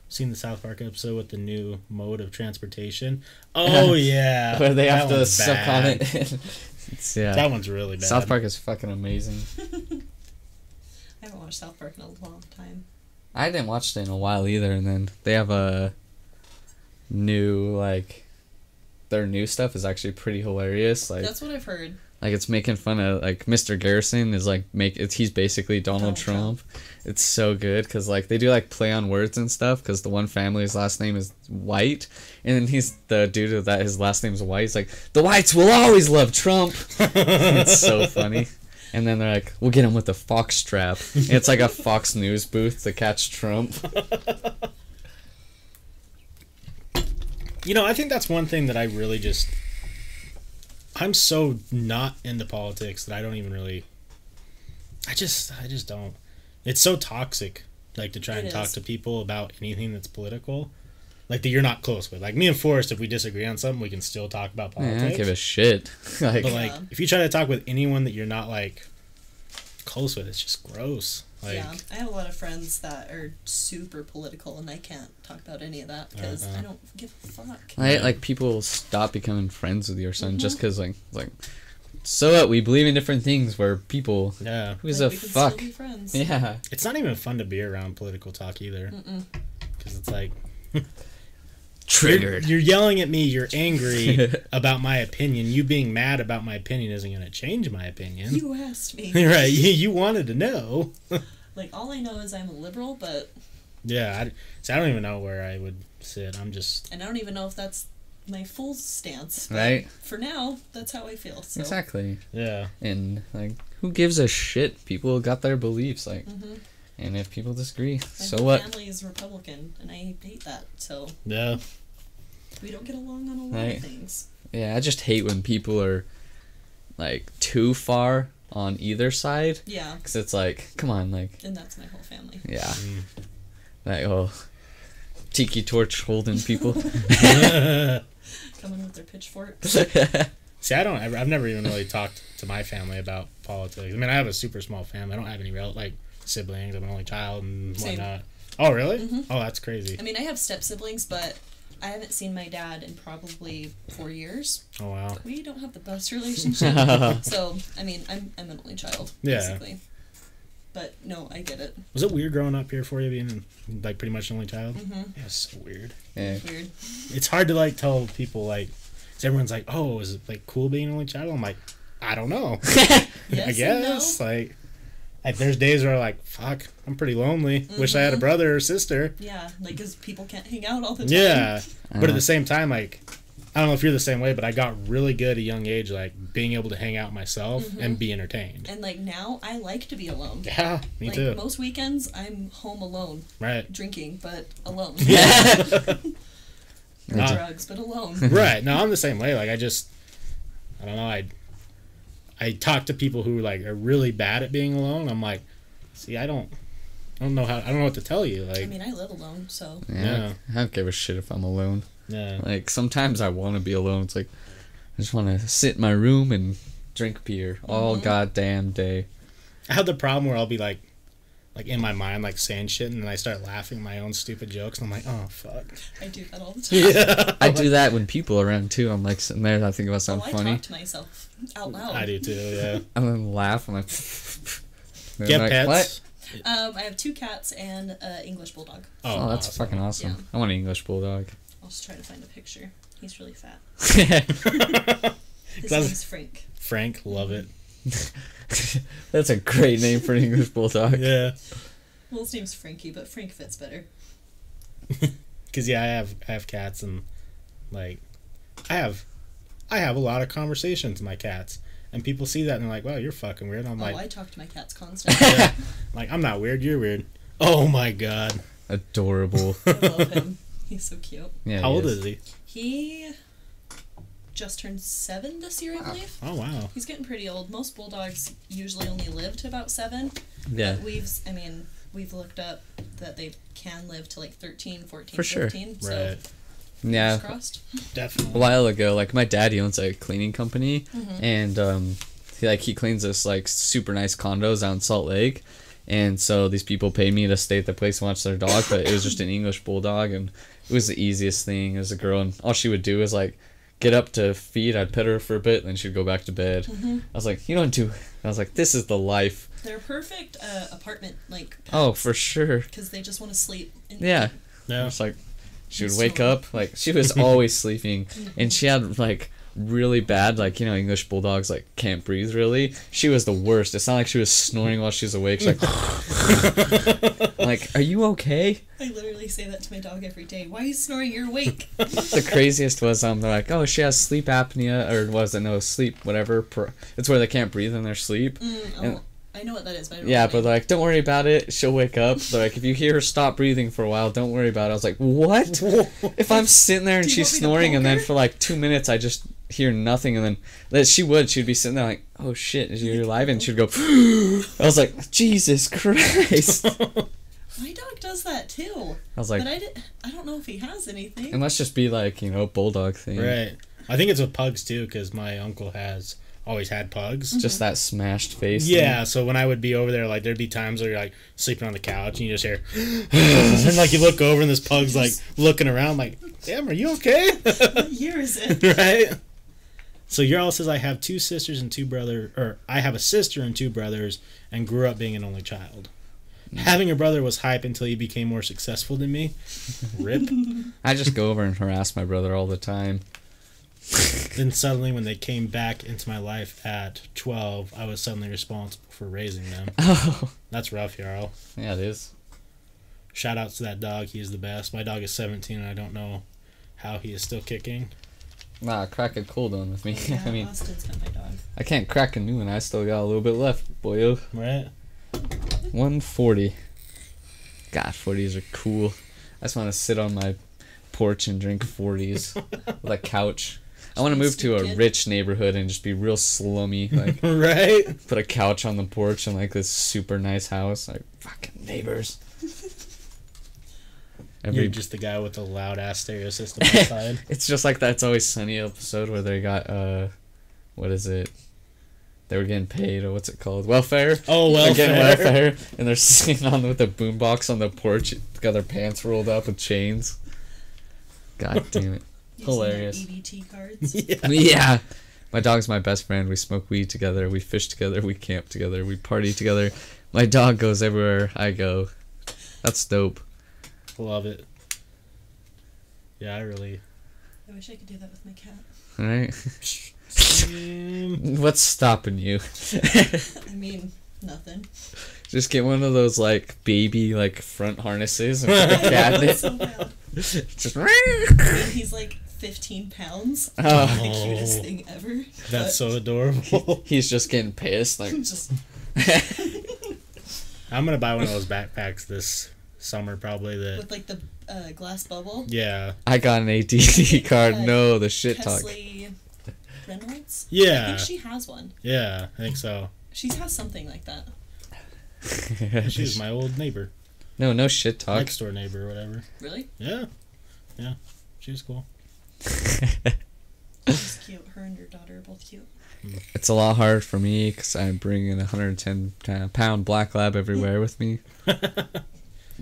Speaker 3: Seen the South Park episode with the new mode of transportation. Oh yeah,
Speaker 2: Where they
Speaker 3: That
Speaker 2: have to
Speaker 3: one's
Speaker 2: suck on
Speaker 3: bad.
Speaker 2: it. It's- yeah.
Speaker 3: That one's really bad.
Speaker 2: South Park is fucking amazing.
Speaker 4: I haven't watched South Park in a long time.
Speaker 2: I didn't watch it in a while either, and then they have a new like their new stuff is actually pretty hilarious. Like
Speaker 4: That's what I've heard.
Speaker 2: like it's making fun of like Mr. Garrison is like make it's he's basically Donald,
Speaker 4: Donald
Speaker 2: Trump.
Speaker 4: Trump.
Speaker 2: It's so good because like they do like play on words and stuff because the one family's last name is White, and then he's the dude of that his last name's White. He's like the Whites will always love Trump. it's so funny. And then they're like, we'll get him with a fox strap. And it's like a Fox News booth to catch Trump.
Speaker 3: You know, I think that's one thing that I really just. I'm so not into politics that I don't even really. I just, I just don't. It's so toxic, like to try
Speaker 4: It
Speaker 3: and talk
Speaker 4: is.
Speaker 3: to people about anything that's political, like that you're not close with. Like me and Forrest, if we disagree on something, we can still talk about
Speaker 2: Man,
Speaker 3: politics.
Speaker 2: I don't give a shit. like,
Speaker 3: but like,
Speaker 4: Yeah.
Speaker 3: if you try to talk with anyone that you're not like close with, it's just gross. Like,
Speaker 4: yeah, I have a lot of friends that are super political, and I can't talk about any of that because
Speaker 3: Uh-uh.
Speaker 4: I don't give a fuck.
Speaker 2: I, Uh, like people will stop becoming friends with your son
Speaker 4: Mm-hmm.
Speaker 2: just 'cause just because like like so what we believe in different things we're people
Speaker 3: yeah,
Speaker 2: who's
Speaker 4: Like,
Speaker 2: a
Speaker 4: we can
Speaker 2: fuck
Speaker 4: Still be friends.
Speaker 2: yeah
Speaker 3: it's not even fun to be around political talk either, because it's like. You're, you're yelling at me. You're angry about my opinion. You being mad about my opinion isn't going to change my opinion.
Speaker 4: You asked me.
Speaker 3: right? You, you wanted to know.
Speaker 4: like all I know is I'm a liberal, but
Speaker 3: Yeah. I, so I don't even know where I would sit. I'm just.
Speaker 4: and I don't even know if that's my full stance. but
Speaker 2: right
Speaker 4: For now, that's how I feel. So
Speaker 2: exactly
Speaker 3: Yeah.
Speaker 2: and like who gives a shit people got their beliefs like
Speaker 4: Mm-hmm.
Speaker 2: and if people disagree
Speaker 4: my
Speaker 2: so
Speaker 4: whole
Speaker 2: what
Speaker 4: family is Republican, and I hate that. So
Speaker 3: Yeah.
Speaker 4: we don't get along on a lot
Speaker 2: Right.
Speaker 4: of things.
Speaker 2: yeah I just hate when people are like too far on either side
Speaker 4: Yeah,
Speaker 2: because it's like come on like
Speaker 4: and that's my whole family.
Speaker 2: yeah like oh tiki torch holding people
Speaker 4: Coming with their pitchfork.
Speaker 3: See, I don't. I've I've never even really talked to my family about politics. I mean, I have a super small family. I don't have any real like siblings. I'm an only child and
Speaker 4: Same. Mm-hmm.
Speaker 3: whatnot. Oh, really? Oh, that's crazy.
Speaker 4: I mean, I have step siblings, but I haven't seen my dad in probably four years.
Speaker 3: Oh, wow.
Speaker 4: We don't have the best relationship. so, I mean, I'm, I'm an only child,
Speaker 3: Yeah.
Speaker 4: basically. But no, I get it.
Speaker 3: Was it weird growing up here for you being like pretty much an only child? Mm-hmm. Yeah, it's so weird.
Speaker 2: yeah.
Speaker 4: Weird.
Speaker 3: it's hard to like tell people like 'cause everyone's like oh is it like cool being an only child i'm like i don't know
Speaker 4: Yes
Speaker 3: i
Speaker 4: and
Speaker 3: guess
Speaker 4: no.
Speaker 3: like, like there's days where i'm like fuck i'm pretty lonely
Speaker 4: Mm-hmm.
Speaker 3: wish i had a brother or sister
Speaker 4: Yeah, like because people can't hang out all the time.
Speaker 3: yeah but at
Speaker 2: Uh.
Speaker 3: the same time like i don't know if you're the same way but i got really good at a young age like being able to hang out myself
Speaker 4: Mm-hmm.
Speaker 3: and be entertained
Speaker 4: And like now, I like to be alone.
Speaker 3: yeah me
Speaker 4: like
Speaker 3: too
Speaker 4: most weekends, I'm home alone,
Speaker 3: right
Speaker 4: drinking, but alone.
Speaker 3: Nah.
Speaker 4: Drugs, but alone.
Speaker 3: right no i'm the same way like i just i don't know i i talk to people who like are really bad at being alone i'm like see i don't i don't know how i don't know what to tell you like
Speaker 4: I mean, I live alone, so
Speaker 2: Yeah. I don't give a shit if I'm alone.
Speaker 3: yeah
Speaker 2: Like sometimes I want to be alone. It's like I just want to sit in my room and drink beer all
Speaker 4: Mm-hmm.
Speaker 2: goddamn day.
Speaker 3: i have the problem where i'll be like like in my mind like saying shit and then i start laughing at my own stupid jokes and i'm like oh fuck
Speaker 4: I do that all the time.
Speaker 2: I do that when people are around too. I'm like sitting there, and I think about
Speaker 4: Oh,
Speaker 2: something
Speaker 4: I
Speaker 2: funny,
Speaker 4: talk to myself out loud.
Speaker 3: i do too yeah
Speaker 2: and then laugh. I'm like, They're
Speaker 3: get
Speaker 2: like,
Speaker 3: pets
Speaker 2: "What?"
Speaker 4: Um, I have two cats and an English bulldog.
Speaker 2: Oh, that's
Speaker 3: awesome.
Speaker 2: fucking awesome.
Speaker 4: Yeah.
Speaker 2: I want an English bulldog.
Speaker 4: I'll just try to find a picture. He's really fat. His
Speaker 3: That's-
Speaker 4: name's Frank.
Speaker 3: frank love it
Speaker 2: That's a great name for an English bulldog.
Speaker 3: yeah
Speaker 4: Well, his name's Frankie, but Frank fits better.
Speaker 3: because yeah i have i have cats and like i have i have a lot of conversations with my cats and people see that and they're like wow you're fucking weird i'm like
Speaker 4: oh, I talk to my cats constantly.
Speaker 3: Like, I'm not weird, you're weird. Oh my god.
Speaker 2: Adorable.
Speaker 4: I love him. He's so cute.
Speaker 2: Yeah.
Speaker 3: How old is he?
Speaker 4: He just turned seven this year, I believe.
Speaker 3: Oh wow.
Speaker 4: He's getting pretty old. Most bulldogs usually only live to about seven.
Speaker 2: Yeah.
Speaker 4: But we've, I mean, we've looked up that they can live to like 13, 14,
Speaker 2: For sure.
Speaker 4: 15. So
Speaker 3: Right.
Speaker 4: fingers
Speaker 2: Yeah.
Speaker 4: crossed.
Speaker 2: A
Speaker 3: Definitely.
Speaker 2: while ago, like my daddy owns a cleaning company, and um, he, like he cleans us like super nice condos out in Salt Lake, and so these people paid me to stay at the place and watch their dog, but it was just an English bulldog, and it was the easiest thing as a girl, and all she would do is like get up to feed, I'd pet her for a bit, then she'd go back to bed. I was like, you don't do. I was like, this is the life.
Speaker 4: They're perfect uh, apartment, like,
Speaker 2: Oh, for sure.
Speaker 4: because they just want to sleep. And
Speaker 2: Yeah.
Speaker 3: No.
Speaker 2: It's like she would
Speaker 4: It's
Speaker 2: wake
Speaker 4: so-
Speaker 2: up, like she was always sleeping, and she had like really bad, like you know English bulldogs like can't breathe really. She was the worst. It's not like she was snoring while she was awake. She's like, like, are you okay?
Speaker 4: I literally say that to my dog every day. Why are you snoring? You're awake. Mm,
Speaker 2: The craziest was um they're like, oh she has sleep apnea or was it no sleep whatever. Per- it's where they can't breathe in their sleep.
Speaker 4: Mm, I
Speaker 2: And-
Speaker 4: won't- I know what that is, but I don't
Speaker 2: Yeah,
Speaker 4: know
Speaker 2: but they're like, don't worry about it. She'll wake up. They're like, if you hear her stop breathing for a while, don't worry about it. I was like, what? if I'm sitting there and
Speaker 4: Do you
Speaker 2: she's
Speaker 4: want me to
Speaker 2: snoring, and then
Speaker 4: poke her?
Speaker 2: for like two minutes, I just hear nothing, and then that she would, she'd be sitting there like, oh shit, is you alive? And she'd go, I was like, Jesus Christ. I
Speaker 4: My dog does that too.
Speaker 2: was
Speaker 4: but
Speaker 2: like,
Speaker 4: I, did, I don't know if he has anything.
Speaker 2: and let's just be like, you know, bulldog thing.
Speaker 3: Right. I think it's with pugs too, because my uncle has always had pugs.
Speaker 2: Just that smashed face. thing.
Speaker 3: Yeah, so when I would be over there, like there'd be times where you're like sleeping on the couch and you just hear, and like you look over and this pug's like looking around, like, "Damn, are you okay?"
Speaker 4: what year is it?
Speaker 3: right? So Yarl says I have two sisters and two brother, or I have a sister and two brothers, and grew up being an only child. Having a brother was hype until he became more successful than me. Rip.
Speaker 2: I just go over and harass my brother all the time.
Speaker 3: then suddenly, when they came back into my life at twelve, I was suddenly responsible for raising them.
Speaker 2: Oh.
Speaker 3: That's rough, Yarl.
Speaker 2: Yeah, it is.
Speaker 3: Shout out to that dog. He is the best. My dog is 17, and I don't know how he is still kicking.
Speaker 2: Nah, crack a cold one with me.
Speaker 4: Yeah,
Speaker 2: I mean,
Speaker 4: Austin's got my dog.
Speaker 2: I can't crack a new one. I still got a little bit left, Oh, boyo.
Speaker 3: Right?
Speaker 2: 140. God, 40s are cool. I just want to sit on my porch and drink 40s with a couch. I want to move to a
Speaker 4: Kid.
Speaker 2: rich neighborhood and just be real slummy. Like,
Speaker 3: Right?
Speaker 2: put a couch on the porch and like this super nice house. Like, fucking neighbors.
Speaker 3: You're
Speaker 2: Every,
Speaker 3: just the guy with the loud ass stereo system outside.
Speaker 2: it's just like that's always sunny episode where they got uh, what is it? They were getting paid or what's it called? Welfare.
Speaker 3: Oh, well,
Speaker 2: They're getting
Speaker 3: fair.
Speaker 2: welfare, and they're sitting on with a boombox on the porch, got their pants rolled up with chains. God damn it!
Speaker 4: Using the
Speaker 2: Hilarious.
Speaker 4: EBT E cards.
Speaker 2: yeah, my dog's my best friend. We smoke weed together, we fish together, we camp together, we party together. My dog goes everywhere I go. That's dope.
Speaker 3: Love it. Yeah, I really.
Speaker 4: I wish I could do that with my cat.
Speaker 2: All right,
Speaker 3: Same.
Speaker 2: what's stopping you?
Speaker 4: I mean, nothing.
Speaker 2: Just get one of those like baby like front harnesses and put the cat in it. Just
Speaker 4: So wild. And he's like 15 pounds.
Speaker 2: Oh,
Speaker 4: The cutest
Speaker 3: Oh.
Speaker 4: thing ever.
Speaker 3: That's so adorable.
Speaker 2: he's just getting pissed. Like,
Speaker 4: Just
Speaker 3: I'm going to buy one of those backpacks this summer, probably. That.
Speaker 4: with like the uh, glass bubble.
Speaker 3: Yeah.
Speaker 2: I got an ADD card. No, the shit talk.
Speaker 4: Kesley Reynolds? I
Speaker 3: Yeah.
Speaker 4: think she has one.
Speaker 3: Yeah, I think so.
Speaker 4: She has something like that.
Speaker 3: She's my old neighbor,
Speaker 2: no, no shit talk.
Speaker 3: next door neighbor, or whatever.
Speaker 4: Really?
Speaker 3: Yeah. Yeah. She was cool.
Speaker 4: She's cute. Her and your daughter are both cute.
Speaker 2: It's a lot hard for me because I bring in a 110 ta- uh, pound black lab everywhere with me. I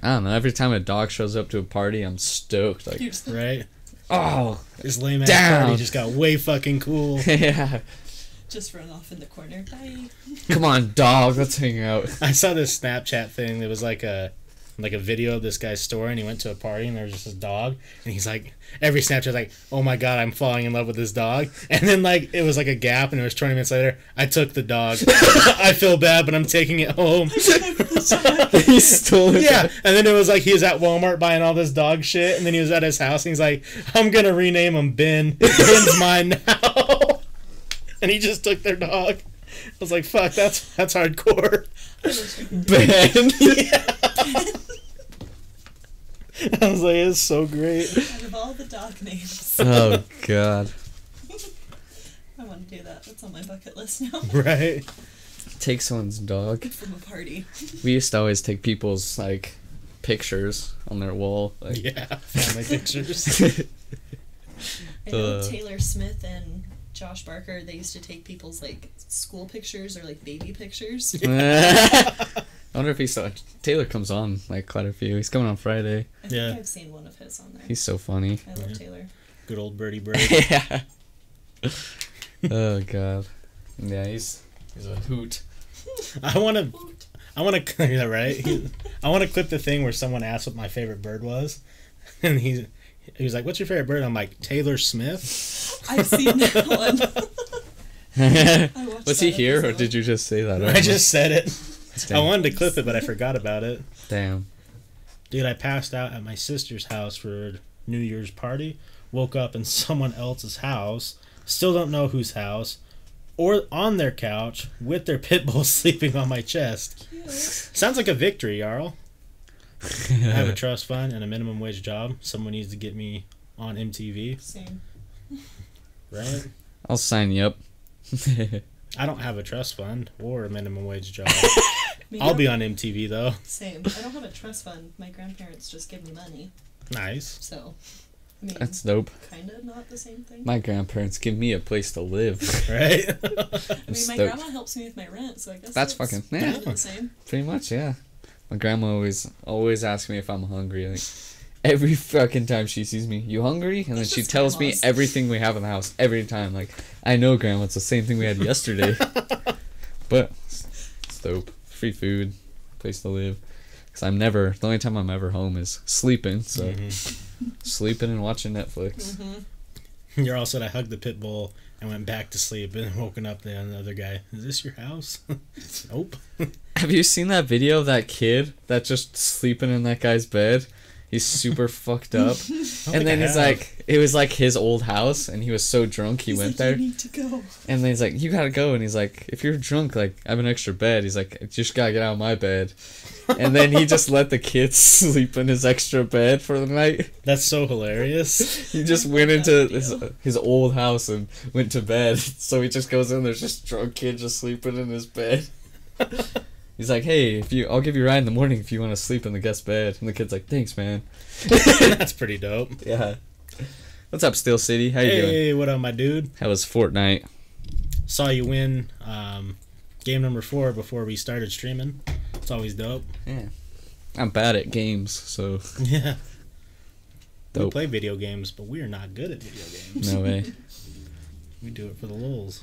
Speaker 2: don't know. Every time a dog shows up to a party, I'm stoked. Like,
Speaker 4: You're just-
Speaker 3: Right?
Speaker 2: oh,
Speaker 3: This lame ass
Speaker 2: Down.
Speaker 3: party just got way fucking cool.
Speaker 2: yeah.
Speaker 4: Just run off in the corner. Bye.
Speaker 2: Come on, dog. Let's hang out.
Speaker 3: I saw this Snapchat thing that was like a like a video of this guy's store and he went to a party and there was just this dog and he's like every Snapchat's like, Oh my god, I'm falling in love with this dog and then like it was like a gap and it was twenty minutes later, I took the dog. I feel bad but I'm taking it home.
Speaker 2: he stole it.
Speaker 3: yeah. And then it was like he was at Walmart buying all this dog shit and then he was at his house and he's like, I'm gonna rename him Ben. Ben's mine now And he just took their dog. I was like, fuck, that's that's hardcore.
Speaker 2: Ben.
Speaker 3: I was like, it's so great.
Speaker 4: Out of all the dog names,
Speaker 2: Oh God.
Speaker 4: I want to do that. That's on my bucket list now.
Speaker 3: Right?
Speaker 2: Take someone's dog.
Speaker 4: From a party.
Speaker 2: We used to always take people's like pictures on their wall. Like,
Speaker 3: Yeah. Family pictures.
Speaker 4: I know
Speaker 2: Uh,
Speaker 4: Taylor Smith and Josh Barker. They used to take people's like school pictures or like baby pictures.
Speaker 2: I wonder if he saw Taylor comes on like quite a few. He's coming on Friday.
Speaker 4: I think
Speaker 3: Yeah.
Speaker 4: I've seen one of his on there.
Speaker 2: He's so funny.
Speaker 4: I love
Speaker 3: Yeah.
Speaker 4: Taylor.
Speaker 3: Good old birdie bird.
Speaker 2: yeah. oh God. Yeah, he's he's a hoot.
Speaker 3: I want to. I want to. Yeah, right. I want to clip the thing where someone asked what my favorite bird was, and he he was like, "What's your favorite bird?" I'm like, "Taylor Smith."
Speaker 4: I've seen that one. I watched
Speaker 2: Was he
Speaker 4: that
Speaker 2: here, or
Speaker 4: episode.
Speaker 2: did you just say that?
Speaker 3: I just said it.
Speaker 2: damn.
Speaker 3: I wanted to clip it, but I forgot about it.
Speaker 2: damn.
Speaker 3: Dude, I passed out at my sister's house for New Year's party. Woke up in someone else's house. Still don't know whose house. Or on their couch with their pit bull sleeping on my chest.
Speaker 4: Cute.
Speaker 3: Sounds like a victory, Jarl. I have a trust fund and a minimum wage job. Someone needs to get me on MTV,
Speaker 4: Same.
Speaker 3: right?
Speaker 2: I'll sign you up.
Speaker 3: I don't have a trust fund or a minimum wage job.
Speaker 4: Me
Speaker 3: I'll
Speaker 4: neither.
Speaker 3: be on MTV though.
Speaker 4: Same. I don't have a trust fund. My grandparents just give me money,
Speaker 3: Nice.
Speaker 4: so I mean,
Speaker 2: That's dope.
Speaker 4: kind of not the same thing.
Speaker 2: My grandparents give me a place to live.
Speaker 3: Right?
Speaker 4: I mean, my
Speaker 2: stoked.
Speaker 4: grandma helps me with my rent, so I guess
Speaker 2: That's fucking
Speaker 4: kind
Speaker 2: yeah.
Speaker 4: of the same.
Speaker 2: Pretty much, yeah. My grandma always always asks me if I'm hungry. Like every fucking time she sees me, you hungry? And then
Speaker 4: That's
Speaker 2: she
Speaker 4: just
Speaker 2: tells me
Speaker 4: grandmas.
Speaker 2: everything we have in the house every time. Like I know, grandma, it's the same thing we had yesterday. but it's dope. Free food, place to live. Cause I'm never the only time I'm ever home is sleeping. So
Speaker 4: Mm-hmm.
Speaker 2: sleeping and watching Netflix.
Speaker 3: You're all said I hugged the pit bull and went back to sleep and woken up the another guy. Is this your house? nope.
Speaker 2: Have you seen that video of that kid that's just sleeping in that guy's bed? He's super fucked up.
Speaker 3: think
Speaker 2: And then
Speaker 3: I
Speaker 2: he's
Speaker 3: have.
Speaker 2: like, it was like his old house, and he was so drunk he
Speaker 4: He's
Speaker 2: went
Speaker 4: like,
Speaker 2: there.
Speaker 4: You need to go.
Speaker 2: And then he's like, you gotta go. And he's like, if you're drunk, like, I have an extra bed. He's like, you just gotta get out of my bed. And then he just let the kid sleep in his extra bed for the night.
Speaker 3: That's so hilarious.
Speaker 2: He just went into his, his old house and went to bed. So he just goes in, there's just drunk kid just sleeping in his bed. He's like, hey, if you, I'll give you a ride in the morning if you want to sleep in the guest bed. And the kid's like, thanks, man.
Speaker 3: That's pretty dope.
Speaker 2: Yeah. What's up, Steel City? How you doing?
Speaker 3: Hey, what up, my dude?
Speaker 2: How was Fortnite?
Speaker 3: Saw you win um, game number four before we started streaming. It's always dope.
Speaker 2: I'm bad at games, so
Speaker 3: Yeah. We
Speaker 2: Dope.
Speaker 3: play video games, but we are not good at video games.
Speaker 2: no way.
Speaker 3: We do it for the lulz.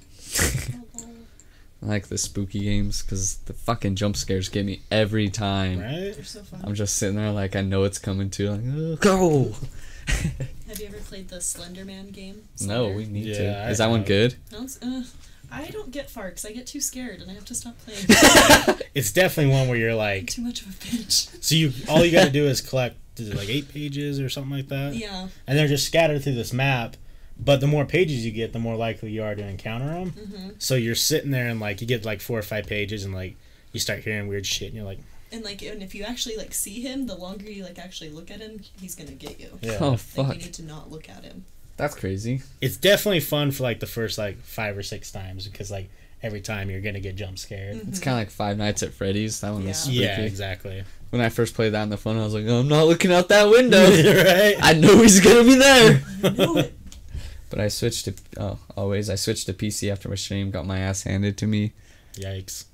Speaker 2: I like the spooky games because the fucking jump scares get me every time.
Speaker 3: Right?
Speaker 4: They're so fun.
Speaker 2: I'm just sitting there like I know it's coming too. Like, oh, go!
Speaker 4: Have you ever played the Slender Man game?
Speaker 2: No,
Speaker 4: Slender?
Speaker 2: we need
Speaker 3: Yeah,
Speaker 2: to.
Speaker 3: I
Speaker 2: Is that one
Speaker 3: have.
Speaker 2: good?
Speaker 4: Sounds- uh, I don't get far because I get too scared and I have to stop playing.
Speaker 3: It's definitely one where you're
Speaker 4: I'm
Speaker 3: like,
Speaker 4: too much of a bitch.
Speaker 3: so you all you gotta do is collect is it like eight pages or something like
Speaker 2: Uh.
Speaker 3: that.
Speaker 4: Yeah.
Speaker 3: and they're just scattered through this map. But the more pages you get, the more likely you are to encounter them. So you're sitting there and like you get like four or five pages and like you start hearing weird shit and you're like,
Speaker 4: And like, and if you actually like see him, the longer you like actually look at him, he's gonna get you.
Speaker 3: yeah.
Speaker 2: Oh
Speaker 4: Like,
Speaker 2: fuck,
Speaker 4: you need to not look at him.
Speaker 2: that's crazy.
Speaker 3: It's definitely fun for like the first like five or six times because like every time you're gonna get jump scared.
Speaker 2: It's kind of like Five Nights at Freddy's. That one was
Speaker 4: Yeah.
Speaker 2: spooky.
Speaker 3: Yeah, exactly.
Speaker 2: When I first played that on the phone, I was like, I'm not looking out that window.
Speaker 3: right?
Speaker 2: I know he's gonna be there.
Speaker 4: No, it-
Speaker 2: But I switched to oh, always. I switched to PC after my stream. Got my ass handed to me.
Speaker 3: Yikes.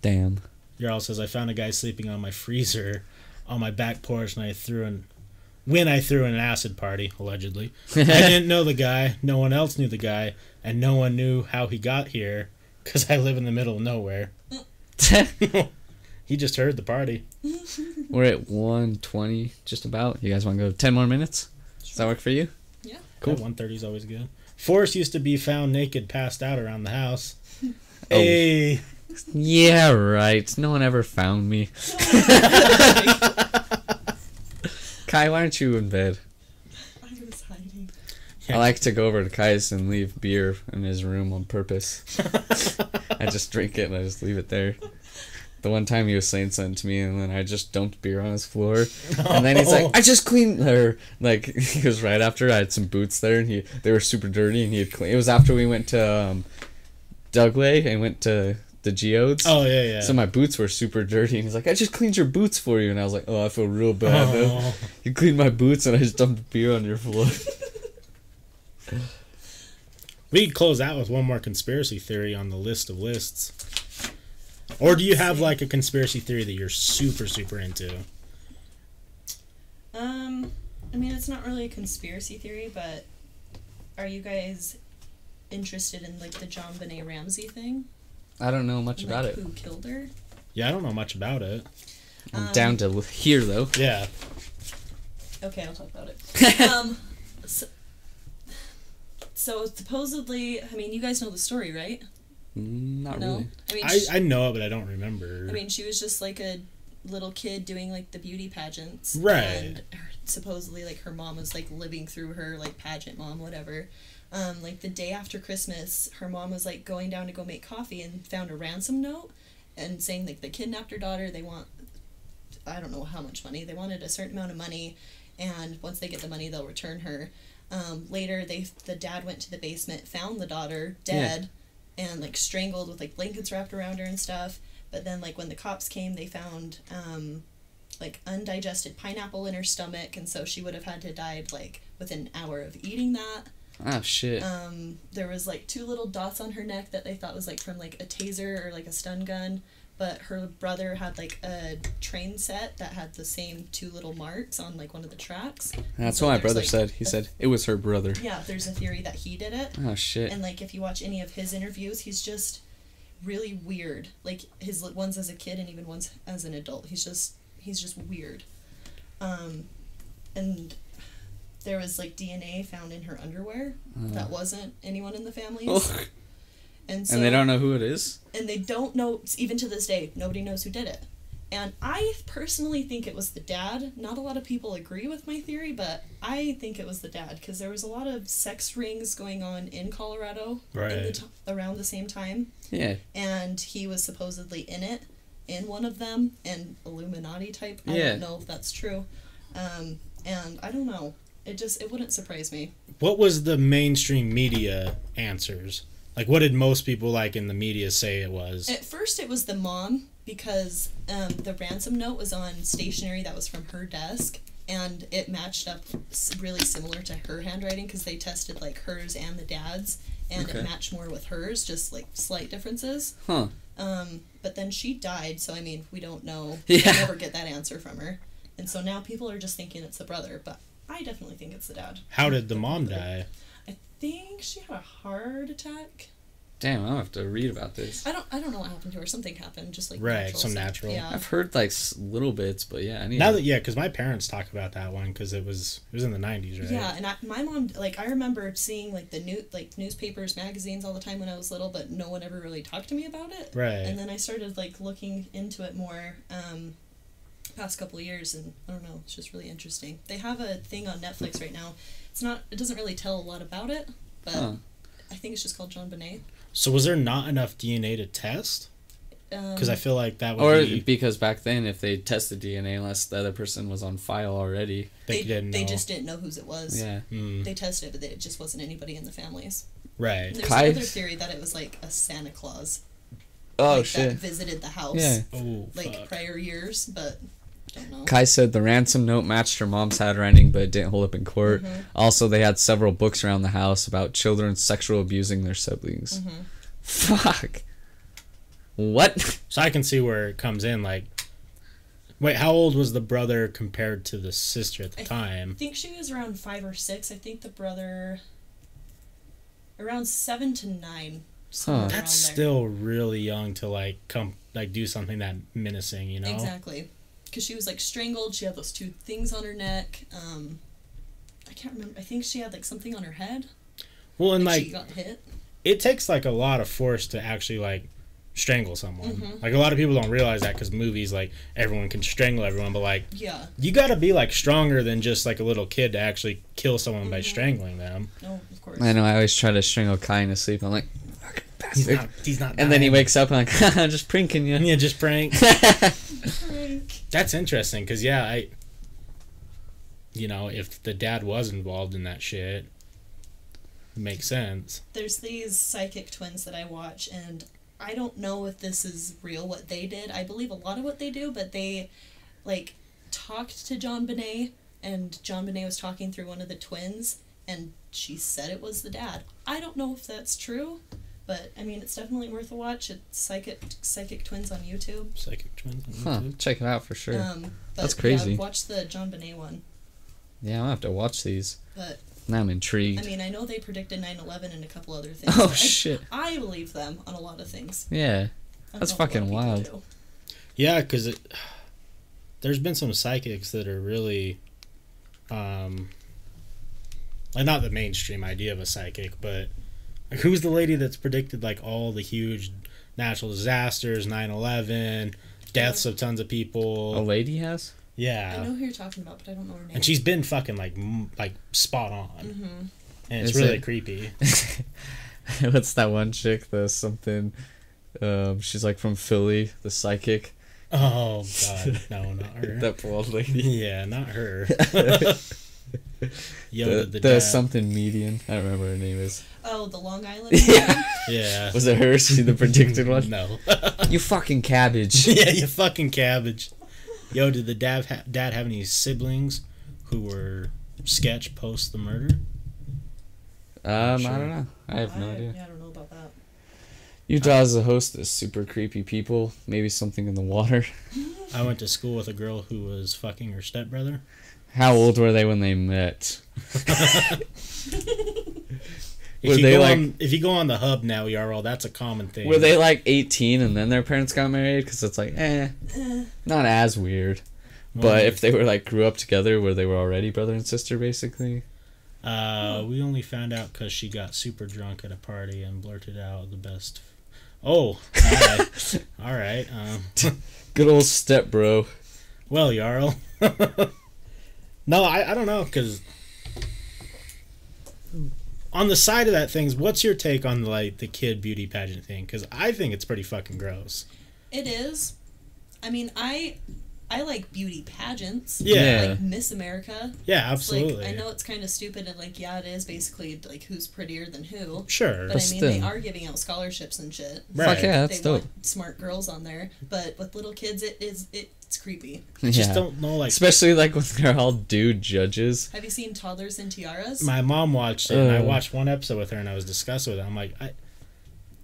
Speaker 2: Damn.
Speaker 3: Jarl says I found a guy sleeping on my freezer on my back porch and I threw an when I threw in an acid party, allegedly. I didn't know the guy, no one else knew the guy, and no one knew how he got here because I live in the middle of nowhere. He just heard the party.
Speaker 2: We're at 120, just about. You guys want to go 10 more minutes? Does that work for you? Cool.
Speaker 3: Cool. One thirty is always good. Forrest used to be found naked, passed out around the house.
Speaker 2: Oh.
Speaker 3: Hey,
Speaker 2: Yeah, right. No one ever found me. Kai, why aren't you in bed?
Speaker 4: I was hiding.
Speaker 2: I like to go over to Kai's and leave beer in his room on purpose. I just drink it and I just leave it there. The one time he was saying something to me, and then I just dumped beer on his floor, and then he's like, "I just cleaned her." Like he was right after I had some boots there, and he they were super dirty, and he had cleaned. It was after we went to um, Dugway and went to the geodes.
Speaker 3: Oh yeah, yeah.
Speaker 2: So my boots were super dirty, and he's like, "I just cleaned your boots for you," and I was like, "Oh, I feel real bad."
Speaker 3: Oh.
Speaker 2: You cleaned my boots, and I just dumped beer on your floor.
Speaker 3: We could close out with one more conspiracy theory on the list of lists. Or do you have like a conspiracy theory that you're super super into?
Speaker 4: Um, I mean, it's not really a conspiracy theory, but are you guys interested in like the John Benet Ramsey thing?
Speaker 2: I don't know much
Speaker 4: Like,
Speaker 2: about it.
Speaker 4: Who killed her?
Speaker 3: Yeah, I don't know much about it.
Speaker 4: Um,
Speaker 2: I'm down to l- here though.
Speaker 3: Yeah.
Speaker 4: Okay, I'll talk about it. um, so, so supposedly, I mean, you guys know the story, right?
Speaker 2: Mm, Not
Speaker 4: No,
Speaker 2: really.
Speaker 4: I mean,
Speaker 3: Mm-hmm. I,
Speaker 4: sh-
Speaker 3: I know it but I don't remember.
Speaker 4: I mean, she was just like a little kid doing like the beauty pageants.
Speaker 3: Right.
Speaker 4: And her, supposedly, like her mom was like living through her like pageant mom, whatever. Um, like the day after Christmas, her mom was like going down to go make coffee and found a ransom note and saying like they kidnapped her daughter. They want, I don't know how much money. They wanted a certain amount of money, and once they get the money, they'll return her. Um, later, they the dad went to the basement, found the daughter dead, and like strangled with like blankets wrapped around her and stuff. But then like when the cops came, they found um, like undigested pineapple in her stomach, and so she would have had to died like within an hour of eating that.
Speaker 2: Ah shit.
Speaker 4: Um, there was like two little dots on her neck that they thought was like from like a taser or like a stun gun, but her brother had like a train set that had the same two little marks on like one of the tracks.
Speaker 2: That's
Speaker 4: so
Speaker 2: what my
Speaker 4: there's,
Speaker 2: brother
Speaker 4: like,
Speaker 2: said. He
Speaker 4: a-
Speaker 2: said it was her brother.
Speaker 4: Yeah, there's a theory that he did it.
Speaker 2: Oh shit.
Speaker 4: And like if you watch any of his interviews, he's just really weird. Like his li- ones as a kid and even ones as an adult. He's just he's just weird. Um and there was like DNA found in her underwear
Speaker 2: Mm.
Speaker 4: that wasn't anyone in the family's.
Speaker 2: Ugh.
Speaker 4: And so
Speaker 2: and they don't know who it is.
Speaker 4: and they don't know even to this day nobody knows who did it and i personally think it was the dad not a lot of people agree with my theory but i think it was the dad because there was a lot of sex rings going on in colorado in the
Speaker 3: Right.
Speaker 4: t- around the same time
Speaker 2: Yeah.
Speaker 4: and he was supposedly in it in one of them an illuminati type i
Speaker 2: Yeah.
Speaker 4: don't know if that's true um, and i don't know it just it wouldn't surprise me
Speaker 3: What was the mainstream media answers? Like what did most people like in the media say it was?
Speaker 4: At first, it was the mom because um, the ransom note was on stationery that was from her desk, and it matched up s- really similar to her handwriting because they tested like hers and the dad's, and
Speaker 2: Okay.
Speaker 4: it matched more with hers, just like slight differences.
Speaker 2: Huh.
Speaker 4: Um, but then she died, so I mean, we don't know.
Speaker 2: Yeah.
Speaker 4: We never get that answer from her, and so now people are just thinking it's the brother, but I definitely think it's the dad.
Speaker 3: How did the mom die?
Speaker 4: I think she had a heart attack.
Speaker 2: Damn, I'll have to read about this.
Speaker 4: I don't. I don't know what happened to her. Something happened, just like
Speaker 3: Right, some
Speaker 4: stuff.
Speaker 3: natural.
Speaker 4: Yeah.
Speaker 2: I've heard like s- little bits, but yeah, I need.
Speaker 3: Now that yeah, cuz my parents talk about that one cuz it was it was in the 90s, right?
Speaker 4: Yeah, and I, my mom, like, I remember seeing like the new, like newspapers, magazines all the time when I was little, but no one ever really talked to me about it.
Speaker 3: Right.
Speaker 4: And then I started like looking into it more, um, past couple of years, and I don't know, it's just really interesting. They have a thing on Netflix right now. It's not, it doesn't really tell a lot about it, but
Speaker 2: Huh.
Speaker 4: I think it's just called John Bonet.
Speaker 3: So was there not enough DNA to test?
Speaker 4: Um,
Speaker 3: Because I feel like that would
Speaker 2: Or
Speaker 3: be
Speaker 2: because back then, if they tested DNA, unless the other person was on file already.
Speaker 3: they, didn't know.
Speaker 4: just didn't know whose it was.
Speaker 2: Yeah.
Speaker 3: Mm,
Speaker 4: They tested it, but they- it just wasn't anybody in the families.
Speaker 3: right.
Speaker 4: There's
Speaker 2: Kai-
Speaker 4: another theory that it was like a Santa Claus like, that visited the house.
Speaker 2: Oh, Yeah.
Speaker 3: Oh
Speaker 4: like
Speaker 3: fuck.
Speaker 4: prior years, but don't know.
Speaker 2: Kai said the ransom note matched her mom's handwriting, but it didn't hold up in court.
Speaker 3: Mm-hmm.
Speaker 2: Also, they had several books around the house about children sexual abusing their siblings.
Speaker 3: Mm-hmm.
Speaker 2: Fuck. What?
Speaker 3: So I can see where it comes in. Like, wait, how old was the brother compared to the sister at the
Speaker 4: I- I
Speaker 3: time?
Speaker 4: think she was around five or six. I think the brother around seven to nine.
Speaker 2: Huh.
Speaker 4: somewhere around
Speaker 3: That's
Speaker 4: there.
Speaker 3: still really young to like come like do something that menacing, you know?
Speaker 4: exactly because she was like strangled. She had those two things on her neck. Um, I can't remember. I think she had like something on her head.
Speaker 3: Well, and
Speaker 4: she
Speaker 3: like
Speaker 4: got hit.
Speaker 3: it takes like a lot of force to actually like strangle someone.
Speaker 4: Mm-hmm.
Speaker 3: Like a lot of people don't realize that because movies like everyone can strangle everyone, but like
Speaker 4: Yeah.
Speaker 3: you got to be like stronger than just like a little kid to actually
Speaker 4: Mm-hmm.
Speaker 3: kill someone by strangling them.
Speaker 4: No, of course.
Speaker 2: I know. I always try to strangle Kai into sleep. I'm like, "Fucking
Speaker 3: He's not. He's not.
Speaker 2: And then he
Speaker 3: dying.
Speaker 2: wakes up and like, I'm just pranking you.
Speaker 3: Yeah, just prank.
Speaker 4: Frank.
Speaker 3: That's interesting because yeah, I. You know, if the dad was involved in that shit, makes sense.
Speaker 4: There's these psychic twins that I watch, and I don't know if this is real what they did. I believe a lot of what they do, but they like talked to John Bonet, and John Bonet was talking through one of the twins, and she said it was the dad. I don't know if that's true, but I mean, it's definitely worth a watch. It's psychic psychic twins on YouTube.
Speaker 3: Psychic twins. on
Speaker 2: Huh,
Speaker 3: YouTube.
Speaker 2: check it out for sure.
Speaker 3: Uh.
Speaker 4: Um, but
Speaker 2: That's
Speaker 4: Yeah,
Speaker 2: crazy.
Speaker 4: watch the John Bonet one,
Speaker 2: yeah, I'll have to watch these.
Speaker 4: but
Speaker 2: Now I'm intrigued.
Speaker 4: I mean, I know they predicted 9 11 and a couple other things.
Speaker 2: Oh,
Speaker 4: but I,
Speaker 2: shit.
Speaker 4: I believe them on a lot of things.
Speaker 2: yeah. That's
Speaker 4: I know a lot of
Speaker 2: fucking
Speaker 4: people
Speaker 2: wild.
Speaker 4: do.
Speaker 3: Yeah, because there's been some psychics that are really, um, like not the mainstream idea of a psychic, but like who's the lady that's predicted like all the huge natural disasters, 9-11, deaths of tons of
Speaker 2: A
Speaker 3: people.
Speaker 2: lady has?
Speaker 4: I
Speaker 3: Yeah,
Speaker 4: know who you're talking about, but I don't know her name. Mm-hmm.
Speaker 3: and she's been fucking like m- like spot on, and it's
Speaker 2: Is
Speaker 3: really
Speaker 2: it-
Speaker 3: creepy.
Speaker 2: What's that one chick? The something. Um, she's like from Philly, the psychic.
Speaker 3: Oh god, no, not her.
Speaker 2: That bald lady.
Speaker 3: Yeah, not her. Yo,
Speaker 2: The,
Speaker 3: the,
Speaker 2: the,
Speaker 3: dad.
Speaker 2: something median. I don't remember what her name is.
Speaker 4: oh, the Long Island one?
Speaker 3: yeah.
Speaker 2: Was it her? She the predicted one?
Speaker 3: No.
Speaker 2: You fucking cabbage.
Speaker 3: yeah, you fucking cabbage. Yo, did the dad ha- dad have any siblings who were sketch post the murder?
Speaker 2: Um,
Speaker 3: Sure.
Speaker 2: I don't know. I have no idea.
Speaker 4: Yeah, I don't know about that.
Speaker 2: Utah is a host of super creepy people. Maybe something in the water.
Speaker 3: I went to school with a girl who was fucking her stepbrother.
Speaker 2: How old were they when they met?
Speaker 3: If
Speaker 2: Were
Speaker 3: you
Speaker 2: they
Speaker 3: go
Speaker 2: like-
Speaker 3: on, if you go on the hub now, Yarl, that's a common thing.
Speaker 2: Were they like 18 and then their parents got married? Because it's like, eh, not as weird. But if they were like grew up together where they were already brother and sister, basically.
Speaker 3: uh,
Speaker 4: Hmm.
Speaker 3: we only found out because she got super drunk at a party and blurted out the best. Oh, all right, all right. Um,
Speaker 2: Good old step bro.
Speaker 3: Well, Jarl. no, I, I don't know, because on the side of that things, what's your take on like the kid beauty pageant thing? Because I think it's pretty fucking gross.
Speaker 4: It is. I mean, I I like beauty pageants.
Speaker 3: Yeah, yeah,
Speaker 2: Yeah.
Speaker 4: Like Miss America. It's
Speaker 3: absolutely.
Speaker 4: Like, I know it's kind of stupid, and like, yeah, it is basically like who's prettier than who.
Speaker 3: Sure.
Speaker 4: But
Speaker 2: But
Speaker 4: I mean, they
Speaker 2: still.
Speaker 4: are giving out scholarships and shit.
Speaker 3: Right.
Speaker 2: Fuck yeah, that's
Speaker 4: they
Speaker 2: dope.
Speaker 4: want smart girls on there, but with little kids, it is it's creepy.
Speaker 2: Yeah.
Speaker 3: Just don't know. Like
Speaker 2: Especially like when they're all dude judges.
Speaker 4: Have you seen toddlers in tiaras?
Speaker 3: my mom watched it, and I
Speaker 2: Ugh.
Speaker 3: watched one episode with her, and I was disgusted with it. I'm like, I,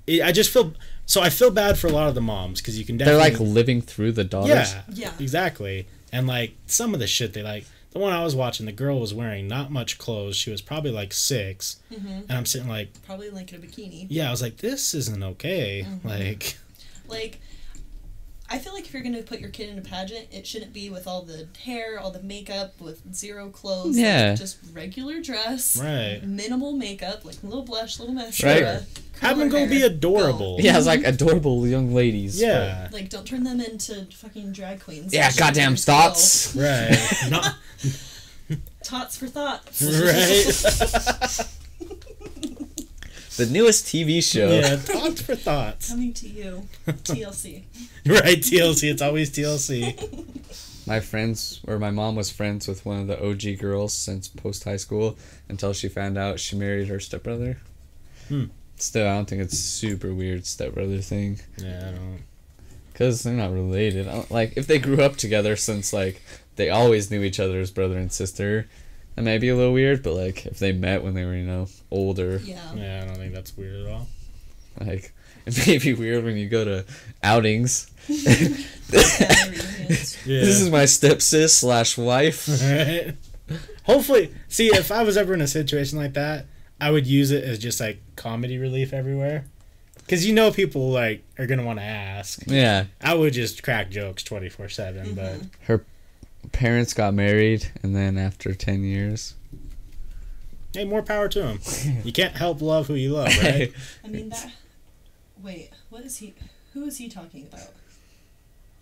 Speaker 3: it, I just feel so. I feel bad for a lot of the moms because you can
Speaker 2: They're
Speaker 3: definitely
Speaker 2: like living through the daughters.
Speaker 3: Yeah.
Speaker 4: Yeah.
Speaker 3: Exactly. And like some of the shit they like. The one I was watching, the girl was wearing not much clothes. She was probably like 6 and I'm sitting like,
Speaker 4: Probably like in a bikini.
Speaker 3: yeah. I was like, this isn't okay. Like,
Speaker 4: Like, I feel like if you're gonna put your kid in a pageant, it shouldn't be with all the hair, all the makeup, with zero clothes. like,
Speaker 2: Yeah.
Speaker 4: just regular dress.
Speaker 3: Right.
Speaker 4: Minimal makeup, like little blush, little
Speaker 2: Right.
Speaker 4: mascara. curl
Speaker 3: have them
Speaker 4: her
Speaker 3: go be
Speaker 4: hair,
Speaker 3: adorable.
Speaker 2: Yeah, it's like adorable young ladies.
Speaker 3: Yeah.
Speaker 4: go. Like, don't turn them into fucking drag queens.
Speaker 2: Yeah, goddamn
Speaker 4: Go.
Speaker 2: thoughts.
Speaker 3: Right. not
Speaker 4: Tots for thoughts.
Speaker 3: right.
Speaker 2: The newest TV show.
Speaker 3: yeah. Thoughts for thoughts.
Speaker 4: Coming to you, TLC.
Speaker 3: Right. TLC. It's always TLC.
Speaker 2: my friends or my mom was friends with one of the OG girls since post high school until she found out she married her stepbrother.
Speaker 3: Hmm.
Speaker 2: Still, I don't think it's super weird stepbrother thing
Speaker 3: Yeah. I don't.
Speaker 2: because they're not related. I don't, like if they grew up together since like they always knew each other as brother and sister, that might be a little weird. But like if they met when they were you know older,
Speaker 4: Yeah.
Speaker 3: Yeah. I don't think that's weird at all.
Speaker 2: like it may be weird when you go to outings.
Speaker 4: Yeah, reunions.
Speaker 3: Yeah.
Speaker 2: This is my stepsis slash wife.
Speaker 3: Right. Hopefully, see if I was ever in a situation like that, I would use it as just like comedy relief everywhere, because you know people like are gonna want to ask.
Speaker 2: yeah.
Speaker 3: I would just crack jokes twenty four seven, but
Speaker 4: Mm-hmm.
Speaker 2: her parents got married and then after 10 years
Speaker 3: hey, more power to them. You can't help love who you love, right?
Speaker 4: I mean that. Wait, what is he? Who is he talking about?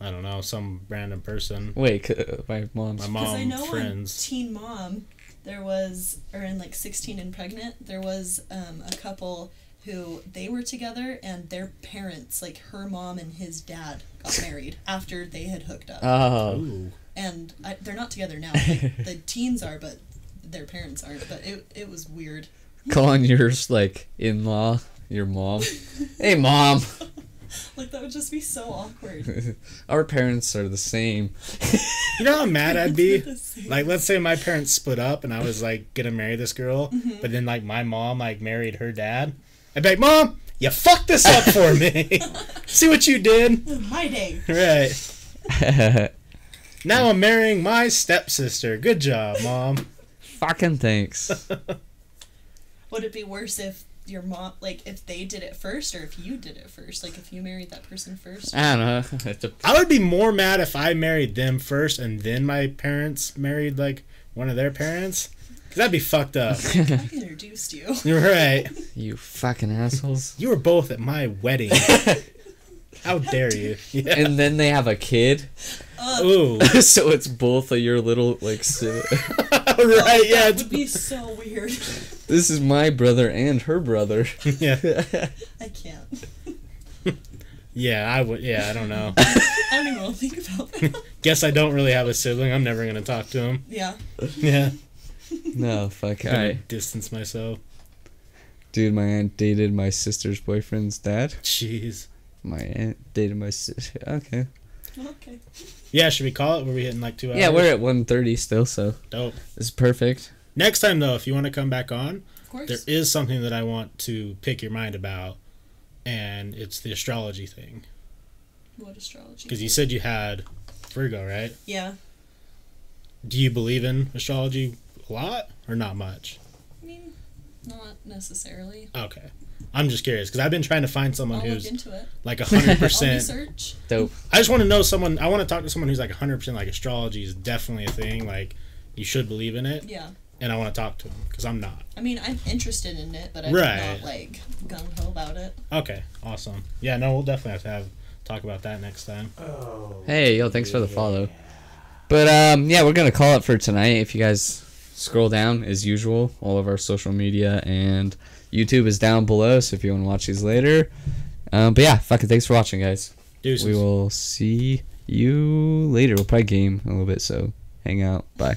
Speaker 3: I don't know, some random person.
Speaker 2: wait c- uh, my mom's
Speaker 3: My
Speaker 4: Because I
Speaker 3: mom,
Speaker 4: know on
Speaker 3: friends.
Speaker 4: Teen Mom, there was, or in like 16 and Pregnant, there was um, a couple who they were together and their parents, like her mom and his dad, got married after they had hooked up.
Speaker 3: Uh.
Speaker 2: Oh,
Speaker 3: Ooh.
Speaker 4: and I, they're not together now. Like, the teens are, but their parents aren't. But it, it was weird.
Speaker 2: calling yours like in law, your mom. hey, mom.
Speaker 4: Like, that would just be so awkward.
Speaker 2: Our parents are the same.
Speaker 3: You know how mad I'd be?
Speaker 4: The same.
Speaker 3: Like, let's say my parents split up and I was like gonna marry this girl, but then like my mom like married her dad. I'd be like, Mom, you fucked this up for me. See what you did?
Speaker 4: My day.
Speaker 3: Right. Now I'm marrying my stepsister. Good job, Mom.
Speaker 2: Fucking thanks.
Speaker 4: Would it be worse if your mom, like, if they did it first or if you did it first? Like, if you married that person first?
Speaker 2: I don't know. It's a-
Speaker 3: I would be more mad if I married them first and then my parents married like one of their parents. Cause that'd be fucked up.
Speaker 4: I introduced you.
Speaker 3: right.
Speaker 2: you fucking assholes.
Speaker 3: You were both at my wedding. How dare you? Yeah.
Speaker 2: And then they have a kid,
Speaker 3: Ooh.
Speaker 2: so it's both of your little like. si-
Speaker 3: right. Yeah.
Speaker 4: It
Speaker 3: It's,
Speaker 4: would be so weird.
Speaker 2: this is my brother and her brother.
Speaker 3: yeah.
Speaker 4: I can't.
Speaker 3: Yeah. I would. Yeah. I don't know.
Speaker 4: I don't even want to think about that.
Speaker 3: Guess I don't really have a sibling. I'm never gonna talk to him.
Speaker 4: Yeah.
Speaker 3: Yeah.
Speaker 2: no, fuck. All
Speaker 3: Gonna
Speaker 2: right,
Speaker 3: Distance myself.
Speaker 2: dude. My aunt dated my sister's boyfriend's dad.
Speaker 3: Jeez.
Speaker 2: My aunt dated my sister. Okay.
Speaker 4: Okay.
Speaker 3: Yeah. Should we call it? Were we hitting like two hours?
Speaker 2: Yeah, we're at 1.30 still, so
Speaker 3: dope.
Speaker 2: it's perfect.
Speaker 3: Next time though, if you want to come back on,
Speaker 4: Of course.
Speaker 3: there is something that I want to pick your mind about, and it's the astrology thing.
Speaker 4: what astrology?
Speaker 3: Because you said you had Virgo, right?
Speaker 4: Yeah.
Speaker 3: Do you believe in astrology a lot or not much?
Speaker 4: I mean, not necessarily.
Speaker 3: Okay. I'm just curious because I've been trying to find someone
Speaker 4: I'll look
Speaker 3: who's
Speaker 4: into it.
Speaker 3: like
Speaker 4: I'll
Speaker 3: 100%.
Speaker 4: research.
Speaker 2: Dope.
Speaker 3: I just want to know someone, I want to talk to someone who's like 100% like astrology is definitely a thing. Like, you should believe in it.
Speaker 4: Yeah.
Speaker 3: And I want to talk to him because I'm not.
Speaker 4: I mean, I'm interested in it, but I'm
Speaker 3: Right.
Speaker 4: not like gung ho about it.
Speaker 3: Okay. Awesome. Yeah. No, we'll definitely have to have talk about that next time.
Speaker 2: Hey, yo, thanks for the follow. But um, yeah, we're gonna call it for tonight. If you guys scroll down as usual, all of our social media and YouTube is down below. So if you want to watch these later, um, but yeah, fucking thanks for watching, guys.
Speaker 3: Deuces.
Speaker 2: We will see you later. We'll probably game a little bit, so hang out. Bye.